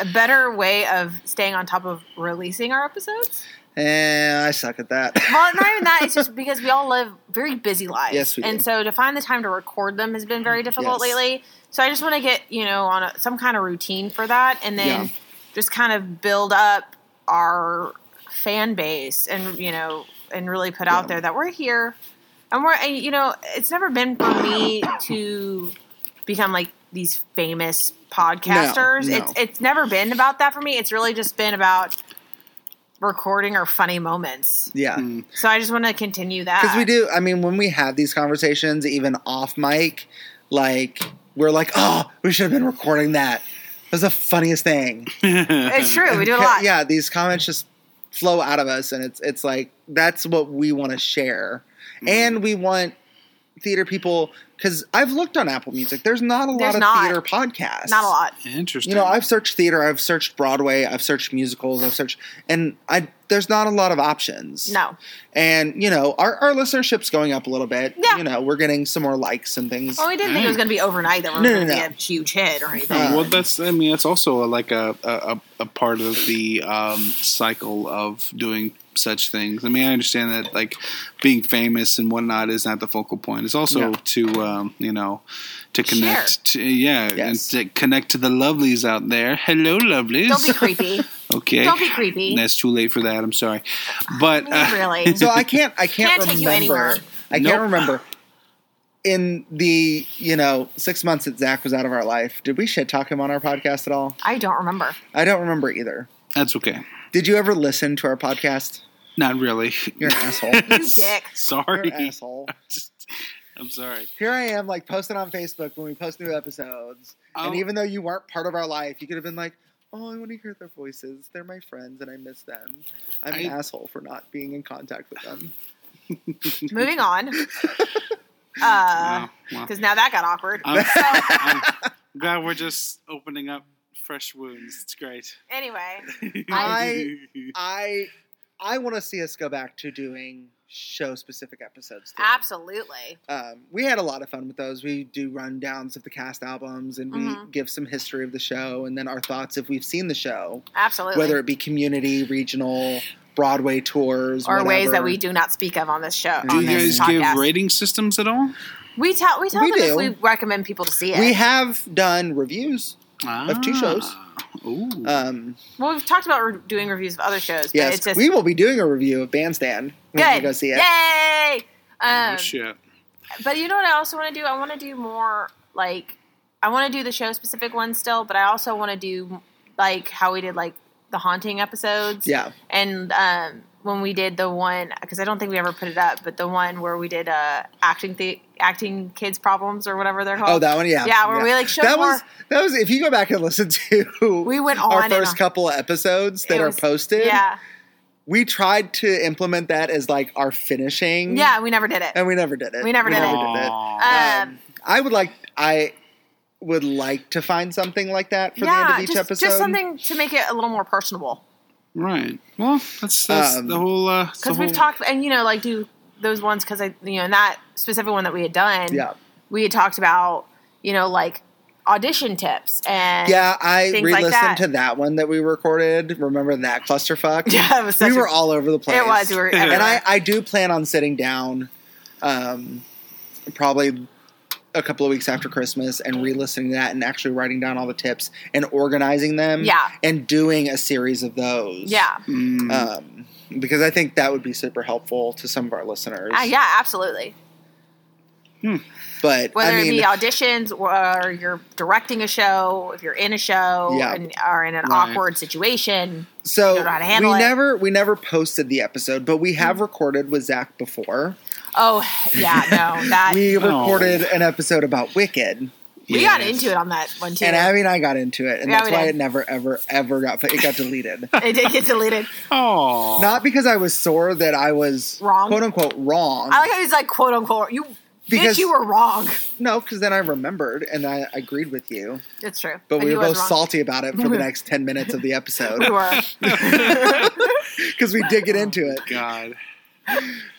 B: a better way of staying on top of releasing our episodes.
A: Eh, I suck at that.
B: Well, not even that. It's just because we all live very busy lives,
A: Yes, we do.
B: and so to find the time to record them has been very difficult
A: Yes.
B: lately. So I just want to get you know on a, some kind of routine for that, and then
A: Yeah.
B: just kind of build up our fan base, and you know, and really put out
A: Yeah.
B: there that we're here, and we're and, you know, it's never been for me to become like these famous podcasters.
A: no.
B: It's it's never been about that for me. It's really just been about recording our funny moments.
A: yeah.
C: Mm.
B: So I just want to continue that
A: because we do i mean when we have these conversations even off mic like we're like oh we should have been recording that that was the funniest thing
B: It's true. We do a lot.
A: yeah these comments just flow out of us and it's it's like that's what we want to share
B: Mm-hmm.
A: and we want theater people because i've looked on apple music there's not a lot
B: There's
A: of
B: not.
A: theater podcasts
B: Not a lot.
C: Interesting.
A: you know i've searched theater i've searched broadway i've searched musicals i've searched and i there's not a lot of options
B: No.
A: and you know our, our listenership's going up a little bit
B: Yeah. Oh,
A: you know we're getting some more likes and things
B: Well, we didn't think it was going to be overnight that we're
A: No, no,
B: going to
A: no.
B: be a huge hit or anything.
A: Uh,
C: Oh, well, that's. I mean, that's also like a a, a- a part of the um, cycle of doing such things. I mean, I understand that like being famous and whatnot is not the focal point. It's also
A: No.
C: to um, you know to connect. To, yeah,
A: Yes.
C: and to connect to the lovelies out there. Hello, lovelies.
B: Don't be creepy.
C: okay.
B: Don't be creepy.
C: That's too late for that. I'm sorry, but uh,
B: really.
A: so i can't i can't,
B: Can't take you
A: remember
B: anywhere.
A: i can't
C: Nope.
A: remember in the you know six months that zach was out of our life did we shit talk him on our podcast at all
B: I don't remember.
A: i don't remember either
C: that's okay.
A: did you ever listen to our podcast
C: Not really.
A: you're an asshole
B: You dick.
A: you're
C: Sorry.
A: an asshole
C: Just- I'm sorry.
A: here i am like posting on facebook when we post new episodes
C: Oh.
A: and even though you weren't part of our life you could have been like Oh, I want to hear their voices. They're my friends, and I miss them. I'm
C: I-
A: an asshole for not being in contact with them.
B: Moving on. Uh,
C: Wow,
F: Uh,
C: wow.
F: because now that got awkward.
C: I'm,
F: So
C: I'm glad we're just opening up fresh wounds. It's great.
F: anyway,
A: I- I I want to see us go back to doing show specific episodes. too.
F: absolutely.
A: Um, we had a lot of fun with those. We do rundowns of the cast albums, and we
B: Mm-hmm.
F: Mhm.
A: give some history of the show, and then our thoughts if we've seen the show,
F: Absolutely.
A: whether it be community, regional, Broadway tours,
B: Or
A: whatever.
B: ways that we do not speak of on this show.
C: Do
B: on
C: you guys
B: this
C: give
B: podcast.
C: rating systems at all?
B: We tell we tell
A: We
B: them if
A: do.
B: we recommend people to see it.
A: We have done reviews. Of two shows.
C: Ah. Ooh.
A: Um,
B: well, we've talked about re- doing reviews of other shows, but
A: yes,
B: it's just
A: we will be doing a review of Bandstand. When
B: good.
A: you go see it.
B: Yay!
C: Oh,
B: Um,
C: shit.
B: but you know what I also want to do? I want to do more like I want to do the show specific ones still, but I also want to do like how we did like the haunting episodes.
A: Yeah.
B: And um, when we did the one, because I don't think we ever put it up, but the one where we did uh, acting the acting kids problems or whatever they're
A: Oh,
B: called.
A: that one. Yeah.
B: yeah, where we like showed
A: that
B: more.
A: was that was. If you go back and listen to
B: we went on
A: our
B: and
A: first
B: on.
A: couple of episodes that
B: It
A: are
B: was-
A: posted,
B: Yeah,
A: we tried to implement that as like our finishing.
B: yeah, we never did it.
A: Mm-hmm. and we never did it.
B: We never did it.
C: Aw.
B: Um,
A: Um, I would like. I would like to find something like that for the end of each
B: just,
A: episode.
B: Just something to make it a little more personable.
C: right. Well, that's, that's
A: um,
C: the whole. Uh, the
B: Because we've
C: whole-
B: talked, and you know, like do those ones because I, you know, in that specific one that we had done,
A: Yeah.
B: we had talked about, you know, like audition tips and
A: Yeah, I
B: Things like
A: re-listened
B: that.
A: to that one that we recorded. Remember that clusterfuck?
B: yeah, it was such
A: we
B: a-
A: were all over the place.
B: It was. We were
C: And
A: and I,
B: everywhere.
A: I do plan on sitting down, um, probably a couple of weeks after Christmas, and re-listening to that, and actually writing down all the tips and organizing them.
B: Yeah.
A: and doing a series of those.
B: yeah,
C: Mm.
A: um, because I think that would be super helpful to some of our listeners.
B: Uh, yeah, absolutely.
A: But
B: Whether
A: I
B: it
A: mean,
B: be auditions or you're directing a show, if you're in a show
A: Yeah.
B: and are in an
C: Right.
B: awkward situation,
A: so
B: don't know how to
A: we
B: handle it. Mm.
A: never we never posted the episode, but we have recorded with Zach before.
B: oh yeah, no, that we,
A: we
C: Oh.
A: recorded an episode about Wicked,
B: got
C: Yes.
B: into it on that one too.
A: and Abby and I got into it, and
B: Yeah,
A: that's
B: we
A: why
B: did.
A: it never ever ever got it got deleted.
B: it did get deleted.
C: Aw.
A: Not because I was sore that I was
B: Wrong.
A: quote unquote wrong.
B: I like how he's like quote unquote you.
A: Because-
B: Bitch, you were wrong.
A: no, because then I remembered and I agreed with you,
B: It's true.
A: but
B: And
A: we
B: he
A: were
B: was
A: both
B: wrong.
A: salty about it for the next ten minutes of the
B: We
A: episode
B: were.
A: because we did get into it.
C: God,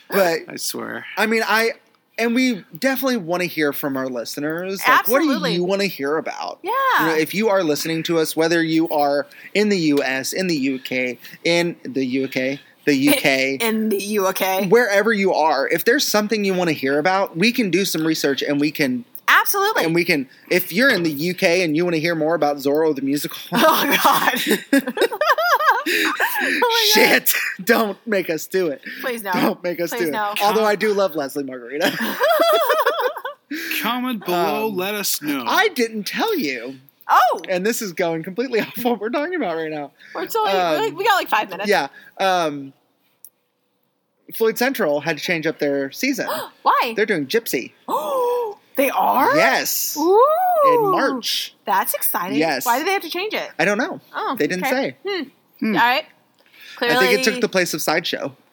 A: But
C: I swear.
A: I mean, I and we definitely want to hear from our listeners. Like, what do
B: Absolutely.
A: you want to hear about?
B: Yeah.
A: You know, if you are listening to us, whether you are in the U.S., in the U.K., in the U.K., the U.K.,
B: in the you okay?
A: wherever you are, if there's something you want to hear about, we can do some research and we can
B: Absolutely.
A: and we can. If you're in the U.K. and you want to hear more about Zorro the musical,
B: oh god. Oh my God.
A: shit, don't make us do it.
B: Please no.
A: Don't make us
B: Please
A: do it.
B: no.
A: Although I do love Leslie Margarita.
C: Comment below.
A: Um,
C: let us know.
A: I didn't tell you.
B: Oh,
A: and this is going completely off what we're talking about right now.
B: we're still, we're like- we got like five minutes.
A: Um, Yeah. Um, Floyd Central had to change up their season.
B: Why?
A: They're doing Gypsy.
B: they are.
A: Yes.
B: Ooh.
A: In March.
B: That's exciting.
A: Yes.
B: Why do they have to change it?
A: I don't know.
B: Oh,
A: They didn't
B: okay.
A: say.
B: Hmm.
C: Hmm.
B: All right. Clearly.
A: I think it took the place of Sideshow.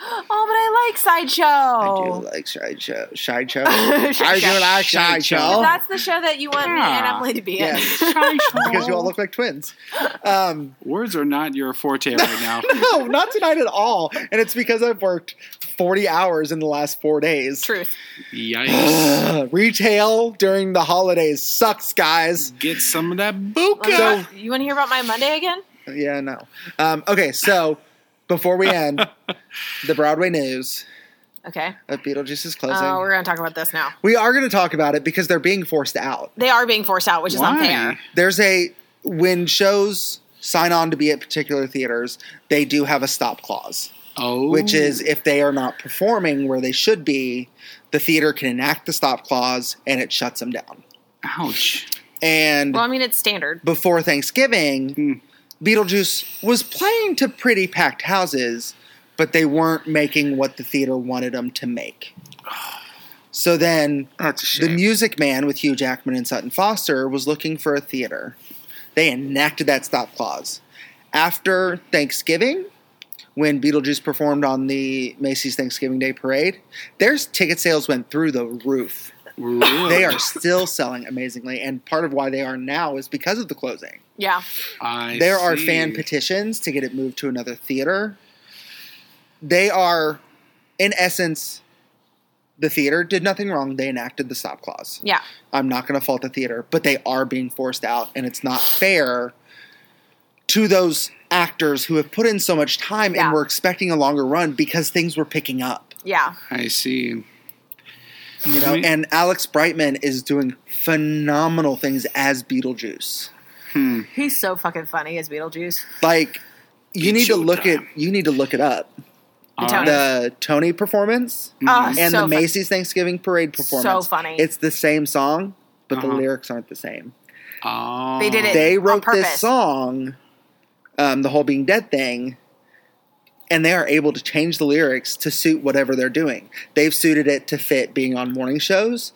B: Oh, but I like sideshow.
A: I do like Sideshow. Sideshow. I
B: Sideshow.
A: do like
C: Sideshow.
A: Sideshow.
B: That's the show that you want me and
C: Yeah.
B: Emily to be in.
A: Yes. Because you all look like twins. Um,
C: Words are not your forte right now.
A: no, not tonight at all. And it's because I've worked 40 hours in the last four days.
B: Truth.
C: Yikes.
A: Retail during the holidays sucks, guys.
C: Get some of that
B: Let me-
C: buka.
B: you want to hear about my Monday again?
A: Yeah, no. Um, okay, so before we end, the Broadway news
B: Okay.
A: of Beetlejuice is
B: Oh,
A: closing.
B: we're going to talk about this now.
A: we are going to talk about it because they're being forced out.
B: They are being forced out, which is unfair.
C: Why?
A: There's a when shows sign on to be at particular theaters, they do have a stop clause,
C: Oh,
A: which is if they are not performing where they should be, the theater can enact the stop clause and it shuts them down.
C: ouch.
A: And
B: Well, I mean, it's standard.
A: before Thanksgiving,
C: Hmm.
A: Beetlejuice was playing to pretty packed houses, but they weren't making what the theater wanted them to make. So then
C: That's a
A: the Music Man with Hugh Jackman and Sutton Foster was looking for a theater. they enacted that stop clause. After Thanksgiving, when Beetlejuice performed on the Macy's Thanksgiving Day Parade, their ticket sales went through the roof.
C: Really?
A: They are still selling amazingly, and part of why they are now is because of the closing.
F: Yeah.
C: I
A: there are
C: see.
A: fan petitions to get it moved to another theater. They are, in essence, the theater did nothing wrong. They enacted the stop clause.
B: Yeah.
A: I'm not going to fault the theater, but they are being forced out, and it's not fair to those actors who have put in so much time
F: Yeah.
A: and were expecting a longer run because things were picking up.
F: Yeah.
C: I see.
A: You know,
C: I mean-
A: and Alex Brightman is doing phenomenal things as Beetlejuice.
C: Hmm.
F: He's so fucking funny as Beetlejuice.
A: Like, you
C: It's
A: need to look
C: showtime.
A: at you need to look it up.
C: All
F: Tony.
C: right.
A: the Tony performance
G: Mm-hmm.
F: Ah, so
A: and the
F: fun-
A: Macy's Thanksgiving Parade performance.
F: So funny.
A: It's the same song, but the
C: Uh-huh.
A: lyrics aren't the same.
C: Oh.
F: They did it.
A: They
F: on
A: wrote this
F: purpose.
A: song, um, the whole being dead thing, and they are able to change the lyrics to suit whatever they're doing. They've suited it to fit being on morning shows.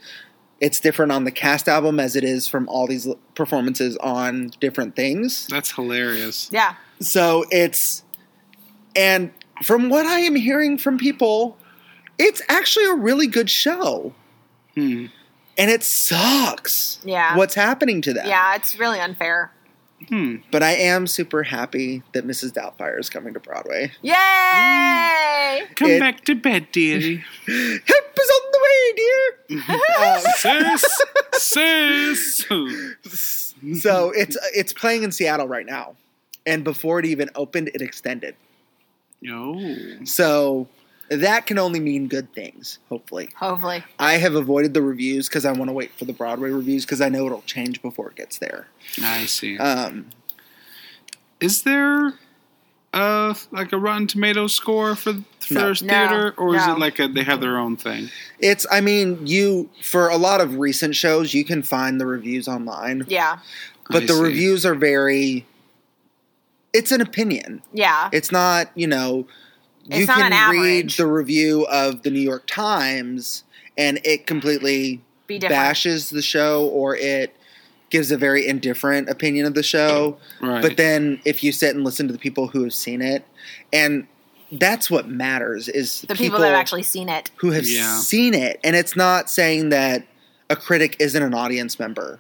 A: It's different on the cast album as it is from all these l- performances on different things.
C: That's hilarious.
F: yeah.
A: So it's, and from what I am hearing from people, it's actually a really good show.
C: Hmm.
A: And it sucks.
F: Yeah.
A: What's happening to them.
F: Yeah. It's really unfair.
C: Hmm.
A: But I am super happy that Mrs. Doubtfire is coming to Broadway.
F: Yay!
G: Mm.
C: Come
A: It-
C: back to bed, dearie.
A: Help is on the way, dear.
C: sis, sis.
A: Um, so it's it's playing in Seattle right now. And before it even opened, it extended.
C: No.
A: So that can only mean good things, hopefully.
F: Hopefully.
A: I have avoided the reviews because I want to wait for the Broadway reviews because I know it'll change before it gets there.
C: I see.
A: Um,
C: Is there uh like a Rotten Tomato score for for
A: No.
C: theater, or is
F: No.
C: it like a, they have their own thing?
A: it's, I mean, you for a lot of recent shows, you can find the reviews online,
F: Yeah.
A: but
C: I
A: the
C: see.
A: reviews are very. It's an opinion.
F: Yeah.
A: It's not, you know, you
F: It's not
A: can
F: an
A: read
F: average.
A: the review of the New York Times and it completely
F: Be different.
A: bashes the show or it gives a very indifferent opinion of the show.
C: Right.
A: But then if you sit and listen to the people who have seen it, and that's what matters is
F: The people, that have actually seen it.
A: who have
C: Yeah.
A: seen it. And it's not saying that a critic isn't an audience member,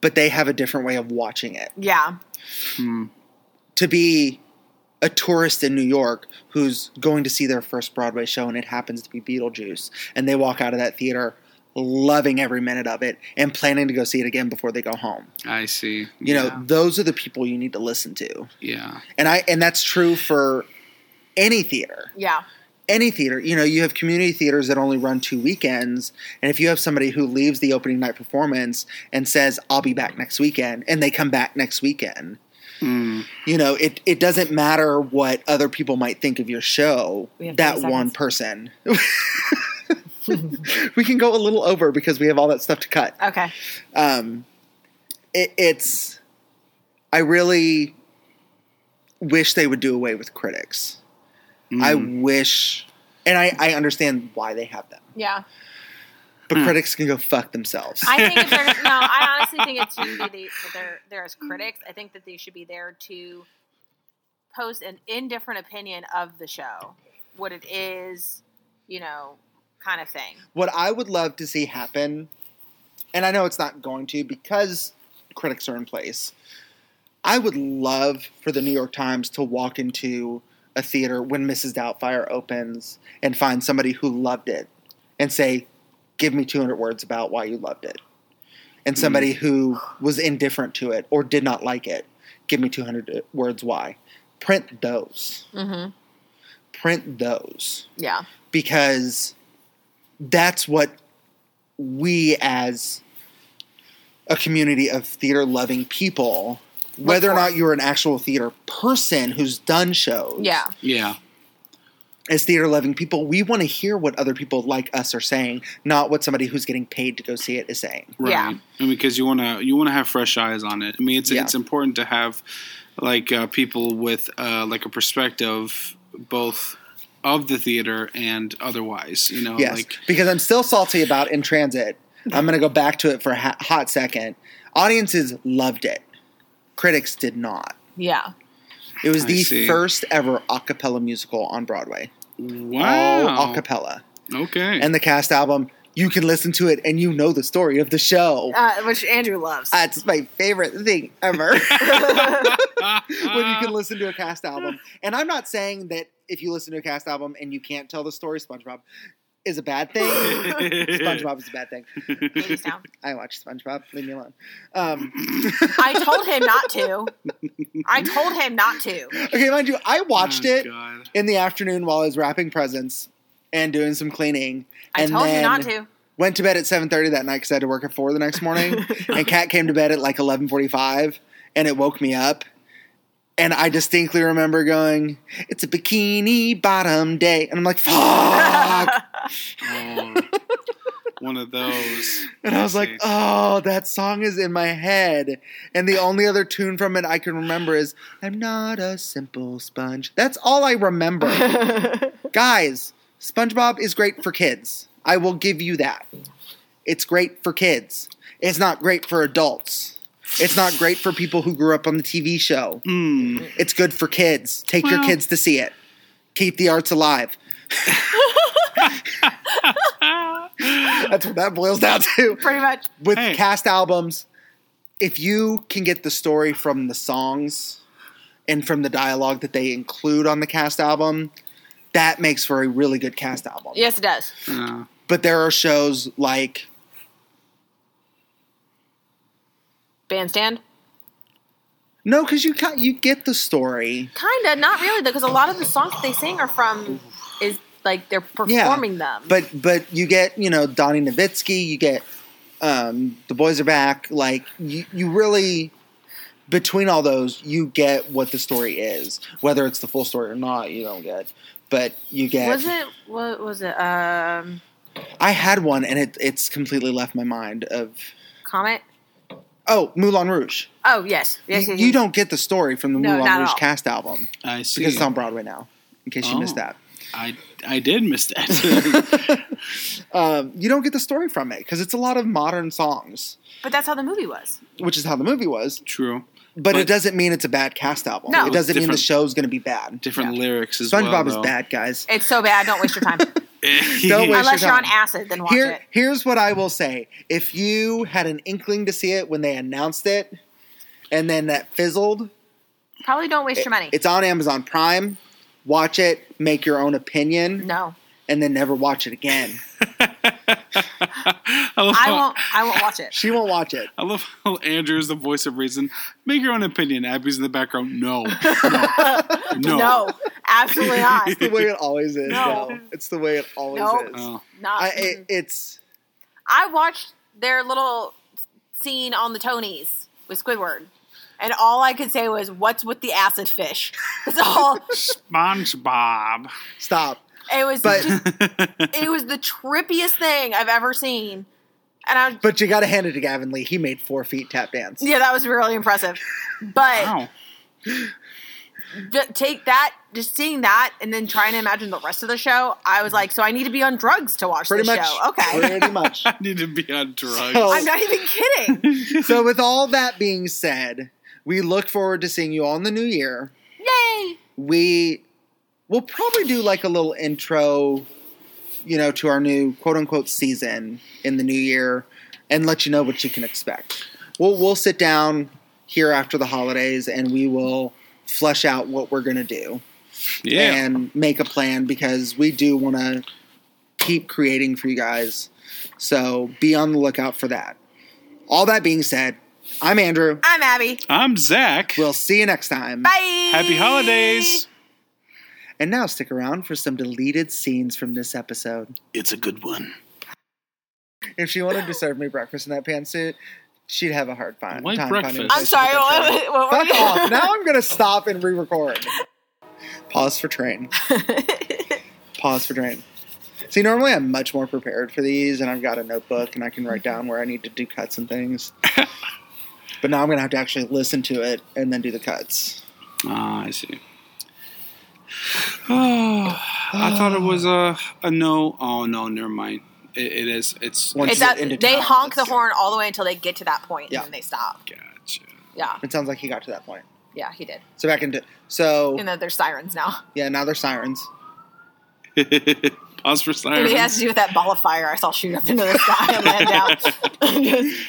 A: but they have a different way of watching it.
F: Yeah.
C: Hmm.
A: To be a tourist in New York who's going to see their first Broadway show and it happens to be Beetlejuice, and they walk out of that theater loving every minute of it and planning to go see it again before they go home.
C: I see.
A: You
C: Yeah.
A: know, those are the people you need to listen to.
C: Yeah.
A: and I and that's true for any theater.
F: Yeah.
A: Any theater, you know, you have community theaters that only run two weekends, and if you have somebody who leaves the opening night performance and says, "I'll be back next weekend," and they come back next weekend,
C: Hmm.
A: you know, it it doesn't matter what other people might think of your show.
B: We have
A: That
B: 30
A: one person. we can go a little over because we have all that stuff to cut
F: Okay.
A: um, it, it's I really wish they would do away with critics. I
C: Hmm.
A: wish, and I, I understand why they have them,
F: Yeah.
A: but
C: Hmm.
A: critics can go fuck themselves.
F: I think if they're no, I honestly think it shouldn't be the, that they're there as critics. I think that they should be there to post an indifferent opinion of the show, what it is, you know, kind of thing.
A: what I would love to see happen, and I know it's not going to because critics are in place. I would love for the New York Times to walk into a theater when Mrs. Doubtfire opens and find somebody who loved it and say, Give me 200 words about why you loved it. And somebody who was indifferent to it or did not like it, give me 200 words why. Print those.
F: Mm-hmm.
A: Print those
F: Yeah.
A: because that's what we as a community of theater loving people whether or
F: for.
A: not you're an actual theater person who's done shows
F: Yeah.
C: Yeah.
A: as theater loving people we want to hear what other people like us are saying not what somebody who's getting paid to go see it is saying
C: Right.
F: Yeah.
C: I mean, because you want to you want to have fresh eyes on it. I mean, it's
A: Yeah.
C: it's important to have like uh, people with uh, like a perspective both of the theater and otherwise. You know,
A: yes
C: Oh, like
A: because i'm still salty about in transit i'm going to go back to it for a ha- hot second audiences loved it critics did not.
G: Yeah.
A: It was
C: I
A: the
C: see.
A: first ever a cappella musical on Broadway. All
C: Wow.
A: a cappella.
C: okay.
A: And the cast album, you can listen to it and you know the story of the show.
G: Uh, which Andrew loves.
A: That's my favorite thing ever. when you can listen to a cast album. And I'm not saying that if you listen to a cast album and you can't tell the story, SpongeBob is a bad thing. SpongeBob is a bad thing.
G: Ladies down.
A: I watch SpongeBob. Leave me alone. Um,
B: I told him not to. I told him not to.
A: okay, mind you, I watched
C: Oh,
A: it
C: God.
A: in the afternoon while I was wrapping presents and doing some cleaning.
B: I
A: and
B: told
A: then
B: you not to.
A: Went to bed at 7:30 that night because I had to work at four the next morning. and Kat came to bed at like 11:45, and it woke me up. And I distinctly remember going, "It's a bikini bottom day," and I'm like, "Fuck."
C: Oh, one of those.
A: And I was like,
C: see.
A: oh, that song is in my head. And the only other tune from it I can remember is I'm not a simple sponge. That's all I remember. Guys, SpongeBob is great for kids. I will give you that. It's great for kids. It's not great for adults. It's not great for people who grew up on the TV show.
C: Hmm.
A: It's good for kids. Take your
C: Well-
A: kids to see it. Keep the arts alive. That's what that boils down to
B: Pretty much.
A: with
C: Hey.
A: cast albums, if you can get the story from the songs and from the dialogue that they include on the cast album, that makes for a really good cast album.
B: Yes, it does.
C: Yeah.
A: But there are shows like
B: Bandstand.
A: no, because you ca- you get the story.
B: Kinda, not really though, because a lot of the songs that they sing are from is like they're performing them.
A: But but you get you know Donnie Nowitzki, you get um, the boys are back. Like you, you really between all those, you get what the story is. Whether it's the full story or not, you don't get. But you get
B: was it what was it? Um,
A: I had one, and it, it's completely left my mind. Of
B: Comet.
A: oh, Moulin Rouge.
B: Oh yes, yes,
A: you,
B: yes,
A: you
B: yes.
A: don't get the story from the
B: No, not
A: Moulin
B: at
A: Rouge
B: all.
A: cast album
C: I see.
A: because um, it's on Broadway now. In case you
C: Oh.
A: missed that,
C: I I did miss that.
B: Oh.
A: um, you don't get the story from it because it's a lot of modern songs,
B: But that's how the movie was.
A: which is how the movie was.
C: True.
A: But,
C: But-
A: it doesn't mean it's a bad cast album.
B: No.
A: it doesn't mean the
C: Different-
A: show's going to be bad.
C: Different lyrics as well.
A: SpongeBob is
C: though.
A: bad, guys.
B: It's so bad. Don't waste your time.
A: Don't waste
B: Unless
A: your
B: you're
A: time.
B: on acid, then watch
A: Here,
B: it.
A: here's what I will say: If you had an inkling to see it when they announced it, and then that fizzled,
B: Probably don't waste your money.
A: It's on Amazon Prime. Watch it, make your own opinion,
B: No,
A: and then never watch it again.
C: I love
B: I
C: how-
B: won't. I won't watch it.
A: She won't watch it.
C: I love how Andrew is the voice of reason. Make your own opinion. Abby's in the background. No. No.
B: No, absolutely not.
A: It's the way it always is.
B: No.
A: though. It's the way it always
B: Nope. Uh,
A: is.
C: Oh.
B: Not.
A: I,
B: I,
A: it, it's
B: watched their little scene on the Tonys with Squidward, and all I could say was, "What's with the acid fish?" That's all.
C: SpongeBob.
A: stop.
B: It was
A: But-
B: just, it was the trippiest thing I've ever seen, and I was,
A: But you got to hand it to Gavin Lee. He made four feet tap dance.
B: yeah, that was really impressive. But
C: Wow.
B: th- take that, just seeing that, and then trying to imagine the rest of the show, I was like, so I need to be on drugs to watch
A: Pretty
B: this
A: much.
B: show. Okay,
A: Pretty much.
C: I need to be on drugs.
A: So-
B: I'm not even kidding.
A: so, with all that being said, we look forward to seeing you all in the new year.
B: Yay!
A: we will probably do like a little intro, you know, to our new quote unquote season in the new year and let you know what you can expect. We'll we'll sit down here after the holidays and we will flesh out what we're gonna do
C: yeah.
A: and make a plan because we do wanna keep creating for you guys. So be on the lookout for that. All that being said, I'm Andrew.
B: I'm Abby.
C: I'm Zach.
A: We'll see you next time.
B: Bye.
C: Happy holidays.
A: And now stick around for some deleted scenes from this episode.
C: It's a good one.
A: If she wanted to serve me breakfast in that pantsuit, she'd have a hard fi-
C: Why
A: time
C: breakfast?
A: finding a
C: I'm
A: place
B: I'm
A: to
B: sorry.
A: put that.
B: What, what were
A: Fuck
B: you?
A: off. Now I'm going to stop and re-record. Pause for train. Pause for train. See, normally I'm much more prepared for these, and I've got a notebook, and I can write down where I need to do cuts and things. but now I'm going to have to actually listen to it and then do the cuts.
C: Ah, I see. Oh, I thought it was a a no. Oh no, never mind. It, it is. It's
A: Once
B: It's
A: you get
B: that-
A: into
B: they
A: town,
B: honk the
A: that's-
B: horn all the way until they get to that point,
A: Yeah.
B: and then they stop.
C: gotcha.
B: Yeah,
A: It sounds like he got to that point.
B: yeah, he did.
A: So back into so
B: And then there's sirens now.
A: yeah. Now they're sirens.
C: Pause for
B: Maybe it has
C: sirens.
B: to do with that ball of fire I saw shoot up into the sky and land down. I'm just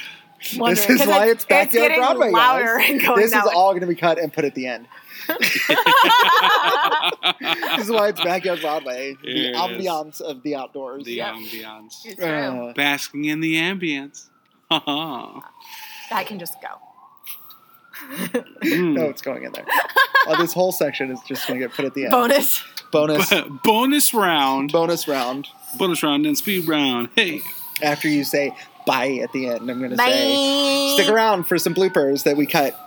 B: wondering,
A: This is
B: 'cause
A: why it's Backyard
B: getting
A: Broadway, guys.
B: louder and going
A: This is
B: that way.
A: all going to be cut and put at the end. This is why it's backyard Broadway. The
C: Here it is.
A: ambiance of the outdoors.
C: the
F: Yeah.
C: ambiance.
F: It's true.
A: Uh,
C: Basking in the ambience.
B: I can just go.
C: Mm.
A: no, it's going in there. Uh, this whole section is just going to get put at the end.
B: Bonus.
A: Bonus.
C: Bonus round.
A: bonus round.
C: Bonus round and speed round. Hey.
A: After you say bye at the end, I'm going to say
B: Bye.
A: stick around for some bloopers that we cut.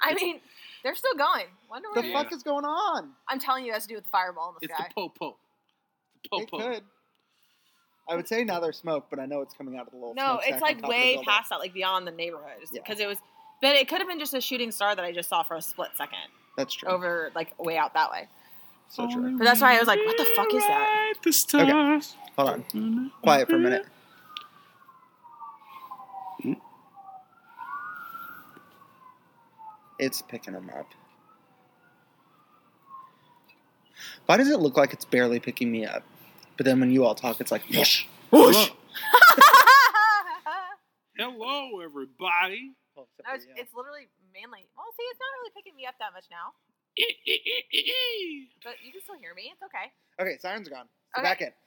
B: I mean, they're still going. Wonder
A: the
B: where.
A: fuck is going on?
B: I'm telling you, it has to do with the fireball in the
C: It's
B: sky.
C: the po po. Oh,
A: It could. I would say now there's smoke, but I know it's coming out of the little.
B: No,
A: smokestack
B: it's
A: on
B: like
A: top of the
B: way
A: building.
B: past that, like beyond the neighborhood,
A: Yeah.
B: because it was. But it could have been just a shooting star that I just saw for a split second
A: That's true.
B: over, like way out that way.
A: So true.
B: But that's why I was like, what the fuck is that?
C: The stars.
A: Hold on. Quiet for a minute. It's picking them up. Why does it look like it's barely picking me up? But then when you all talk, it's like whoosh, whoosh.
C: Hello. Hello, everybody.
F: No, it's, it's literally mainly. Well, see, it's not really picking me up that much now,
C: Eh, eh, eh, eh, eh.
F: but you can still hear me. It's okay.
A: Okay, sirens are gone. So
F: Okay.
A: Back in.